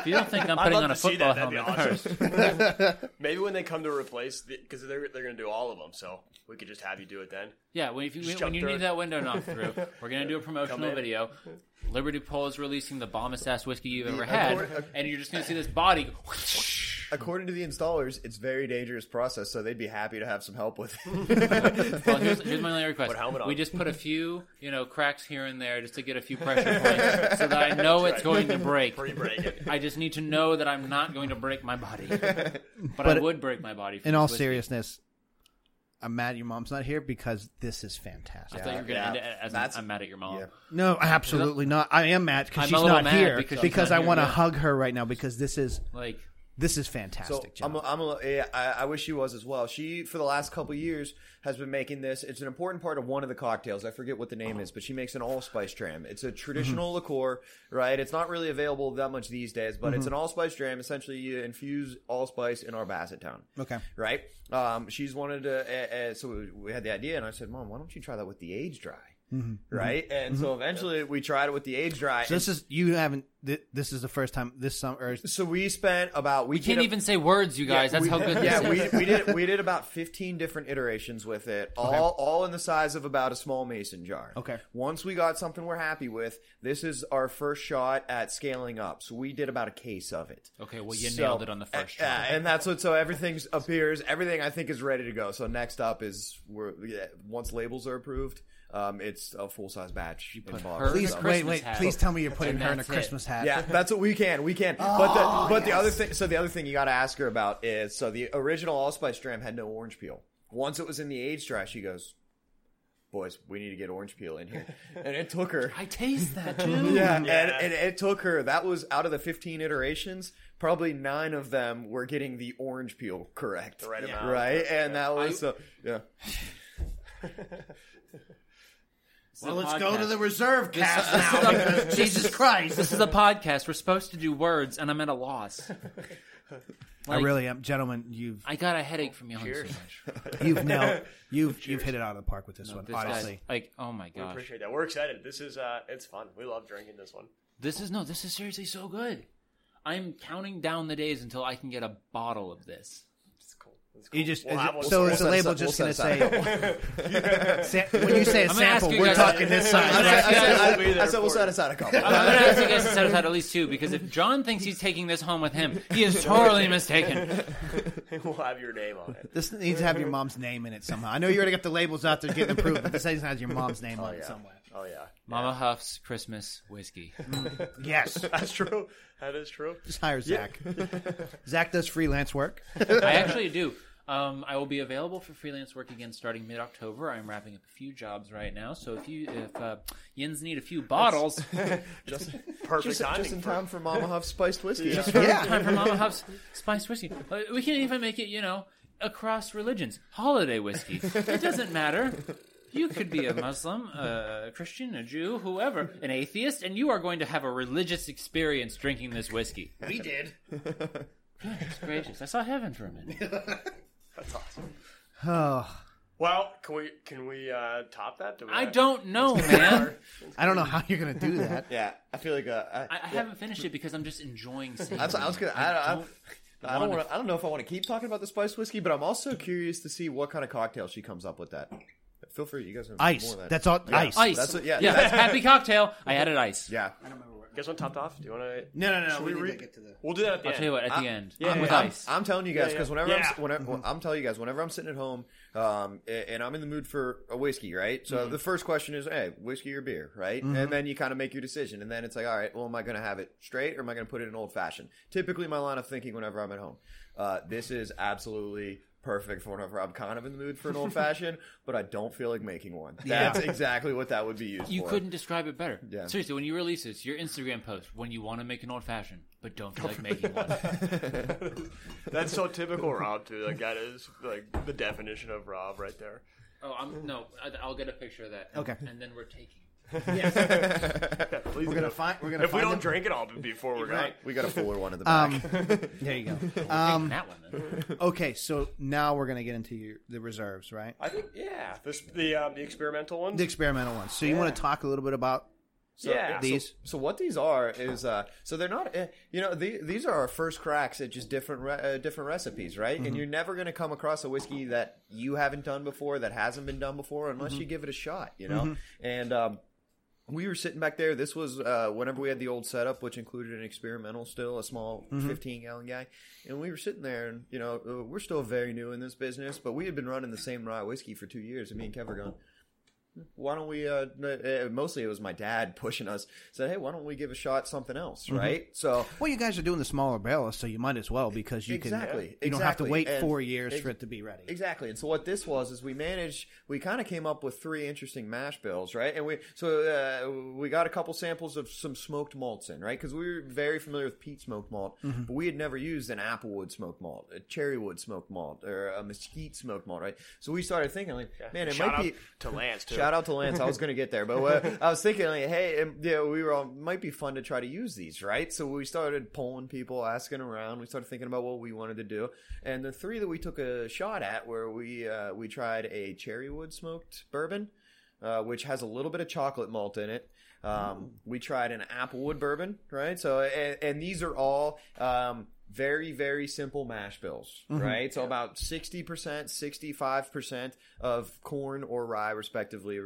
Speaker 2: If you don't think I'm
Speaker 1: I'd
Speaker 2: putting
Speaker 1: love
Speaker 2: on a
Speaker 1: to see
Speaker 2: football
Speaker 1: that. That'd be
Speaker 2: helmet,
Speaker 1: Maybe when they come to replace, because they're they're gonna do all of them, so we could just have you do it then.
Speaker 2: yeah. When, if you, when
Speaker 1: jump
Speaker 2: you
Speaker 1: through it.
Speaker 2: need that window knocked through, we're gonna do a promotional
Speaker 1: in.
Speaker 2: video. Liberty Pole is releasing the bombest ass whiskey you've ever had, and you're just gonna see this body. go
Speaker 4: According to the installers, it's very dangerous process, so they'd be happy to have some help with it.
Speaker 2: Well, here's, here's my only request.
Speaker 1: Put a helmet on.
Speaker 2: We just put a few, you know, cracks here and there just to get a few pressure points, so that I know it's going to break.
Speaker 1: Free break it.
Speaker 2: I just need to know that I'm not going to break my body, but, I
Speaker 3: But-
Speaker 2: would break my body. For
Speaker 3: In all
Speaker 2: this whiskey.
Speaker 3: seriousness, I'm mad your mom's not here because this is fantastic.
Speaker 2: I thought you were going to
Speaker 4: Yeah.
Speaker 2: end it as
Speaker 4: That's-
Speaker 2: I'm mad at your mom.
Speaker 4: Yeah.
Speaker 3: No, absolutely not. I am mad
Speaker 2: I'm
Speaker 3: because
Speaker 2: a
Speaker 3: she's
Speaker 2: little
Speaker 3: not
Speaker 2: mad
Speaker 3: here
Speaker 2: because
Speaker 3: because,
Speaker 2: she's not
Speaker 3: I
Speaker 2: here,
Speaker 3: want to
Speaker 2: yeah.
Speaker 3: hug her right now because this is
Speaker 2: Like,
Speaker 3: this is
Speaker 4: So
Speaker 3: fantastic.
Speaker 4: I'm
Speaker 3: John.
Speaker 4: a, I'm a, yeah, I, I wish she was as well. She for the last couple years has been making this. It's an important part of one of the cocktails. I forget what the name is, but she makes an allspice dram. It's a traditional
Speaker 3: Mm-hmm.
Speaker 4: liqueur, right? It's not really available that much these days, but
Speaker 3: Mm-hmm.
Speaker 4: it's an allspice dram. Essentially, you infuse allspice in our Basset Town.
Speaker 3: Okay.
Speaker 4: right? Um, she's wanted to. Uh, uh, so we had the idea, and I said, "Mom, why don't you try that with the age dry?" Right, and so eventually we tried it with the age dry.
Speaker 3: Mm-hmm. so this is you haven't. thi- This is the first time this summer. Or,
Speaker 4: so we spent about we,
Speaker 2: you can't even say words, you guys. That's
Speaker 4: we,
Speaker 2: how good
Speaker 4: yeah,
Speaker 2: this is.
Speaker 4: we, we did we did about fifteen different iterations with it, all all in the size of about a small mason jar.
Speaker 3: Okay.
Speaker 4: Once we got something we're happy with, this is our first shot at scaling up. So we did about a case of it.
Speaker 2: Okay, well, you
Speaker 4: So-
Speaker 2: nailed it on the first
Speaker 4: Uh,
Speaker 2: try.
Speaker 4: yeah, and that's what. So everything's appears. Everything I think is ready to go. So next up is we're yeah, once labels are approved, um, it's a full size batch. You
Speaker 2: put her-
Speaker 3: please
Speaker 2: Christmas
Speaker 3: wait, wait.
Speaker 2: hat.
Speaker 3: Please tell me you're putting
Speaker 2: And
Speaker 3: her in a
Speaker 2: that's it.
Speaker 3: Christmas hat.
Speaker 4: yeah, that's what we can. We can. but the but the other thing. So the other thing you got to ask her about is so the original allspice dram had no orange peel. Once it was in the age dry, she goes, "Boys, we need to get orange peel in here," and it took her.
Speaker 2: I taste that, too.
Speaker 4: Yeah, and, and it took her. That was out of the fifteen iterations. Probably nine of them were getting the orange peel correct,
Speaker 1: right
Speaker 4: Yeah.
Speaker 1: amount.
Speaker 4: right? And that was so. Yeah,
Speaker 2: This is a podcast.
Speaker 3: reserve cast
Speaker 2: now, because
Speaker 3: Jesus Christ.
Speaker 2: This is a podcast. We're supposed to do words, and I'm at a loss.
Speaker 3: I really am, gentlemen. You've
Speaker 2: I got a headache from yelling so
Speaker 1: Cheers.
Speaker 2: much.
Speaker 3: you've nailed you've you've hit it out of the park with this one.
Speaker 2: This guy's-
Speaker 3: honestly,
Speaker 2: like, oh my
Speaker 1: We
Speaker 2: gosh,
Speaker 1: appreciate that. We're excited. This is uh, it's fun. We love drinking this one.
Speaker 2: this is no, this is seriously so good. I'm counting down the days until I can get a bottle of this.
Speaker 1: It's cool. It's cool.
Speaker 3: you just
Speaker 1: We'll
Speaker 3: is
Speaker 1: have
Speaker 3: it-
Speaker 1: one
Speaker 3: so
Speaker 1: for
Speaker 3: is the
Speaker 4: we'll
Speaker 3: label
Speaker 4: set
Speaker 3: just
Speaker 4: aside-
Speaker 3: going to say sa- when you say a
Speaker 2: I'm gonna ask
Speaker 3: sample,
Speaker 2: you
Speaker 3: we're
Speaker 2: guys-
Speaker 3: talking this size.
Speaker 2: I'm gonna
Speaker 3: right?
Speaker 2: ask you guys-
Speaker 4: I,
Speaker 1: We'll be
Speaker 4: I- I
Speaker 1: there
Speaker 4: said we'll
Speaker 1: for
Speaker 4: set
Speaker 1: it.
Speaker 4: aside a couple.
Speaker 2: I'm gonna ask you guys to set aside at least two because if John thinks he's taking this home with him, he is totally mistaken.
Speaker 1: we'll have your name on it.
Speaker 3: This needs to have your mom's name in it somehow. I know you already got the labels out there getting approved, but this needs to have your mom's name on it somewhere.
Speaker 1: Oh yeah,
Speaker 2: Mama Huff's Christmas whiskey.
Speaker 3: Yes,
Speaker 1: that's true. That is true.
Speaker 3: just hire Zach. Zach does freelance work.
Speaker 2: I actually do. Um, I will be available for freelance work again starting mid October. I'm wrapping up a few jobs right now, so if you if uh, yins need a few bottles,
Speaker 1: Perfect
Speaker 4: Just,
Speaker 1: timing.
Speaker 4: just in
Speaker 1: for-
Speaker 4: time for Mama Huff's spiced whiskey.
Speaker 3: Yeah,
Speaker 2: time for Mama Huff's spiced whiskey. Uh, We can even make it, you know, across religions, holiday whiskey. It doesn't matter. You could be a Muslim, a Christian, a Jew, whoever, an atheist, and you are going to have a religious experience drinking this whiskey.
Speaker 3: we did.
Speaker 2: Gracious, I saw heaven for a minute.
Speaker 1: That's awesome.
Speaker 3: Oh,
Speaker 1: Well, can we can we uh, top that? Do we
Speaker 2: I
Speaker 1: have-
Speaker 2: don't know, man.
Speaker 3: I don't know how you're going to do that.
Speaker 4: Yeah, I feel like uh, I,
Speaker 2: I, I haven't finished it because I'm just enjoying seeing.
Speaker 4: That's what I was gonna. I, I, I don't. I don't,
Speaker 2: wanna-
Speaker 4: wanna, I don't know if I want to keep talking about the spiced whiskey, but I'm also curious to see what kind of cocktail she comes up with. That feel free, you guys. Have
Speaker 3: Ice.
Speaker 4: More of that.
Speaker 3: That's all. Ice.
Speaker 2: Ice.
Speaker 4: That's what- yeah,
Speaker 2: yeah.
Speaker 4: that's-
Speaker 2: happy cocktail. I added ice.
Speaker 4: yeah.
Speaker 1: You guys want topped off? Do you want to?
Speaker 3: No, no, no.
Speaker 1: Should
Speaker 3: we
Speaker 1: we
Speaker 3: need
Speaker 1: re-
Speaker 3: to get to the.
Speaker 1: We'll do that at the
Speaker 2: I'll
Speaker 1: end.
Speaker 2: tell you what. At the end,
Speaker 1: yeah,
Speaker 2: with
Speaker 1: yeah.
Speaker 2: ice.
Speaker 4: I'm telling you guys
Speaker 1: Yeah,
Speaker 4: because
Speaker 1: yeah.
Speaker 4: whenever I'm
Speaker 1: Yeah.
Speaker 4: whenever I'm telling you guys whenever I'm sitting at home, um, a- and I'm in the mood for a whiskey, right? So the first question is, hey, whiskey or beer, right? And then you kind of make your decision, and then it's like, all right, well, am I going to have it straight or am I going to put it in old fashioned? Typically, my line of thinking whenever I'm at home, uh, this is absolutely perfect for whenever I'm kind of in the mood for an old fashioned, but I don't feel like making one.
Speaker 3: Yeah.
Speaker 4: That's exactly what that would be used
Speaker 2: You
Speaker 4: for.
Speaker 2: couldn't describe it better.
Speaker 4: Yeah.
Speaker 2: Seriously, when you release this, your Instagram post, when you want to make an old fashioned, but don't feel like making one.
Speaker 1: That's so typical Rob too. Like that is like the definition of Rob right there.
Speaker 2: Oh, I'm no. I- I'll get a picture of that.
Speaker 3: Okay.
Speaker 2: And then we're taking.
Speaker 1: Please
Speaker 3: We're gonna
Speaker 1: do.
Speaker 3: find. We're gonna
Speaker 1: If we
Speaker 3: find
Speaker 1: don't
Speaker 3: them-
Speaker 1: drink it all before we're done.
Speaker 4: We got a fuller one in the
Speaker 3: Um,
Speaker 4: back.
Speaker 3: There you go.
Speaker 2: Um, that one then.
Speaker 3: Okay, so now we're gonna get into your, the reserves, right?
Speaker 1: I think yeah, this the um, the experimental one.
Speaker 3: The experimental ones. So you want to talk a little bit about
Speaker 1: yeah,
Speaker 3: these?
Speaker 4: So what these are is uh, so they're not eh, you know the, these are our first cracks at just different re- uh, different recipes, right? And you're never going to come across a whiskey that you haven't done before that hasn't been done before unless you give it a shot, you know. And um, we were sitting back there. This was uh, whenever we had the old setup, which included an experimental still, a small 15 gallon guy. And we were sitting there, and you know, uh, we're still very new in this business, but we had been running the same rye whiskey for two years. And me and Kev were going, why don't we? Uh, n- uh, mostly, it was my dad pushing us. Said, hey, why don't we give a shot something else, right? So
Speaker 3: Well, you guys are doing the smaller barrels, so you might as well because you
Speaker 4: Exactly,
Speaker 3: can. You don't have to
Speaker 4: exactly.
Speaker 3: wait
Speaker 4: And
Speaker 3: four years
Speaker 4: ex-
Speaker 3: for it to be ready.
Speaker 4: Exactly. And so what this was is we managed, we kind of came up with three interesting mash bills, right? And we so uh, we got a couple samples of some smoked malts in, right? Because we were very familiar with peat smoked malt, but we had never used an applewood smoked malt, a cherrywood smoked malt, or a mesquite smoked malt, right? So we started thinking, like, man, it
Speaker 1: Shout
Speaker 4: might
Speaker 1: out
Speaker 4: be
Speaker 1: to Lance too.
Speaker 4: Shout out to Lance. I was going to get there, but what, I was thinking, like, hey, um, yeah, we were all might be fun to try to use these, right? So we started polling people, asking around. We started thinking about what we wanted to do, and the three that we took a shot at were we uh, we tried a cherrywood smoked bourbon, uh, which has a little bit of chocolate malt in it. Um, we tried an applewood bourbon, right? So, and, and these are all um, very, very simple mash bills, right? So about sixty percent, sixty-five percent of corn or rye, respectively,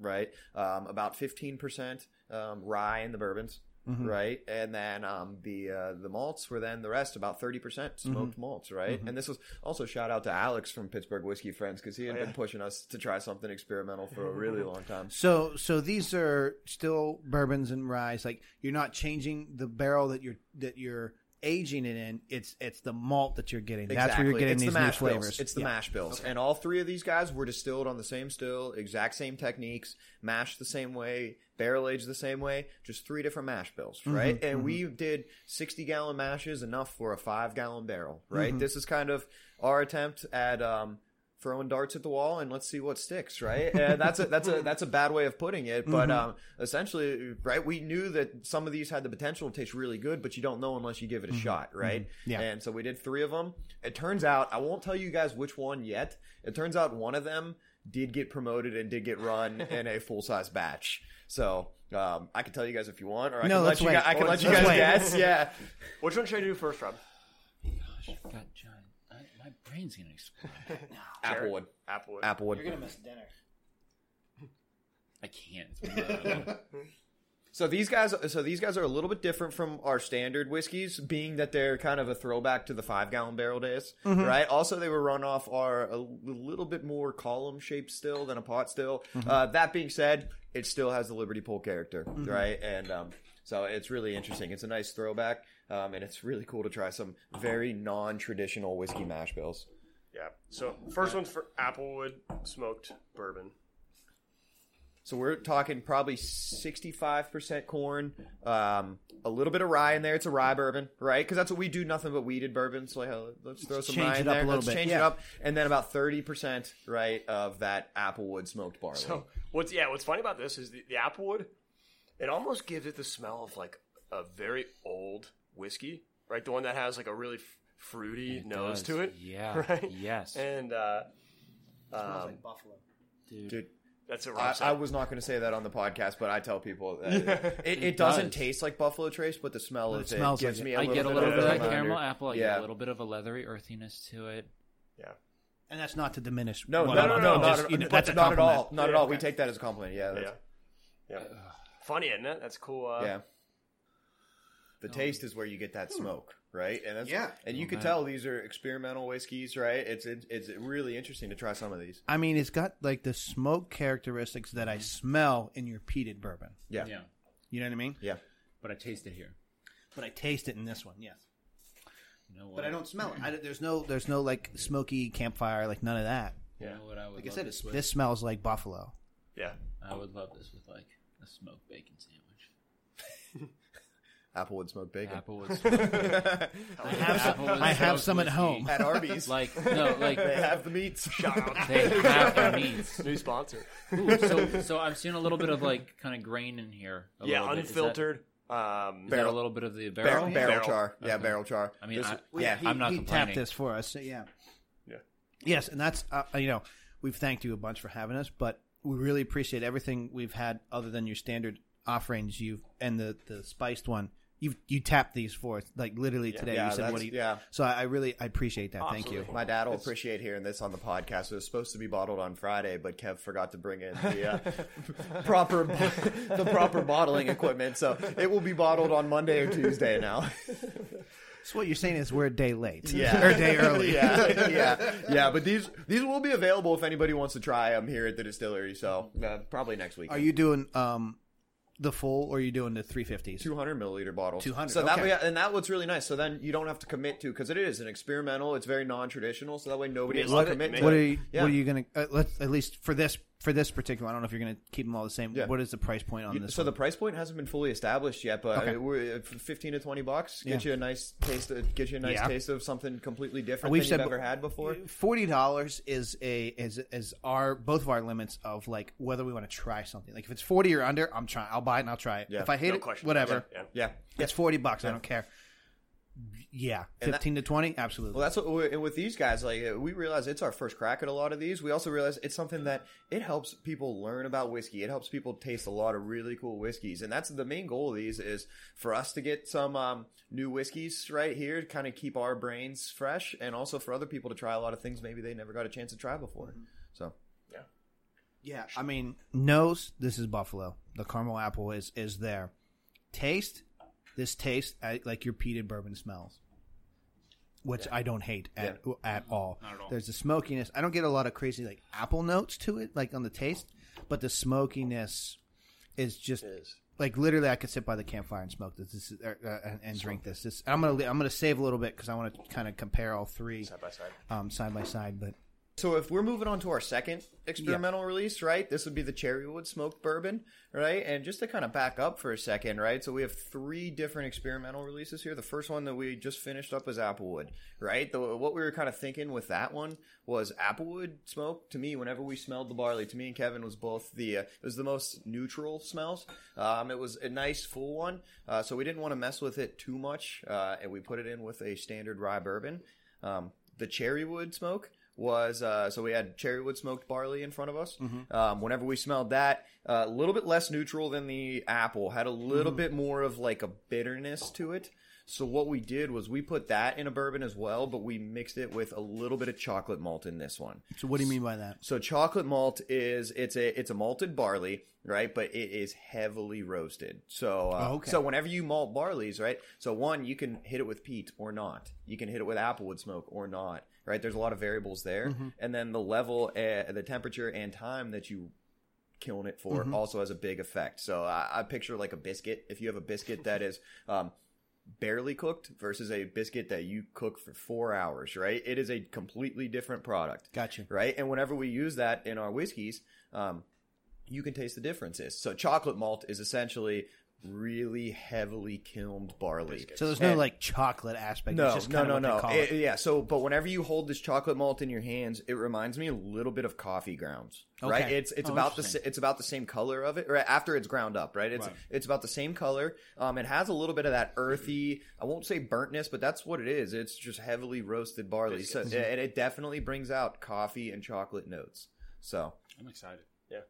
Speaker 4: right? Um, about fifteen percent um, rye in the bourbons.
Speaker 3: Mm-hmm.
Speaker 4: Right, and then um, the uh, the malts were then the rest about thirty percent
Speaker 3: Mm-hmm.
Speaker 4: smoked malts, right? And this was also shout out to Alex from Pittsburgh Whiskey Friends because he
Speaker 3: Oh,
Speaker 4: had been pushing us to try something experimental for a really long time.
Speaker 3: So, so these are still bourbons and ryes. Like you're not changing the barrel that you're that you're aging it in. It's it's the malt that you're getting. That's where you're getting
Speaker 4: it's
Speaker 3: these
Speaker 4: the
Speaker 3: new
Speaker 4: mash
Speaker 3: flavors.
Speaker 4: Bills. It's the
Speaker 3: Yeah.
Speaker 4: mash bills, and all three of these guys were distilled on the same still, exact same techniques, mashed the same way, barrel aged the same way, just three different mash bills,
Speaker 3: Mm-hmm.
Speaker 4: right? And we did sixty gallon mashes, enough for a five gallon barrel, right?
Speaker 3: Mm-hmm.
Speaker 4: This is kind of our attempt at. Um, Throwing darts at the wall and let's see what sticks, right? And that's a that's a that's a bad way of putting it, but
Speaker 3: Mm-hmm.
Speaker 4: um, essentially, right? We knew that some of these had the potential to taste really good, but you don't know unless you give it a shot, right?
Speaker 3: Mm-hmm. Yeah.
Speaker 4: And so we did three of them. It turns out, I won't tell you guys which one yet. It turns out one of them did get promoted and did get run in a full size batch. So um, I can tell you guys if you want, or I
Speaker 3: No,
Speaker 4: can
Speaker 3: let's
Speaker 4: let you
Speaker 3: wait.
Speaker 4: guys, I can
Speaker 3: Let's
Speaker 4: let you guys
Speaker 3: wait.
Speaker 4: guess. Yeah.
Speaker 1: Which one should I do first, Rob?
Speaker 2: Gosh, God, John, I, my brain's gonna explode.
Speaker 4: Applewood.
Speaker 1: Applewood.
Speaker 4: Applewood.
Speaker 2: miss dinner. I can't. It's been a while.
Speaker 4: So these guys, so these guys are a little bit different from our standard whiskeys, being that they're kind of a throwback to the five gallon barrel days, right? Also, they were run off are a little bit more column shaped still than a pot still. Uh, that being said, it still has the Liberty Pole character, right? And um, so it's really interesting. It's a nice throwback, um, and it's really cool to try some very non traditional whiskey mash bills.
Speaker 1: Yeah. So first one's for Applewood smoked bourbon.
Speaker 4: So we're talking probably 65% corn, um, a little bit of rye in there. It's a rye bourbon, right? Because that's what we do, nothing but weeded bourbon. So like, uh, let's throw some
Speaker 3: change
Speaker 4: rye
Speaker 3: it
Speaker 4: in
Speaker 3: up a
Speaker 4: there.
Speaker 3: little
Speaker 4: Let's
Speaker 3: bit,
Speaker 4: change it
Speaker 3: yeah.
Speaker 4: up. And then about 30%, right, of that applewood smoked barley.
Speaker 1: So what's yeah? What's funny about this is the, the applewood. It almost gives it the smell of like a very old whiskey, right? The one that has like a really f- fruity nose
Speaker 2: does,
Speaker 1: to it.
Speaker 2: yeah,
Speaker 1: Right.
Speaker 2: yes.
Speaker 1: And uh,
Speaker 4: Dude,
Speaker 1: that's a
Speaker 4: I,
Speaker 1: rock.
Speaker 4: I was not going to say that on the podcast, but I tell people that it, it doesn't
Speaker 2: does.
Speaker 4: taste like Buffalo Trace, but the smell of
Speaker 3: it
Speaker 4: it,
Speaker 3: smells
Speaker 4: gives
Speaker 3: like
Speaker 4: me
Speaker 3: it.
Speaker 4: a
Speaker 2: I
Speaker 4: little
Speaker 2: get a
Speaker 4: bit
Speaker 2: little bit of
Speaker 4: a
Speaker 2: that
Speaker 4: reminder.
Speaker 2: caramel apple. I get
Speaker 4: Yeah.
Speaker 2: a little bit of a leathery earthiness to it.
Speaker 1: yeah.
Speaker 3: And that's not to diminish.
Speaker 4: No,
Speaker 3: one
Speaker 4: no, no,
Speaker 3: another,
Speaker 4: no, not,
Speaker 3: just,
Speaker 4: at-
Speaker 3: you know,
Speaker 4: but
Speaker 3: that's a
Speaker 4: not at
Speaker 3: compliment.
Speaker 4: all. Not at all. We take that as a compliment. Yeah,
Speaker 1: Yeah.
Speaker 4: that's,
Speaker 1: Yeah. Funny, isn't it? That's cool. Uh,
Speaker 4: Yeah. The taste is where you get that smoke, right? And that's,
Speaker 3: Yeah.
Speaker 4: and you can tell these are experimental whiskeys, right? It's it, it's really interesting to try some of these.
Speaker 3: I mean, it's got like the smoke characteristics that I smell in your peated bourbon.
Speaker 4: Yeah, yeah.
Speaker 2: Yeah,
Speaker 3: You know what I mean?
Speaker 4: yeah.
Speaker 2: but I taste it here.
Speaker 3: But I taste it in this one. Yes.
Speaker 2: You know what?
Speaker 3: but I don't smell it. I don't- there's no there's no like smoky campfire, like none of that.
Speaker 2: You know what I would
Speaker 3: Like I
Speaker 2: love
Speaker 3: said,
Speaker 2: this
Speaker 3: it's,
Speaker 2: with?
Speaker 3: this smells like buffalo.
Speaker 1: Yeah.
Speaker 2: I would love this with like a smoked bacon sandwich.
Speaker 4: Applewood smoked bacon.
Speaker 2: Applewood. smoked-
Speaker 3: I have some, I have some at home.
Speaker 4: At Arby's,
Speaker 2: like no, like
Speaker 4: they have the meats.
Speaker 2: they have their needs.
Speaker 1: New sponsor.
Speaker 2: Ooh, so so I'm seeing a little bit of like kind of grain in here. a
Speaker 1: yeah,
Speaker 2: little bit. Is that-
Speaker 1: unfiltered. um,
Speaker 2: Is that a
Speaker 4: Barrel.
Speaker 2: little bit of the barrel?
Speaker 4: barrel, barrel,
Speaker 1: Barrel.
Speaker 4: char. Yeah,
Speaker 2: Okay.
Speaker 4: barrel char.
Speaker 2: I mean,
Speaker 4: This-
Speaker 2: I-
Speaker 4: yeah,
Speaker 3: he,
Speaker 2: I'm not
Speaker 3: he tapped
Speaker 2: complaining.
Speaker 3: this for us. So yeah.
Speaker 1: Yeah.
Speaker 3: Yes, and that's uh, you know we've thanked you a bunch for having us, but we really appreciate everything we've had other than your standard offerings. You have and the the spiced one. You you tapped these for us like literally today.
Speaker 4: yeah,
Speaker 3: you said
Speaker 4: that's-
Speaker 3: what do you?
Speaker 4: yeah.
Speaker 3: So I, I really I appreciate that. Thank you.
Speaker 4: My dad will appreciate hearing this on the podcast. It was supposed to be bottled on Friday, but Kev forgot to bring in the uh, proper the proper bottling equipment, so it will be bottled on Monday or Tuesday now.
Speaker 3: So what you're saying is we're a day late.
Speaker 4: Yeah.
Speaker 3: or a day early.
Speaker 4: yeah, yeah, yeah. But these these will be available if anybody wants to try them here at the distillery. So uh, probably next week.
Speaker 3: Are you doing um the full or are you doing the 350s?
Speaker 4: 200 milliliter bottles.
Speaker 3: 200,
Speaker 4: So that
Speaker 3: okay.
Speaker 4: way, and that what's really nice. So then you don't have to commit to because it is an experimental. It's very non-traditional. So that way nobody
Speaker 1: Yeah,
Speaker 4: has to
Speaker 1: let it
Speaker 4: commit.
Speaker 1: make-
Speaker 4: to
Speaker 3: What
Speaker 4: it.
Speaker 3: are you,
Speaker 4: Yeah.
Speaker 3: what are you going to uh, let's at least for this for this particular I don't know if you're going to keep them all the same.
Speaker 4: Yeah.
Speaker 3: What is the price point on this?
Speaker 4: So
Speaker 3: one?
Speaker 4: the price point hasn't been fully established yet, but
Speaker 3: Okay.
Speaker 4: uh, we're uh, fifteen to twenty bucks get
Speaker 3: Yeah.
Speaker 4: you a nice taste. Of, get you a nice
Speaker 3: Yeah.
Speaker 4: taste of something completely different
Speaker 3: We've
Speaker 4: than
Speaker 3: said
Speaker 4: you've
Speaker 3: be-
Speaker 4: ever had before.
Speaker 3: Uh, Forty dollars is a is is our both of our limits of like whether we want to try something. Like if it's forty or under, I'm trying. I'll buy it and I'll try it.
Speaker 4: Yeah.
Speaker 3: If I hate
Speaker 1: no
Speaker 3: it,
Speaker 1: question.
Speaker 3: whatever.
Speaker 1: Yeah.
Speaker 4: Yeah.
Speaker 3: It's forty bucks. I don't care. Yeah, fifteen to twenty, absolutely.
Speaker 4: Well, that's what we and with these guys. Like uh, we realize it's our first crack at a lot of these. We also realize it's something that it helps people learn about whiskey. It helps people taste a lot of really cool whiskeys, and that's the main goal of these is for us to get some um, new whiskeys right here, to kind of keep our brains fresh, and also for other people to try a lot of things maybe they never got a chance to try before. So
Speaker 3: yeah, I mean, nose. This is buffalo. The caramel apple is is there. Taste. This taste I, like your peated bourbon smells, which I don't hate at at all.
Speaker 2: Not at all.
Speaker 3: There's the smokiness. I don't get a lot of crazy like apple notes to it, like on the taste, but the smokiness is just like literally I could sit by the campfire and smoke this, this is- er, uh, and, and drink this. This I'm gonna li- I'm gonna save a little bit because I want to kind of compare all three
Speaker 1: Side by side.
Speaker 3: um, side by side, but.
Speaker 4: So if we're moving on to our second experimental release, right? This would be the Cherrywood Smoked Bourbon, right? And just to kind of back up for a second, right? So we have three different experimental releases here. The first one that we just finished up was Applewood, right? The, what we were kind of thinking with that one was Applewood smoke. To me, whenever we smelled the barley, to me and Kevin was both the uh, it was the most neutral smells. Um, it was a nice full one, uh, so we didn't want to mess with it too much, uh, and we put it in with a standard rye bourbon. Um, the Cherrywood smoke was uh, so we had cherry wood smoked barley in front of us. Um, whenever we smelled that, uh, a little bit less neutral than the apple, had a little bit more of like a bitterness to it. So what we did was we put that in a bourbon as well, but we mixed it with a little bit of chocolate malt in this one.
Speaker 3: So what do you mean by that?
Speaker 4: So chocolate malt is it's a it's a malted barley, right? But it is heavily roasted. So uh,
Speaker 3: Oh, okay.
Speaker 4: so whenever you malt barleys, right? So one, you can hit it with peat or not. You can hit it with applewood smoke or not. Right? There's a lot of variables there,
Speaker 3: Mm-hmm.
Speaker 4: and then the level, uh, the temperature, and time that you kiln it for
Speaker 3: Mm-hmm.
Speaker 4: also has a big effect. So I, I picture like a biscuit. If you have a biscuit that is um, barely cooked versus a biscuit that you cook for four hours, right? It is a completely different product
Speaker 3: Gotcha.
Speaker 4: right? And whenever we use that in our whiskeys, um, you can taste the differences. So chocolate malt is essentially really heavily kilned barley.
Speaker 3: So there's no like chocolate aspect.
Speaker 4: No,
Speaker 3: it's just
Speaker 4: no,
Speaker 3: kind
Speaker 4: no,
Speaker 3: of what They
Speaker 4: no.
Speaker 3: call
Speaker 4: It-
Speaker 3: it.
Speaker 4: yeah. So, but whenever you hold this chocolate malt in your hands, it reminds me a little bit of coffee grounds, right?
Speaker 3: Okay.
Speaker 4: It's it's
Speaker 2: Oh,
Speaker 4: about the
Speaker 2: interesting.
Speaker 4: sa- it's about the same color of it, right? After it's ground up, right? It's
Speaker 2: Right.
Speaker 4: it's about the same color. Um, it has a little bit of that earthy. I won't say burntness, but that's what it is. It's just heavily roasted barley, so, and
Speaker 3: Mm-hmm.
Speaker 4: it definitely brings out coffee and chocolate notes. So,
Speaker 2: I'm excited.
Speaker 1: Yeah.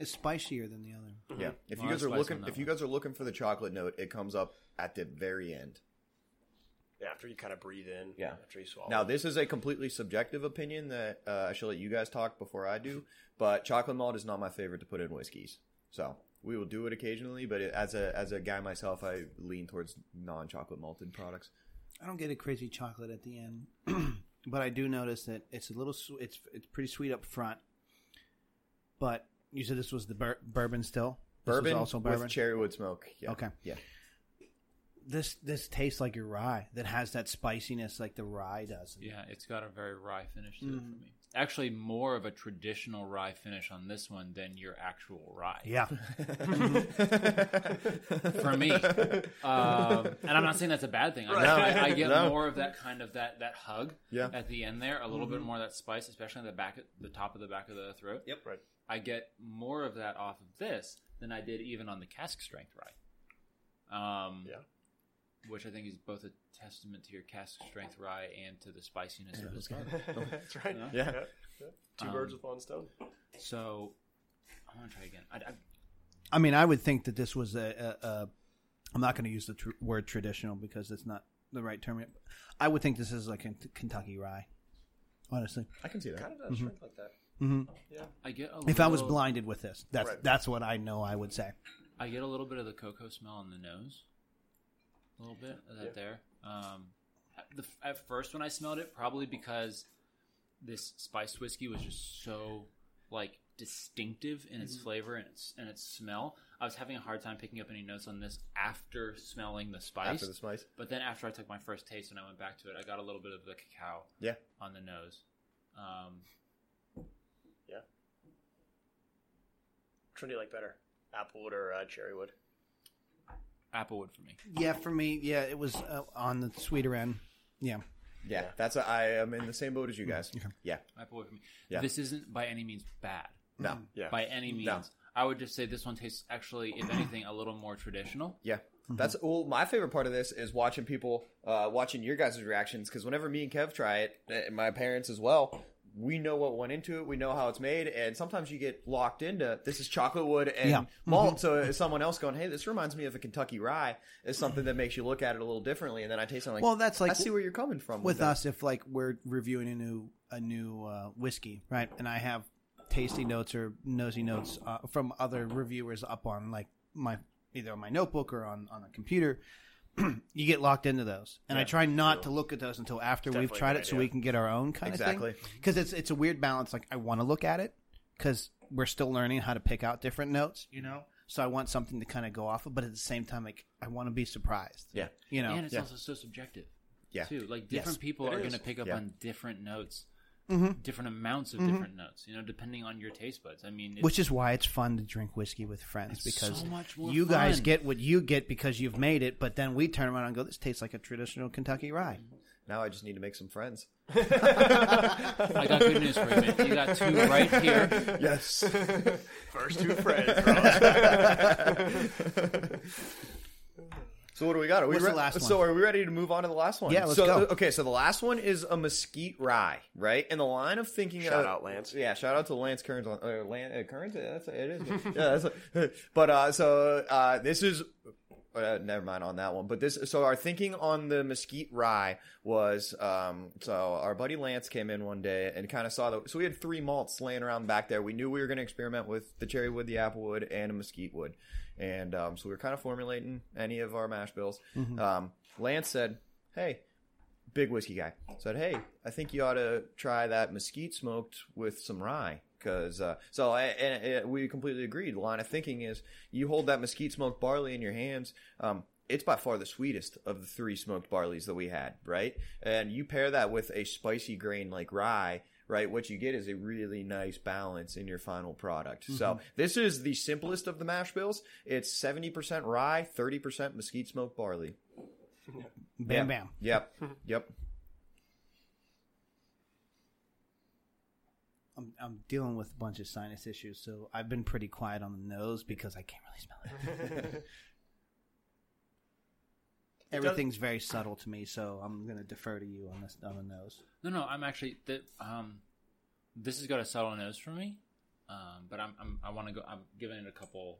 Speaker 3: It's spicier than the other.
Speaker 4: yeah,
Speaker 2: Well,
Speaker 4: if you guys
Speaker 2: that's
Speaker 4: are
Speaker 2: spice
Speaker 4: looking,
Speaker 2: on that
Speaker 4: if you
Speaker 2: one.
Speaker 4: guys are looking for the chocolate note, it comes up at the very end.
Speaker 1: Yeah, After you kind of breathe in.
Speaker 4: Yeah.
Speaker 1: After you swallow.
Speaker 4: Now, this is a completely subjective opinion that uh, I should let you guys talk before I do, but chocolate malt is not my favorite to put in whiskeys. So we will do it occasionally, but it, as a as a guy myself, I lean towards non chocolate malted products.
Speaker 3: I don't get a crazy chocolate at the end, but I do notice that it's a little. Su- it's it's pretty sweet up front. But you said this was the bur- bourbon still. This was
Speaker 4: Bourbon,
Speaker 3: also bourbon.
Speaker 4: with cherry wood smoke. Yeah.
Speaker 3: Okay.
Speaker 4: yeah.
Speaker 3: this this tastes like your rye that has that spiciness like the rye does.
Speaker 2: Yeah, it's got a very rye finish to it for me. Actually, more of a traditional rye finish on this one than your actual rye.
Speaker 3: Yeah.
Speaker 2: for me. Um, and I'm not saying that's a bad thing. I, I, I get
Speaker 4: No.
Speaker 2: more of that kind of that that hug
Speaker 4: Yeah.
Speaker 2: at the end there, a little bit more of that spice, especially on the back, the top of the back of the throat.
Speaker 3: Mm-hmm. Yep.
Speaker 1: Right.
Speaker 2: I get more of that off of this than I did even on the cask strength rye. Um,
Speaker 1: Yeah.
Speaker 2: Which I think is both a testament to your cask strength rye and to the spiciness of this.
Speaker 1: That's right. Yeah. Two
Speaker 2: Um,
Speaker 1: birds with one stone.
Speaker 2: So I want to try again. I, I,
Speaker 3: I mean, I would think that this was a. a, a I'm not going to use the tr- word traditional because it's not the right term. I would think this is like a Kentucky rye. Honestly,
Speaker 4: I can see that.
Speaker 1: Kind of does
Speaker 2: Mm-hmm.
Speaker 1: shrink like that.
Speaker 2: I get a
Speaker 3: if I was
Speaker 2: little-
Speaker 3: blinded with this, that's
Speaker 1: Right.
Speaker 3: that's what I know. I would say.
Speaker 2: I get a little bit of the cocoa smell on the nose, a little bit of that there. Um, at, the, at first, when I smelled it, probably because this spiced whiskey was just so like distinctive in
Speaker 4: Mm-hmm.
Speaker 2: its flavor and its and its smell. I was having a hard time picking up any notes on this after smelling the spice.
Speaker 4: After the spice.
Speaker 2: But then after I took my first taste and I went back to it, I got a little bit of the cacao
Speaker 4: Yeah.
Speaker 2: on the nose. Um,
Speaker 1: Yeah. Which one do you like better? Applewood or uh, cherrywood?
Speaker 2: applewood for me.
Speaker 3: Yeah, for me, yeah, it was uh, on the sweeter end. Yeah,
Speaker 4: Yeah. That's a, I am in the same boat as you guys.
Speaker 3: Mm-hmm.
Speaker 4: Yeah.
Speaker 2: Applewood for me.
Speaker 4: Yeah.
Speaker 2: This isn't by any means bad.
Speaker 3: Mm-hmm.
Speaker 4: No.
Speaker 1: Yeah.
Speaker 2: by any means. I would just say this one tastes actually, if anything, a little more traditional.
Speaker 4: Yeah.
Speaker 3: Mm-hmm.
Speaker 4: That's well. My favorite part of this is watching people, uh, watching your guys' reactions because whenever me and Kev try it, and my parents as well, we know what went into it, we know how it's made, and sometimes you get locked into this is chocolate wood and
Speaker 3: Yeah. Mm-hmm.
Speaker 4: malt. So is someone else going, "Hey, this reminds me of a Kentucky rye," is something that makes you look at it a little differently, and then I taste it, I'm like,
Speaker 3: Well, that's like-
Speaker 4: I see where you're coming from
Speaker 3: with
Speaker 4: that."
Speaker 3: us, if like we're reviewing a new a new uh, whiskey, right, and I have tasty notes or nosy notes uh, from other reviewers up on like my either on my notebook or on on a computer. you get locked into those, and I try not to look at those until after we've
Speaker 1: Definitely a
Speaker 3: tried
Speaker 1: good
Speaker 3: it, so
Speaker 1: idea.
Speaker 3: we can get our own kind
Speaker 4: Exactly.
Speaker 3: of thing. Because it's it's a weird balance. Like I want to look at it because we're still learning how to pick out different notes, you know. So I want something to kind of go off of, but at the same time, like I want to be surprised.
Speaker 4: Yeah.
Speaker 3: you know.
Speaker 2: And it's
Speaker 4: Yeah.
Speaker 2: also so subjective.
Speaker 4: Yeah.
Speaker 2: Too. Like different people
Speaker 1: It
Speaker 2: are
Speaker 1: is.
Speaker 2: going to pick up
Speaker 4: Yeah.
Speaker 2: on different notes, different amounts of different notes, you know, depending on your taste buds. I mean, it's,
Speaker 3: which is why it's fun to drink whiskey with friends because
Speaker 2: so much more
Speaker 3: you guys
Speaker 2: fun.
Speaker 3: get what you get because you've made it, but then we turn around and go, "This tastes like a traditional Kentucky rye."
Speaker 4: Now I just need to make some friends.
Speaker 2: I got good news for you, man. You got two right here.
Speaker 4: Yes.
Speaker 1: First two friends. Ross.
Speaker 4: So what do we got? Are we
Speaker 3: What's the
Speaker 4: re-
Speaker 3: last
Speaker 4: So
Speaker 3: one?
Speaker 4: are we ready to move on to the last one?
Speaker 3: Yeah, let's
Speaker 4: so,
Speaker 3: go.
Speaker 4: Okay, so the last one is a mesquite rye, right? And the line of thinking.
Speaker 1: Shout
Speaker 4: of,
Speaker 1: out, Lance.
Speaker 4: Yeah, shout out to Lance Kearns. On, uh, Lan uh, Kearns, Yeah, that's it is. yeah, that's. but uh, so uh, this is. Uh, never mind on that one. But this. So our thinking on the mesquite rye was. Um, so our buddy Lance came in one day and kind of saw the. So we had three malts laying around back there. We knew we were going to experiment with the cherry wood, the apple wood, and a mesquite wood. And um, so we were kind of formulating any of our mash bills. Um, Lance said, "Hey, big whiskey guy said, "Hey, I think you ought to try that mesquite smoked with some rye." Because uh, so I, and uh, we completely agreed. The line of thinking is you hold that mesquite smoked barley in your hands. Um, it's by far the sweetest of the three smoked barleys that we had, right? And you pair that with a spicy grain like rye, right? What you get is a really nice balance in your final product.
Speaker 3: Mm-hmm.
Speaker 4: So this is the simplest of the mash bills. It's seventy percent rye, thirty percent mesquite smoked barley.
Speaker 3: Bam,
Speaker 4: Yeah.
Speaker 3: bam.
Speaker 4: Yep, yep.
Speaker 3: I'm, I'm dealing with a bunch of sinus issues, so I've been pretty quiet on the nose because I can't really smell it. Everything's very subtle to me, so I'm going to defer to you on this on the nose.
Speaker 2: No, no, I'm actually, th- um, this has got a subtle nose for me, um, but I'm, I'm I want to go, I'm giving it a couple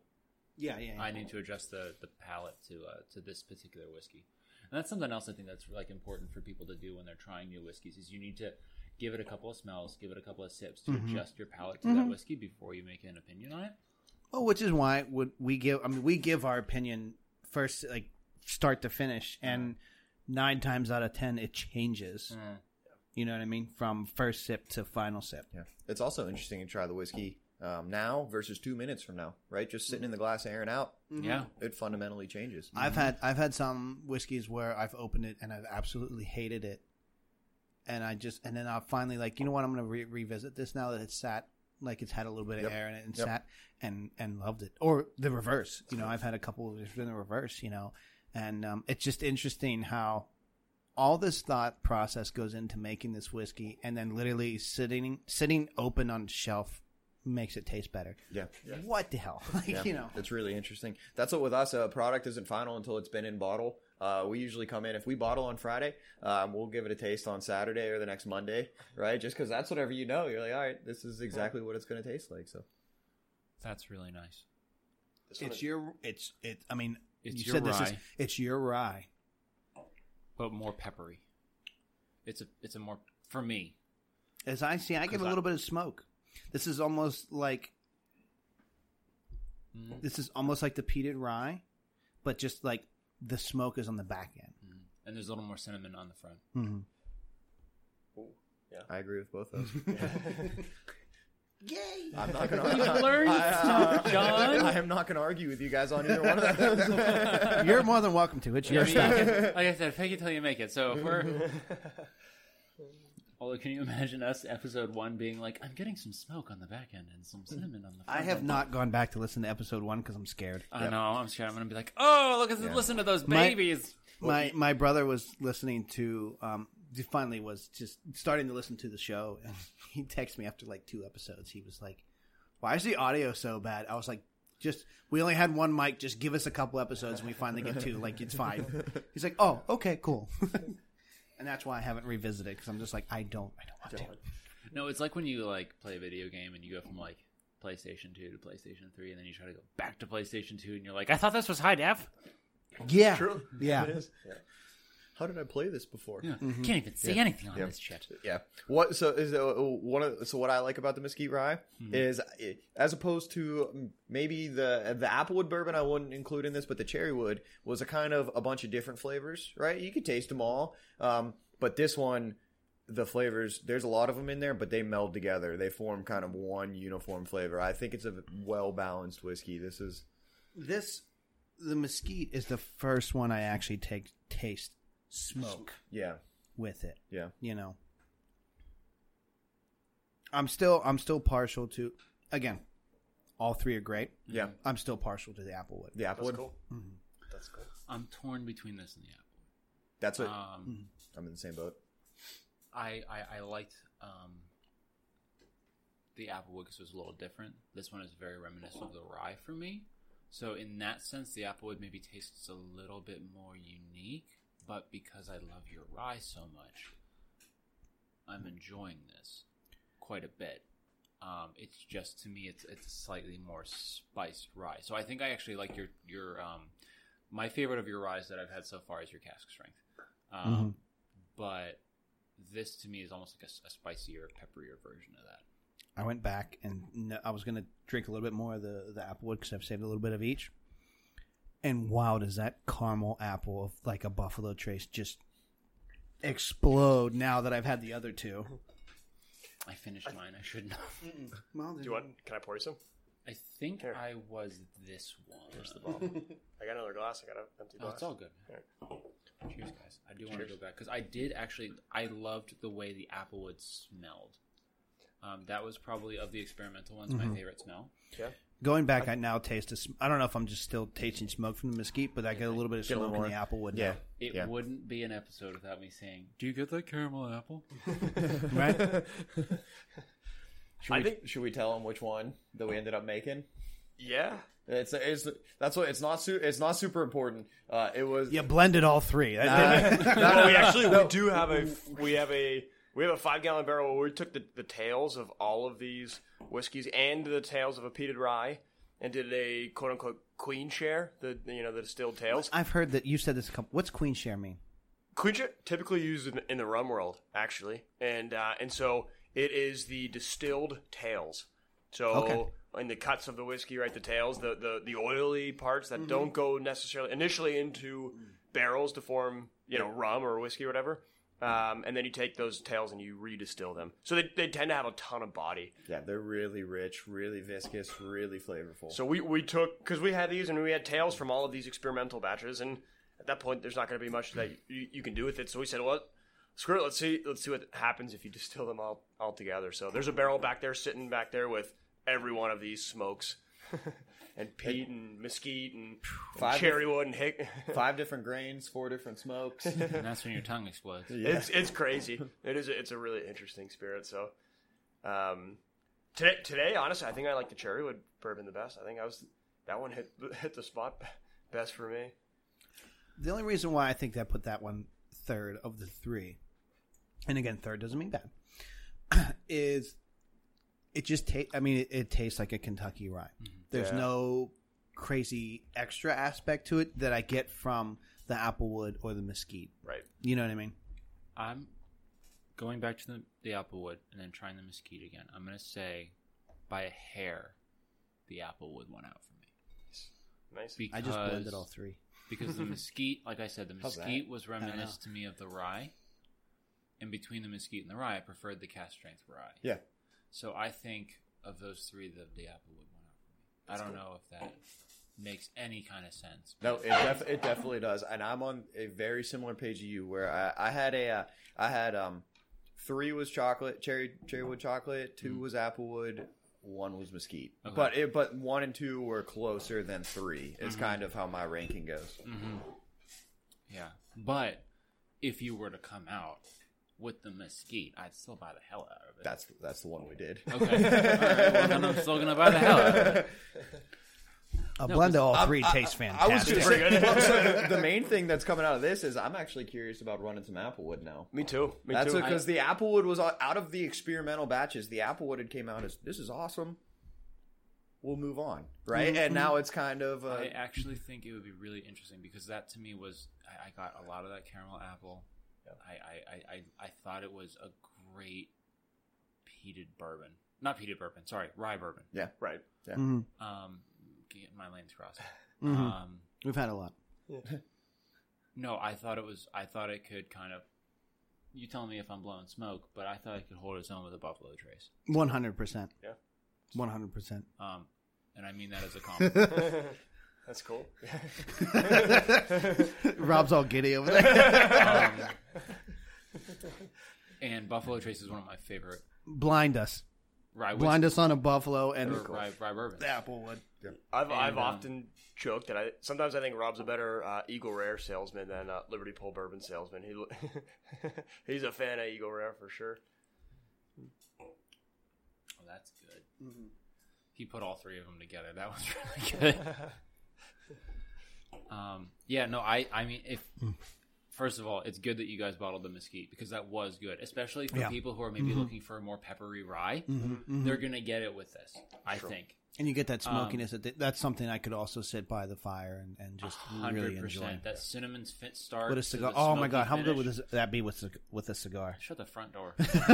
Speaker 3: Yeah, yeah.
Speaker 2: I need to adjust the the palate to uh, to this particular whiskey, and that's something else I think that's like important for people to do when they're trying new whiskeys is you need to give it a couple of smells, give it a couple of sips to adjust your palate to that whiskey before you make an opinion on it.
Speaker 3: Well, which is why would we give? I mean, we give our opinion first, like start to finish, and nine times out of ten, it changes. You know what I mean? From first sip to final sip.
Speaker 4: Yeah. It's also interesting to try the whiskey um, now versus two minutes from now, right? Just sitting in the glass, airing out,
Speaker 2: Yeah.
Speaker 4: it fundamentally changes.
Speaker 3: I've had I've had some whiskeys where I've opened it and I've absolutely hated it, and I just and then I'll finally like you know what I'm gonna re- revisit this now that it's sat like it's had a little bit of
Speaker 4: Yep.
Speaker 3: air in it and
Speaker 4: Yep.
Speaker 3: sat and and loved it or the reverse you know I've had a couple of it's been the reverse you know and um, it's just interesting how all this thought process goes into making this whiskey and then literally sitting sitting open on shelf makes it taste better
Speaker 4: Yeah.
Speaker 3: what the hell like
Speaker 4: Yeah,
Speaker 3: you know
Speaker 4: it's really interesting. That's what with us, a product isn't final until it's been in bottle. Uh, we usually come in if we bottle on Friday, um, we'll give it a taste on Saturday or the next Monday, right? Just because that's whatever you know. You're like, all right, this is exactly what it's going to taste like. So
Speaker 2: That's really nice.
Speaker 1: This one
Speaker 3: it's
Speaker 1: is-
Speaker 3: your it's it i mean
Speaker 2: It's
Speaker 3: you
Speaker 2: your
Speaker 3: said this is
Speaker 2: rye.
Speaker 3: it's your rye
Speaker 2: But more peppery. It's a it's a more for me.
Speaker 3: as i see i get a little bit of smoke this is almost like
Speaker 2: Hmm.
Speaker 3: this is almost like the peated rye but just like the smoke is on the back end
Speaker 2: And there's a little more cinnamon on the front.
Speaker 3: mm-hmm.
Speaker 4: I agree with both of those.
Speaker 3: yay
Speaker 4: I'm not going to
Speaker 2: learned something, John.
Speaker 4: I am not going to argue with you guys on either one of those.
Speaker 3: you're more than welcome to it's
Speaker 2: Yeah,
Speaker 3: your
Speaker 2: I mean,
Speaker 3: stuff
Speaker 2: like I said, fake it till you make it. So if we're although can you imagine us episode one being like, I'm getting some smoke on the back end and some cinnamon on the front
Speaker 3: i have
Speaker 2: end."
Speaker 3: not gone back to listen to episode one because i'm scared
Speaker 2: I know, I'm scared I'm gonna be like, Oh look at listen to those
Speaker 3: My-
Speaker 2: babies.
Speaker 3: my my brother was listening to um he finally was just starting to listen to the show and he texted me after like two episodes he was like why is the audio so bad i was like just we only had one mic just give us a couple episodes and we finally get two like it's fine he's like oh okay cool and that's why i haven't revisited because i'm just like i don't i don't want to
Speaker 2: No, it's like when you like play a video game and you go from like PlayStation two to PlayStation three and then you try to go back to PlayStation two and you're like, I thought this was high def.
Speaker 3: yeah
Speaker 1: True.
Speaker 3: yeah
Speaker 4: How did I play this before? Ah,
Speaker 2: Yeah. Can't even see anything on
Speaker 4: Yeah.
Speaker 2: this shit.
Speaker 4: Yeah. What so is uh, one of so what I like about the mesquite rye is eh, as opposed to mm, maybe the the applewood bourbon I wouldn't include in this, but the cherry wood was a kind of a bunch of different flavors, right? You could taste them all, um, but this one. The flavors, there's a lot of them in there, but they meld together. They form kind of one uniform flavor. I think it's a well balanced whiskey. This is
Speaker 3: this the mesquite is the first one i actually take taste smoke
Speaker 4: yeah,
Speaker 3: with it
Speaker 4: yeah.
Speaker 3: you know i'm still i'm still partial to again all three are great
Speaker 4: Yeah.
Speaker 3: i'm still partial to the applewood
Speaker 4: The applewood.
Speaker 1: That's
Speaker 4: Mm-hmm.
Speaker 1: cool. That's
Speaker 4: That's,
Speaker 1: cool.
Speaker 2: I'm torn between this and the apple.
Speaker 4: what
Speaker 2: Um
Speaker 4: I'm in the same boat.
Speaker 2: I I, I liked um, the Applewood because it was a little different. This one is very reminiscent of the rye for me. So in that sense, the Applewood maybe tastes a little bit more unique. But because I love your rye so much, I'm enjoying this quite a bit. Um, it's just to me, it's it's a slightly more spiced rye. So I think I actually like your your um, my favorite of your ryes that I've had so far is your cask strength. Um, But this to me is almost like a s- a, spicier, pepperier version of that.
Speaker 3: i went back and no, i was going to drink a little bit more of the, the applewood because i've saved a little bit of each and wow does that caramel apple of like a buffalo trace just explode now that i've had the other two
Speaker 2: I finished mine. I shouldn't have.
Speaker 3: well,
Speaker 1: Do you want? Can I pour you some?
Speaker 2: I think
Speaker 1: Here.
Speaker 2: I was this one.
Speaker 1: I got another glass. I got an empty
Speaker 2: Oh,
Speaker 1: glass.
Speaker 2: it's all good.
Speaker 1: Here.
Speaker 2: Cheers, guys. I do want to go back because I did actually. I loved the way the applewood smelled. Um, that was probably of the experimental ones my favorite smell.
Speaker 3: going back i now taste a sm- i don't know if i'm just still tasting smoke from the mesquite but i get a little bit of
Speaker 4: Get a little
Speaker 3: smoke in the
Speaker 4: more.
Speaker 3: applewood now.
Speaker 4: Yeah,
Speaker 2: It
Speaker 4: yeah.
Speaker 2: wouldn't be an episode without me saying, "Do you get that caramel apple?"
Speaker 3: right
Speaker 4: Should
Speaker 1: I
Speaker 4: we,
Speaker 1: think- Oh.
Speaker 4: should we tell them which one that we ended up making?
Speaker 1: Yeah.
Speaker 4: It's it's that's what it's not su- it's not super important. Uh, it was
Speaker 3: you blended all three That-
Speaker 1: Well, we actually we do have a we have a we have a five gallon barrel where we took the, the tails of all of these whiskeys and the tails of a peated rye and did a quote unquote queen share the you know the distilled tails.
Speaker 3: I've heard that you said this a couple. What's queen share mean?
Speaker 1: Queen share typically used in, in the rum world actually, and uh, and so it is the distilled tails. So.
Speaker 3: Okay.
Speaker 1: In the cuts of the whiskey, right? The tails, the the, the oily parts that don't go necessarily initially into barrels to form, you know, rum or whiskey or whatever, Um, and then you take those tails and you redistill them. So they, they tend to have a ton of body.
Speaker 4: Yeah, they're really rich, really viscous, really flavorful.
Speaker 1: So we, we took, because we had these and we had tails from all of these experimental batches. And at that point, there's not going to be much that you, you can do with it. So we said, well, screw it. Let's see, let's see what happens if you distill them all, all together. So there's a barrel back there, sitting back there with every one of these smokes. and peat and mesquite and, and
Speaker 4: Five-
Speaker 1: cherry wood and hick.
Speaker 4: Five different grains, four different smokes.
Speaker 2: and that's when your tongue explodes.
Speaker 1: It's it's crazy. It is. It's a really interesting spirit. So, um, today today honestly, I think I like the cherry wood bourbon the best. I think I was that one hit hit the spot best for me.
Speaker 3: The only reason why I think that put that one third of the three, and again, third doesn't mean bad, is it just tastes. I mean, it, it tastes like a Kentucky rye.
Speaker 4: Mm-hmm.
Speaker 3: There's
Speaker 1: Yeah.
Speaker 3: no crazy extra aspect to it that I get from the applewood or the mesquite.
Speaker 1: Right.
Speaker 3: You know what I mean?
Speaker 2: I'm going back to the, the applewood and then trying the mesquite again. I'm gonna say by a hair, the applewood won out for me.
Speaker 1: Nice.
Speaker 2: Because,
Speaker 3: I just blended all three.
Speaker 2: because the mesquite, like I said, the
Speaker 4: How's that?
Speaker 2: mesquite was reminiscent to me of the rye. And between the mesquite and the rye, I preferred the cast strength rye.
Speaker 4: yeah,
Speaker 2: So I think of those three, the, the applewood won out for me. I don't know if that makes any kind of sense.
Speaker 4: no, it, def- it definitely does. And I'm on a very similar page to you, where I, I had a, uh, I had um, three was chocolate, cherry cherry wood chocolate, 2
Speaker 1: Mm-hmm.
Speaker 4: was applewood, one was mesquite.
Speaker 2: Okay.
Speaker 4: But it, but one and two were closer than three. Is
Speaker 1: Mm-hmm.
Speaker 4: kind of how my ranking goes.
Speaker 1: Mm.
Speaker 2: Yeah. But if you were to come out with the mesquite, I'd still buy the hell out of it.
Speaker 4: That's that's the one we did.
Speaker 2: Okay. All right, well, then I'm still going to buy the hell out of it.
Speaker 3: A blend of all three tastes
Speaker 4: I was
Speaker 3: fantastic.
Speaker 4: just
Speaker 1: pretty
Speaker 4: saying,
Speaker 1: good.
Speaker 4: well, so the main thing that's coming out of this is I'm actually curious about running some applewood now.
Speaker 1: me too. Me
Speaker 4: That's
Speaker 1: too.
Speaker 4: because the applewood was out out of the experimental batches. The applewood had came out as this is awesome. We'll move on, right?
Speaker 1: Mm-hmm.
Speaker 4: And now it's kind of uh,
Speaker 2: I actually think it would be really interesting because that to me was I, I got a lot of that caramel apple. I, I, I, I, I thought it was a great peated bourbon. Not peated bourbon, sorry, rye bourbon.
Speaker 4: yeah.
Speaker 1: right.
Speaker 3: Mm-hmm.
Speaker 2: Um get my lanes crossed.
Speaker 3: Mhm.
Speaker 2: Um
Speaker 3: We've had a lot.
Speaker 2: no, I thought it was I thought it could kind of you tell me if I'm blowing smoke, but I thought it could hold its own with a buffalo trace.
Speaker 3: One hundred percent.
Speaker 1: Yeah.
Speaker 3: One hundred percent.
Speaker 2: Um and I mean that as a compliment.
Speaker 1: That's cool.
Speaker 3: Rob's all giddy over there.
Speaker 2: um, and Buffalo Trace is one of my favorite
Speaker 3: Blind us.
Speaker 2: rye whiskeys.
Speaker 3: Blind us on a buffalo and
Speaker 2: or rye, rye bourbon.
Speaker 3: applewood.
Speaker 1: I've I've
Speaker 2: um,
Speaker 1: often joked that I sometimes I think Rob's a better uh, Eagle Rare salesman than uh, Liberty Pole Bourbon salesman. He l- he's a fan of Eagle Rare for sure.
Speaker 2: Oh, that's good.
Speaker 3: Mm-hmm.
Speaker 2: He put all three of them together. That was really good. um, yeah, no, I, I mean, if
Speaker 3: Hmm.
Speaker 2: first of all, it's good that you guys bottled the mesquite because that was good, especially for
Speaker 3: Yeah. Mm-hmm.
Speaker 2: people who are maybe looking for a more peppery rye. They're gonna get it with this, I think.
Speaker 3: And you get that
Speaker 2: Um,
Speaker 3: smokiness. that that's something I could also sit by the fire and, and just really
Speaker 2: Hundred
Speaker 3: enjoy.
Speaker 2: percent. That cinnamon's fit start.
Speaker 3: With a
Speaker 2: to
Speaker 3: cigar.
Speaker 2: the
Speaker 3: Oh my
Speaker 2: smoky
Speaker 3: god, how good
Speaker 2: finish.
Speaker 3: would this, that be with cig- with a cigar?
Speaker 2: Shut the front door.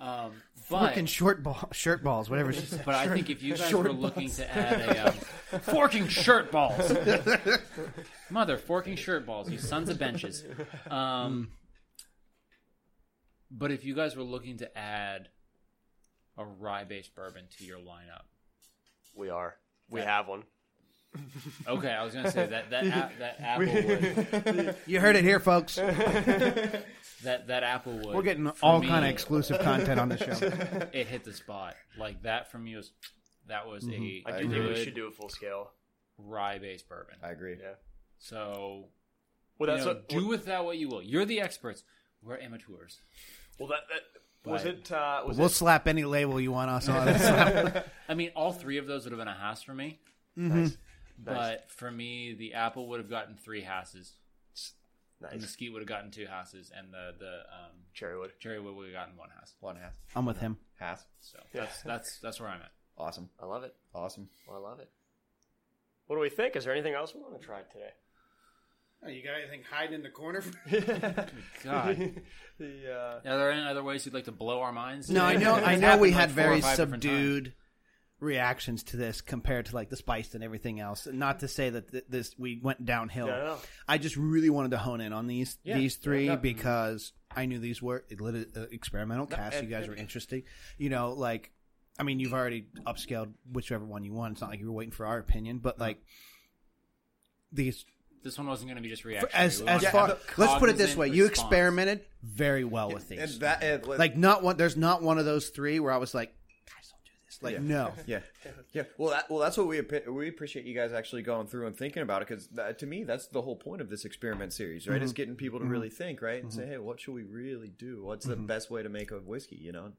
Speaker 2: um, but
Speaker 3: Fucking short ball, shirt balls, whatever she said.
Speaker 2: But I think if you guys were looking to add a um, forking shirt balls, mother forking shirt balls, you sons of benches. Um, but if you guys were looking to add a rye-based bourbon to your lineup,
Speaker 1: We are. We have one.
Speaker 2: okay, I was gonna say that that a- that applewood
Speaker 3: You heard it here, folks.
Speaker 2: that that applewood
Speaker 3: We're getting
Speaker 2: for
Speaker 3: all
Speaker 2: me,
Speaker 3: kind of exclusive content on the show.
Speaker 2: It hit the spot like that for me was that was
Speaker 3: Mm-hmm.
Speaker 2: a
Speaker 1: I do think we should do a full scale.
Speaker 2: rye-based bourbon.
Speaker 4: I agree.
Speaker 1: Yeah.
Speaker 2: So
Speaker 1: Well, that's
Speaker 2: you know,
Speaker 1: what,
Speaker 2: do with that what you will. You're the experts. We're amateurs.
Speaker 1: Well, that, that was
Speaker 2: But-
Speaker 1: it. Uh, was
Speaker 3: We'll
Speaker 1: it?
Speaker 3: slap any label you want us on. It's-
Speaker 2: I mean, all three of those would have been a has for me,
Speaker 1: Nice.
Speaker 2: but for me, the apple would have gotten three hasses, the
Speaker 1: Nice.
Speaker 2: mesquite would have gotten two hasses, and the the um,
Speaker 1: Cherrywood.
Speaker 2: cherry wood would have gotten one hass.
Speaker 4: One half,
Speaker 3: I'm with him.
Speaker 4: half,
Speaker 2: So that's that's that's where I'm at.
Speaker 4: awesome,
Speaker 1: I love it.
Speaker 4: awesome.
Speaker 1: I love it. What do we think? Is there anything else we want to try today?
Speaker 3: You got anything hiding in the corner?
Speaker 2: God,
Speaker 1: The uh,
Speaker 2: are there any other ways you'd like to blow our minds?
Speaker 3: No, I know. I
Speaker 2: It's
Speaker 3: know
Speaker 2: happened
Speaker 3: we
Speaker 2: like
Speaker 3: had
Speaker 2: four or
Speaker 3: very
Speaker 2: five different times.
Speaker 3: subdued reactions to this compared to like the spice and everything else. Not to say that th- this we went downhill.
Speaker 1: No, no.
Speaker 3: I just really wanted to hone in on these
Speaker 2: Yeah.
Speaker 3: these three
Speaker 2: Yeah.
Speaker 3: because I knew these were it lit- uh, experimental casts. You guys were interesting. You know, like I mean, you've already upscaled whichever one you want. It's not like you were waiting for our opinion, but like these
Speaker 2: This one wasn't going to be just reaction.
Speaker 3: as as far let's put it this way you experimented very well with
Speaker 4: And
Speaker 3: these
Speaker 4: that and let-
Speaker 3: like not one there's not one of those three where i was like guys don't do this like no
Speaker 4: Yeah, yeah. Well, that, well, that's what we appe- we appreciate you guys actually going through and thinking about it because to me that's the whole point of this experiment series, right? Is
Speaker 3: Mm-hmm.
Speaker 4: getting people to really think, right, and say, hey, what should we really do? What's the best way to make a whiskey? You know,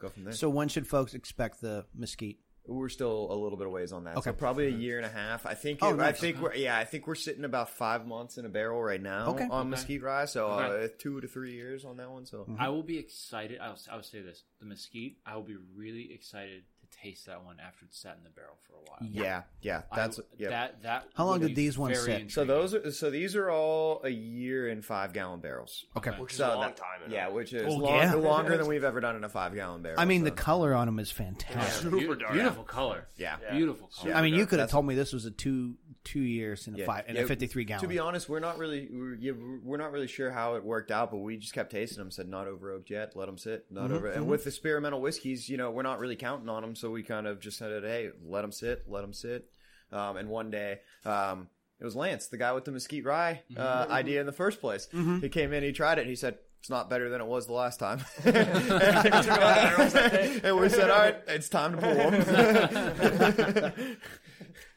Speaker 4: go from there.
Speaker 3: Mm-hmm. so when should folks expect the mesquite
Speaker 4: We're still a little bit of ways on that. So
Speaker 3: Okay.
Speaker 4: probably a year and a half. I think.
Speaker 3: Oh,
Speaker 4: it- I
Speaker 3: nice.
Speaker 4: think we're yeah. I think we're sitting about five months in a barrel right now
Speaker 3: Okay.
Speaker 4: on mesquite rye. So uh,
Speaker 2: Okay.
Speaker 4: two to three years on that one. So
Speaker 3: Mm-hmm.
Speaker 2: I will be excited. I'll, I'll say this: the mesquite. I will be really excited to taste that one after it's sat in the barrel for a while.
Speaker 4: yeah, yeah.
Speaker 2: I-
Speaker 4: That's yeah.
Speaker 2: that. That.
Speaker 3: How long
Speaker 2: would
Speaker 3: did
Speaker 2: be
Speaker 3: these ones
Speaker 2: very
Speaker 3: sit?
Speaker 4: so
Speaker 2: intriguing.
Speaker 4: those. Are, so these are all a year and five gallon barrels.
Speaker 3: okay
Speaker 1: which is
Speaker 4: So
Speaker 1: a long
Speaker 4: that-
Speaker 1: time. in
Speaker 4: Yeah,
Speaker 1: a-
Speaker 4: which is
Speaker 3: Oh,
Speaker 4: long,
Speaker 3: yeah.
Speaker 4: longer than we've ever done in a five gallon barrel.
Speaker 3: i mean the
Speaker 4: so-
Speaker 3: color on them is fantastic
Speaker 1: Super
Speaker 2: Beau-
Speaker 1: dark.
Speaker 2: Beautiful color.
Speaker 4: Yeah.
Speaker 1: Yeah.
Speaker 2: Beautiful color.
Speaker 3: i mean you could have
Speaker 4: That's-
Speaker 3: told me this was a two two years in a
Speaker 4: yeah.
Speaker 3: five in
Speaker 4: Yeah,
Speaker 3: a 53 gallon
Speaker 4: To be honest, we're not really we're, yeah, we're not really sure how it worked out, but we just kept tasting them. Said not over oaked yet. Let them sit. Not
Speaker 3: Mm-hmm,
Speaker 4: over. And with experimental whiskeys, you know, we're not really counting on them, so we kind of just said, hey, let them sit, let them sit. Um, and one day, um, it was Lance, the guy with the mesquite rye
Speaker 3: Mm-hmm.
Speaker 4: uh, idea in the first place. He came in, he tried it, and he said. It's not better than it was the last time. and we said, "All right, it's time to pull them."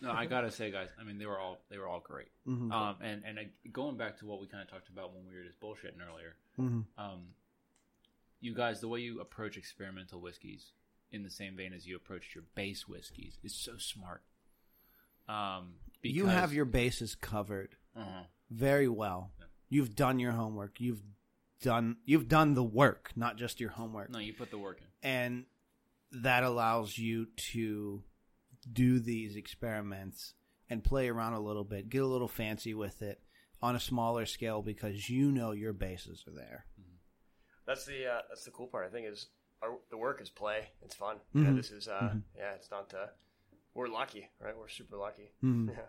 Speaker 2: No, I gotta say, guys. I mean, they were all they were all great.
Speaker 3: Mm-hmm.
Speaker 2: Um, and and I, going back to what we kind of talked about when we were just bullshitting earlier.
Speaker 3: Mm-hmm.
Speaker 2: Um, you guys, the way you approach experimental whiskeys in the same vein as you approach your base whiskeys is so smart. Um, because,
Speaker 3: you have your bases covered
Speaker 2: uh
Speaker 3: very well you've done your homework you've done you've done the work not just your homework
Speaker 2: no, you put the work in.
Speaker 3: and that allows you to do these experiments and play around a little bit, get a little fancy with it on a smaller scale because you know your bases are there.
Speaker 1: That's the uh, that's the cool part. I think is our, the work is play. It's fun. Yeah, this is uh, yeah. It's not uh, we're lucky, right? We're super lucky. Yeah.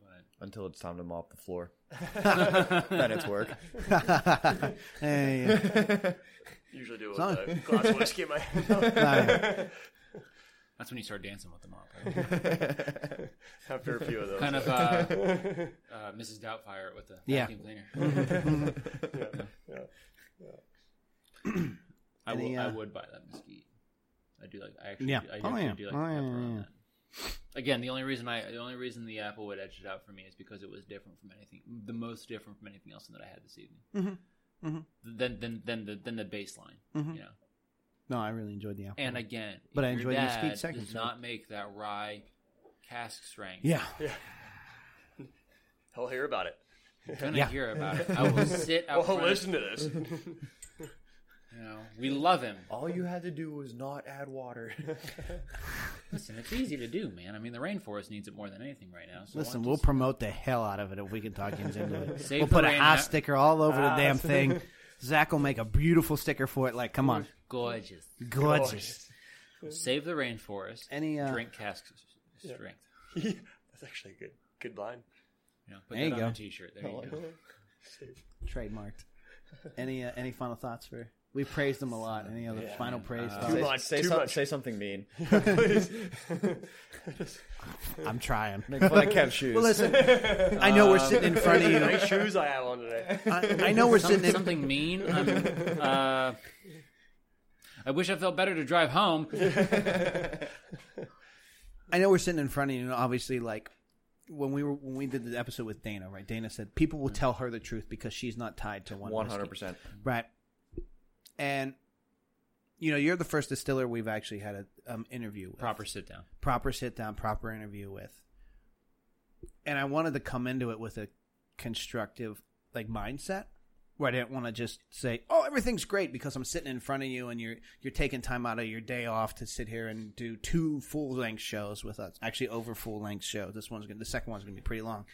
Speaker 2: But
Speaker 4: Until it's time to mop the floor, then it's work.
Speaker 3: Hey,
Speaker 1: Usually do it with
Speaker 3: Son.
Speaker 1: a glass of whiskey in my hand
Speaker 3: uh,
Speaker 2: that's when you start dancing with them all. right?
Speaker 1: after a few of those.
Speaker 2: kind of uh, uh, Mrs. Doubtfire with the
Speaker 3: Yeah.
Speaker 2: vacuum cleaner. I
Speaker 3: Any,
Speaker 2: will. I
Speaker 3: uh,
Speaker 2: would buy that mesquite. I do like. I actually.
Speaker 3: Yeah.
Speaker 2: do- I
Speaker 3: Oh,
Speaker 2: actually
Speaker 3: yeah.
Speaker 2: do like
Speaker 3: Oh,
Speaker 2: the
Speaker 3: yeah,
Speaker 2: pepper
Speaker 3: yeah,
Speaker 2: on
Speaker 3: yeah.
Speaker 2: that. Again, the only reason I the only reason the apple would edge it out for me is because it was different from anything, the most different from anything else that I had this evening. Mm-hmm. Then, then, then the then the baseline, you know.
Speaker 3: no, I really enjoyed the apple.
Speaker 2: And again,
Speaker 3: Mm-hmm. But I
Speaker 2: your
Speaker 3: enjoyed mesquite
Speaker 2: dad
Speaker 3: seconds,
Speaker 2: Does
Speaker 3: though.
Speaker 2: not make that rye cask strength.
Speaker 3: yeah,
Speaker 1: He'll hear about it.
Speaker 2: I'm gonna
Speaker 3: Yeah.
Speaker 2: hear about it. I will sit out
Speaker 1: Well, he'll
Speaker 2: front. of-
Speaker 1: listen to this.
Speaker 2: you know, we love him.
Speaker 4: All you had to do was not add water.
Speaker 2: Listen, it's easy to do, man. I mean, the rainforest needs it more than anything right now. So
Speaker 3: listen,
Speaker 2: why don't
Speaker 3: we'll
Speaker 2: you-
Speaker 3: promote the hell out of it if we can talk him into it.
Speaker 2: Save
Speaker 3: we'll
Speaker 2: the
Speaker 3: put a
Speaker 2: rain
Speaker 3: hot
Speaker 2: out.
Speaker 3: sticker all over the damn thing. Zach will make a beautiful sticker for it. Like, come on,
Speaker 2: gorgeous.
Speaker 3: gorgeous.
Speaker 2: Save the rainforest.
Speaker 3: Any, uh,
Speaker 2: drink cask s- s- strength.
Speaker 1: That's actually a good good line.
Speaker 2: You know, put
Speaker 3: There
Speaker 2: that
Speaker 3: you
Speaker 2: on
Speaker 3: go.
Speaker 2: a t-shirt. There you go.
Speaker 3: trademarked. Any uh, any final thoughts for? We praised them a lot. Any other final praise?
Speaker 1: Too
Speaker 4: say,
Speaker 1: much,
Speaker 4: say
Speaker 1: too
Speaker 4: some-
Speaker 1: much.
Speaker 4: say something mean.
Speaker 3: I'm trying.
Speaker 4: Make fun of Kev's shoes.
Speaker 3: Well, listen, I know we're sitting in front of you.
Speaker 1: Nice shoes I have on today.
Speaker 3: I, I know we're
Speaker 2: Some,
Speaker 3: sitting in.
Speaker 2: something mean. I'm, uh, I wish I felt better to drive home.
Speaker 3: I know we're sitting in front of you. And obviously, like when we were when we did the episode with Dana, right? Dana said people will tell her the truth because she's not tied to one.
Speaker 4: One
Speaker 3: whiskey."
Speaker 4: hundred percent.
Speaker 3: Right. And you know, you're the first distiller we've actually had an um, interview with.
Speaker 2: Proper sit down.
Speaker 3: proper sit down, proper interview with. And I wanted to come into it with a constructive like mindset where I didn't want to just say, "Oh, everything's great" because I'm sitting in front of you and you're you're taking time out of your day off to sit here and do two full length shows with us. Actually, over full length show. This one's gonna, the second one's going to be pretty long.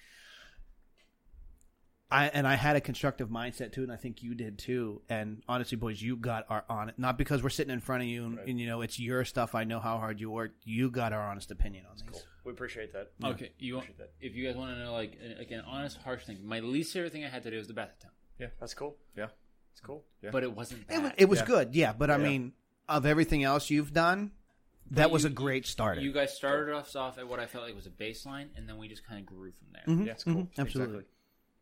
Speaker 3: I and I had a constructive mindset too, and I think you did too. And honestly, boys, you got our on it. Not because we're sitting in front of you and, and, you know it's your stuff. I know how hard you work. You got our honest opinion on things.
Speaker 1: We appreciate that.
Speaker 2: Okay, you want, if you guys want to know, like, an- like an honest, harsh thing, my least favorite thing I had to do was the bathtub,
Speaker 1: That's cool.
Speaker 4: Yeah.
Speaker 1: It's cool.
Speaker 2: but it wasn't bad.
Speaker 3: It was, it was
Speaker 4: Yeah.
Speaker 3: good, yeah. But I mean, of everything else you've done, that was
Speaker 2: you-
Speaker 3: a great starter.
Speaker 2: you guys started us off at what I felt like was a baseline, and then we just kind of grew from there.
Speaker 1: Yeah, it's cool.
Speaker 3: Mm-hmm. Absolutely.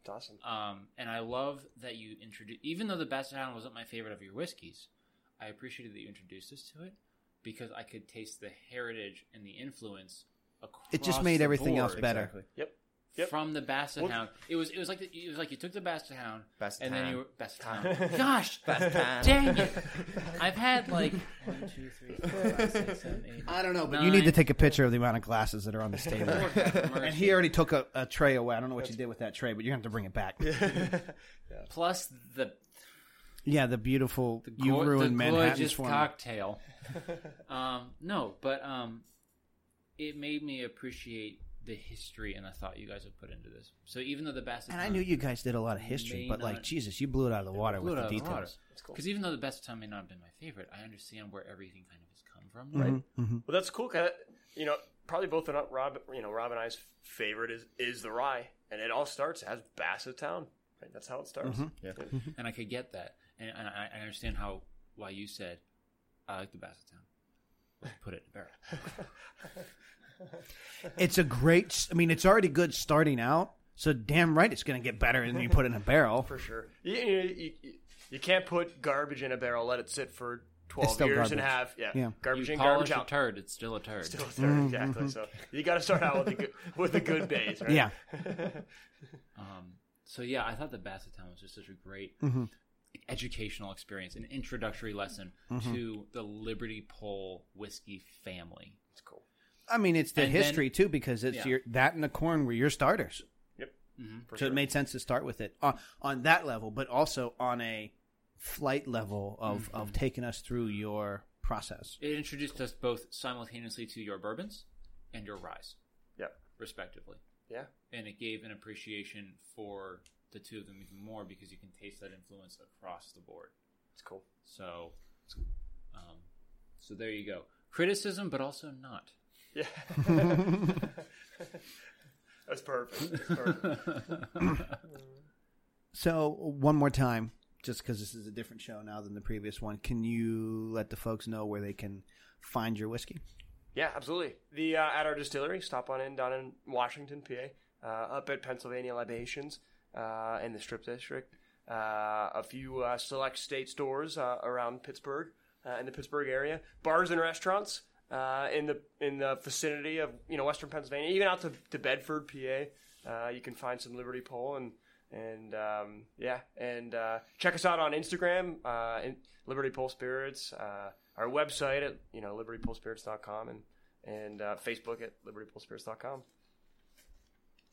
Speaker 1: It's awesome.
Speaker 3: Mm-hmm.
Speaker 2: Um, and I love that you introduced, even though the Basset Hound wasn't my favorite of your whiskeys, I appreciated that you introduced us to it because I could taste the heritage and the influence. Across
Speaker 3: It just made
Speaker 2: the
Speaker 3: everything else
Speaker 2: board
Speaker 3: better.
Speaker 4: Exactly.
Speaker 1: Yep. Yep.
Speaker 2: From the Basset
Speaker 1: Well-
Speaker 2: Hound, it was it was like the, it was like you took the Basset Hound
Speaker 4: Basset
Speaker 2: and then
Speaker 4: Hound.
Speaker 2: you were Basset Hound. Gosh, dang it! I've had like one, two, three, four, five, six, seven, eight.
Speaker 3: I don't know, but you need to take a picture of the amount of glasses that are on this table. and he already took a, a tray away. I don't know what you did with that tray, but you're gonna have to bring it back. Yeah,
Speaker 2: plus the
Speaker 3: the beautiful you
Speaker 2: Gor-
Speaker 3: ruined
Speaker 2: the
Speaker 3: Manhattan's
Speaker 2: gorgeous
Speaker 3: for me.
Speaker 2: cocktail. um, no, but um, it made me appreciate the history and the thought you guys have put into this. So even though the Basset
Speaker 3: And I knew you guys did a lot of history,
Speaker 2: May
Speaker 3: but like
Speaker 2: not-
Speaker 3: Jesus, you blew it out of the water with the details.
Speaker 2: because even though the Basset Town may not have been my favorite, I understand where everything kind of has come from.
Speaker 1: right? Well, that's cool. Cause you know, probably both of Rob, you know, Rob and I's favorite is is the rye, and it all starts as Bassett Town. Right? That's how it starts.
Speaker 3: Mm-hmm.
Speaker 4: Yeah.
Speaker 2: and I could get that, and, and I, I understand how why you said I like the Basset Town. Let's Put it in a barrel.
Speaker 3: It's a great. s- I mean, it's already good starting out. So damn right, it's gonna get better, and then you put it in a barrel.
Speaker 1: for sure. You, you, you, you- you can't put garbage in a barrel, let it sit for twelve
Speaker 3: It's still
Speaker 1: years and
Speaker 3: garbage.
Speaker 1: have yeah,
Speaker 3: Yeah. Mm-hmm.
Speaker 1: garbage
Speaker 2: You
Speaker 1: in, garbage
Speaker 2: polish a
Speaker 1: out.
Speaker 2: turd, it's still a turd.
Speaker 1: Still a third, exactly. So you got to start out with the good, with the good days, right?
Speaker 3: Yeah,
Speaker 2: Um, so yeah, I thought the Basset Town was just such a great educational experience, an introductory lesson to the Liberty Pole whiskey family.
Speaker 1: it's cool.
Speaker 3: I mean, it's the
Speaker 2: And then-
Speaker 3: history too because it's
Speaker 2: Yeah.
Speaker 3: your that and the corn were your starters.
Speaker 1: Yep. For
Speaker 3: Mm-hmm. so it made sense to start with it on, on that level, but also on a flight level of
Speaker 2: Mm-hmm.
Speaker 3: of taking us through your process.
Speaker 2: It introduced us both simultaneously to your bourbons and your ryes,
Speaker 1: Yep.
Speaker 2: respectively,
Speaker 1: Yeah.
Speaker 2: and it gave an appreciation for the two of them even more because you can taste that influence across the board.
Speaker 1: It's cool.
Speaker 2: So, um, so there you go. Criticism, but also not.
Speaker 1: Yeah. That's perfect. That's perfect.
Speaker 3: So one more time, just because this is a different show now than the previous one, can you let the folks know where they can find your whiskey?
Speaker 1: Yeah, absolutely. The uh, at our distillery, stop on in down in Washington, PA, uh, up at Pennsylvania Libations uh, in the Strip District. Uh, a few uh, select state stores uh, around Pittsburgh uh, in the Pittsburgh area, bars and restaurants uh, in the in the vicinity of you know Western Pennsylvania, even out to, to Bedford, PA. Uh, you can find some Liberty Pole and and um, yeah, and uh, check us out on Instagram, uh, in Liberty Pole Spirits, uh, our website at you know libertypolespirits.com and and uh, Facebook at libertypolespirits.com.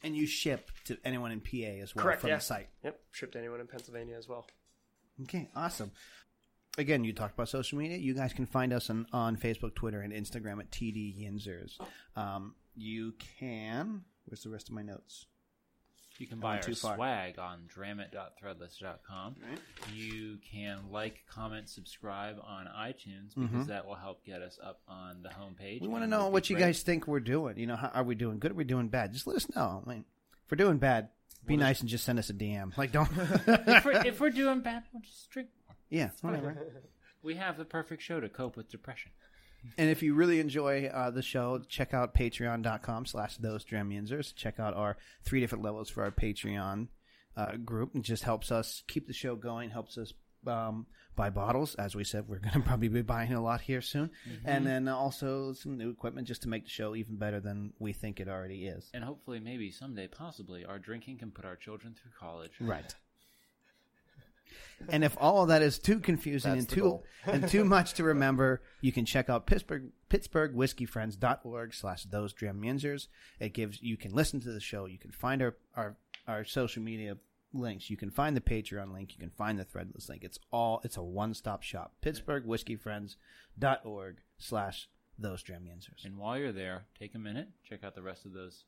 Speaker 3: And you ship to anyone in PA as well
Speaker 1: Correct
Speaker 3: from
Speaker 1: yeah.
Speaker 3: the site.
Speaker 1: Yep, shipped to anyone in Pennsylvania as well.
Speaker 3: Okay, awesome. Again, you talked about social media. You guys can find us on, on Facebook, Twitter, and Instagram at TD Yinzers. Um, you can. Where's the rest of my notes?
Speaker 2: You can buy
Speaker 3: Gone
Speaker 2: our
Speaker 3: too far.
Speaker 2: swag on dramit.threadless.com. You can like, comment, subscribe on iTunes because that will help get us up on the homepage.
Speaker 3: Mm-hmm. We want to
Speaker 2: and
Speaker 3: know
Speaker 2: it'd
Speaker 3: what
Speaker 2: be
Speaker 3: you
Speaker 2: great.
Speaker 3: guys think we're doing. You know, how, are we doing good? Are we doing bad? Just let us know. I mean, if we're doing bad, be nice and just send us a DM. Like, don't.
Speaker 2: if, we're, if we're doing bad, we'll just drink more.
Speaker 3: yeah, whatever.
Speaker 2: We have the perfect show to cope with depression.
Speaker 3: And if you really enjoy uh, the show, check out patreon.com slash those dramunzers. Check out our three different levels for our Patreon uh, group. It just helps us keep the show going, helps us um, buy bottles. As we said, we're going to probably be buying a lot here soon. And then also some new equipment just to make the show even better than we think it already is.
Speaker 2: And hopefully, maybe someday, possibly, our drinking can put our children through college.
Speaker 3: Right. And if all of that is too confusing
Speaker 4: That's
Speaker 3: and
Speaker 4: the
Speaker 3: too
Speaker 4: goal.
Speaker 3: and too much to remember, you can check out Pittsburgh pittsburghwhiskeyfriends.org slash those dramunzers. It gives you can listen to the show, you can find our, our our social media links, you can find the Patreon link, you can find the threadless link. It's all it's a one stop shop. Pittsburghwhiskeyfriends.org slash those dramunzers.
Speaker 2: And while you're there, take a minute, check out the rest of those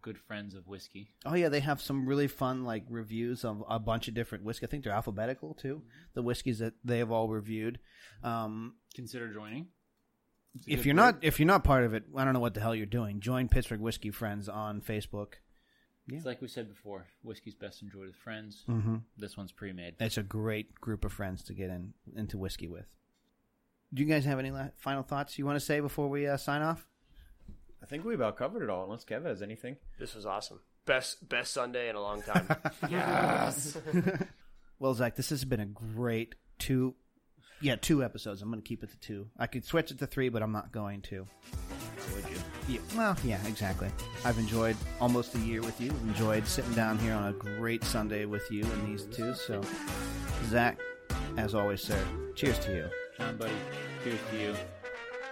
Speaker 2: good friends of whiskey.
Speaker 3: Oh yeah, they have some really fun like reviews of a bunch of different whiskey. I think they're alphabetical too.
Speaker 2: Mm-hmm.
Speaker 3: The whiskeys that they have all reviewed. Um,
Speaker 2: Consider joining. It's a
Speaker 3: if
Speaker 2: good
Speaker 3: you're
Speaker 2: group.
Speaker 3: not if you're not part of it, I don't know what the hell you're doing. Join Pittsburgh Whiskey Friends on Facebook.
Speaker 2: it's like we said before, whiskey's best enjoyed with friends.
Speaker 3: Mm-hmm.
Speaker 2: This one's pre-made.
Speaker 3: It's a great group of friends to get in into whiskey with. Do you guys have any la- final thoughts you want to say before we uh, sign off?
Speaker 4: I think we about covered it all. Unless Kev has anything.
Speaker 1: This was awesome. Best best Sunday in a long time.
Speaker 3: Well, Zach, this has been a great two, yeah, two episodes. I'm going to keep it to two. I could switch it to three, but I'm not going to. Would you? Yeah, well, yeah, exactly. I've enjoyed almost a year with you. I've enjoyed sitting down here on a great Sunday with you and these two. So, Zach, as always, sir, cheers to you.
Speaker 2: John, buddy, here's to you.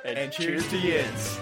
Speaker 1: And,
Speaker 4: cheers to
Speaker 1: Yins.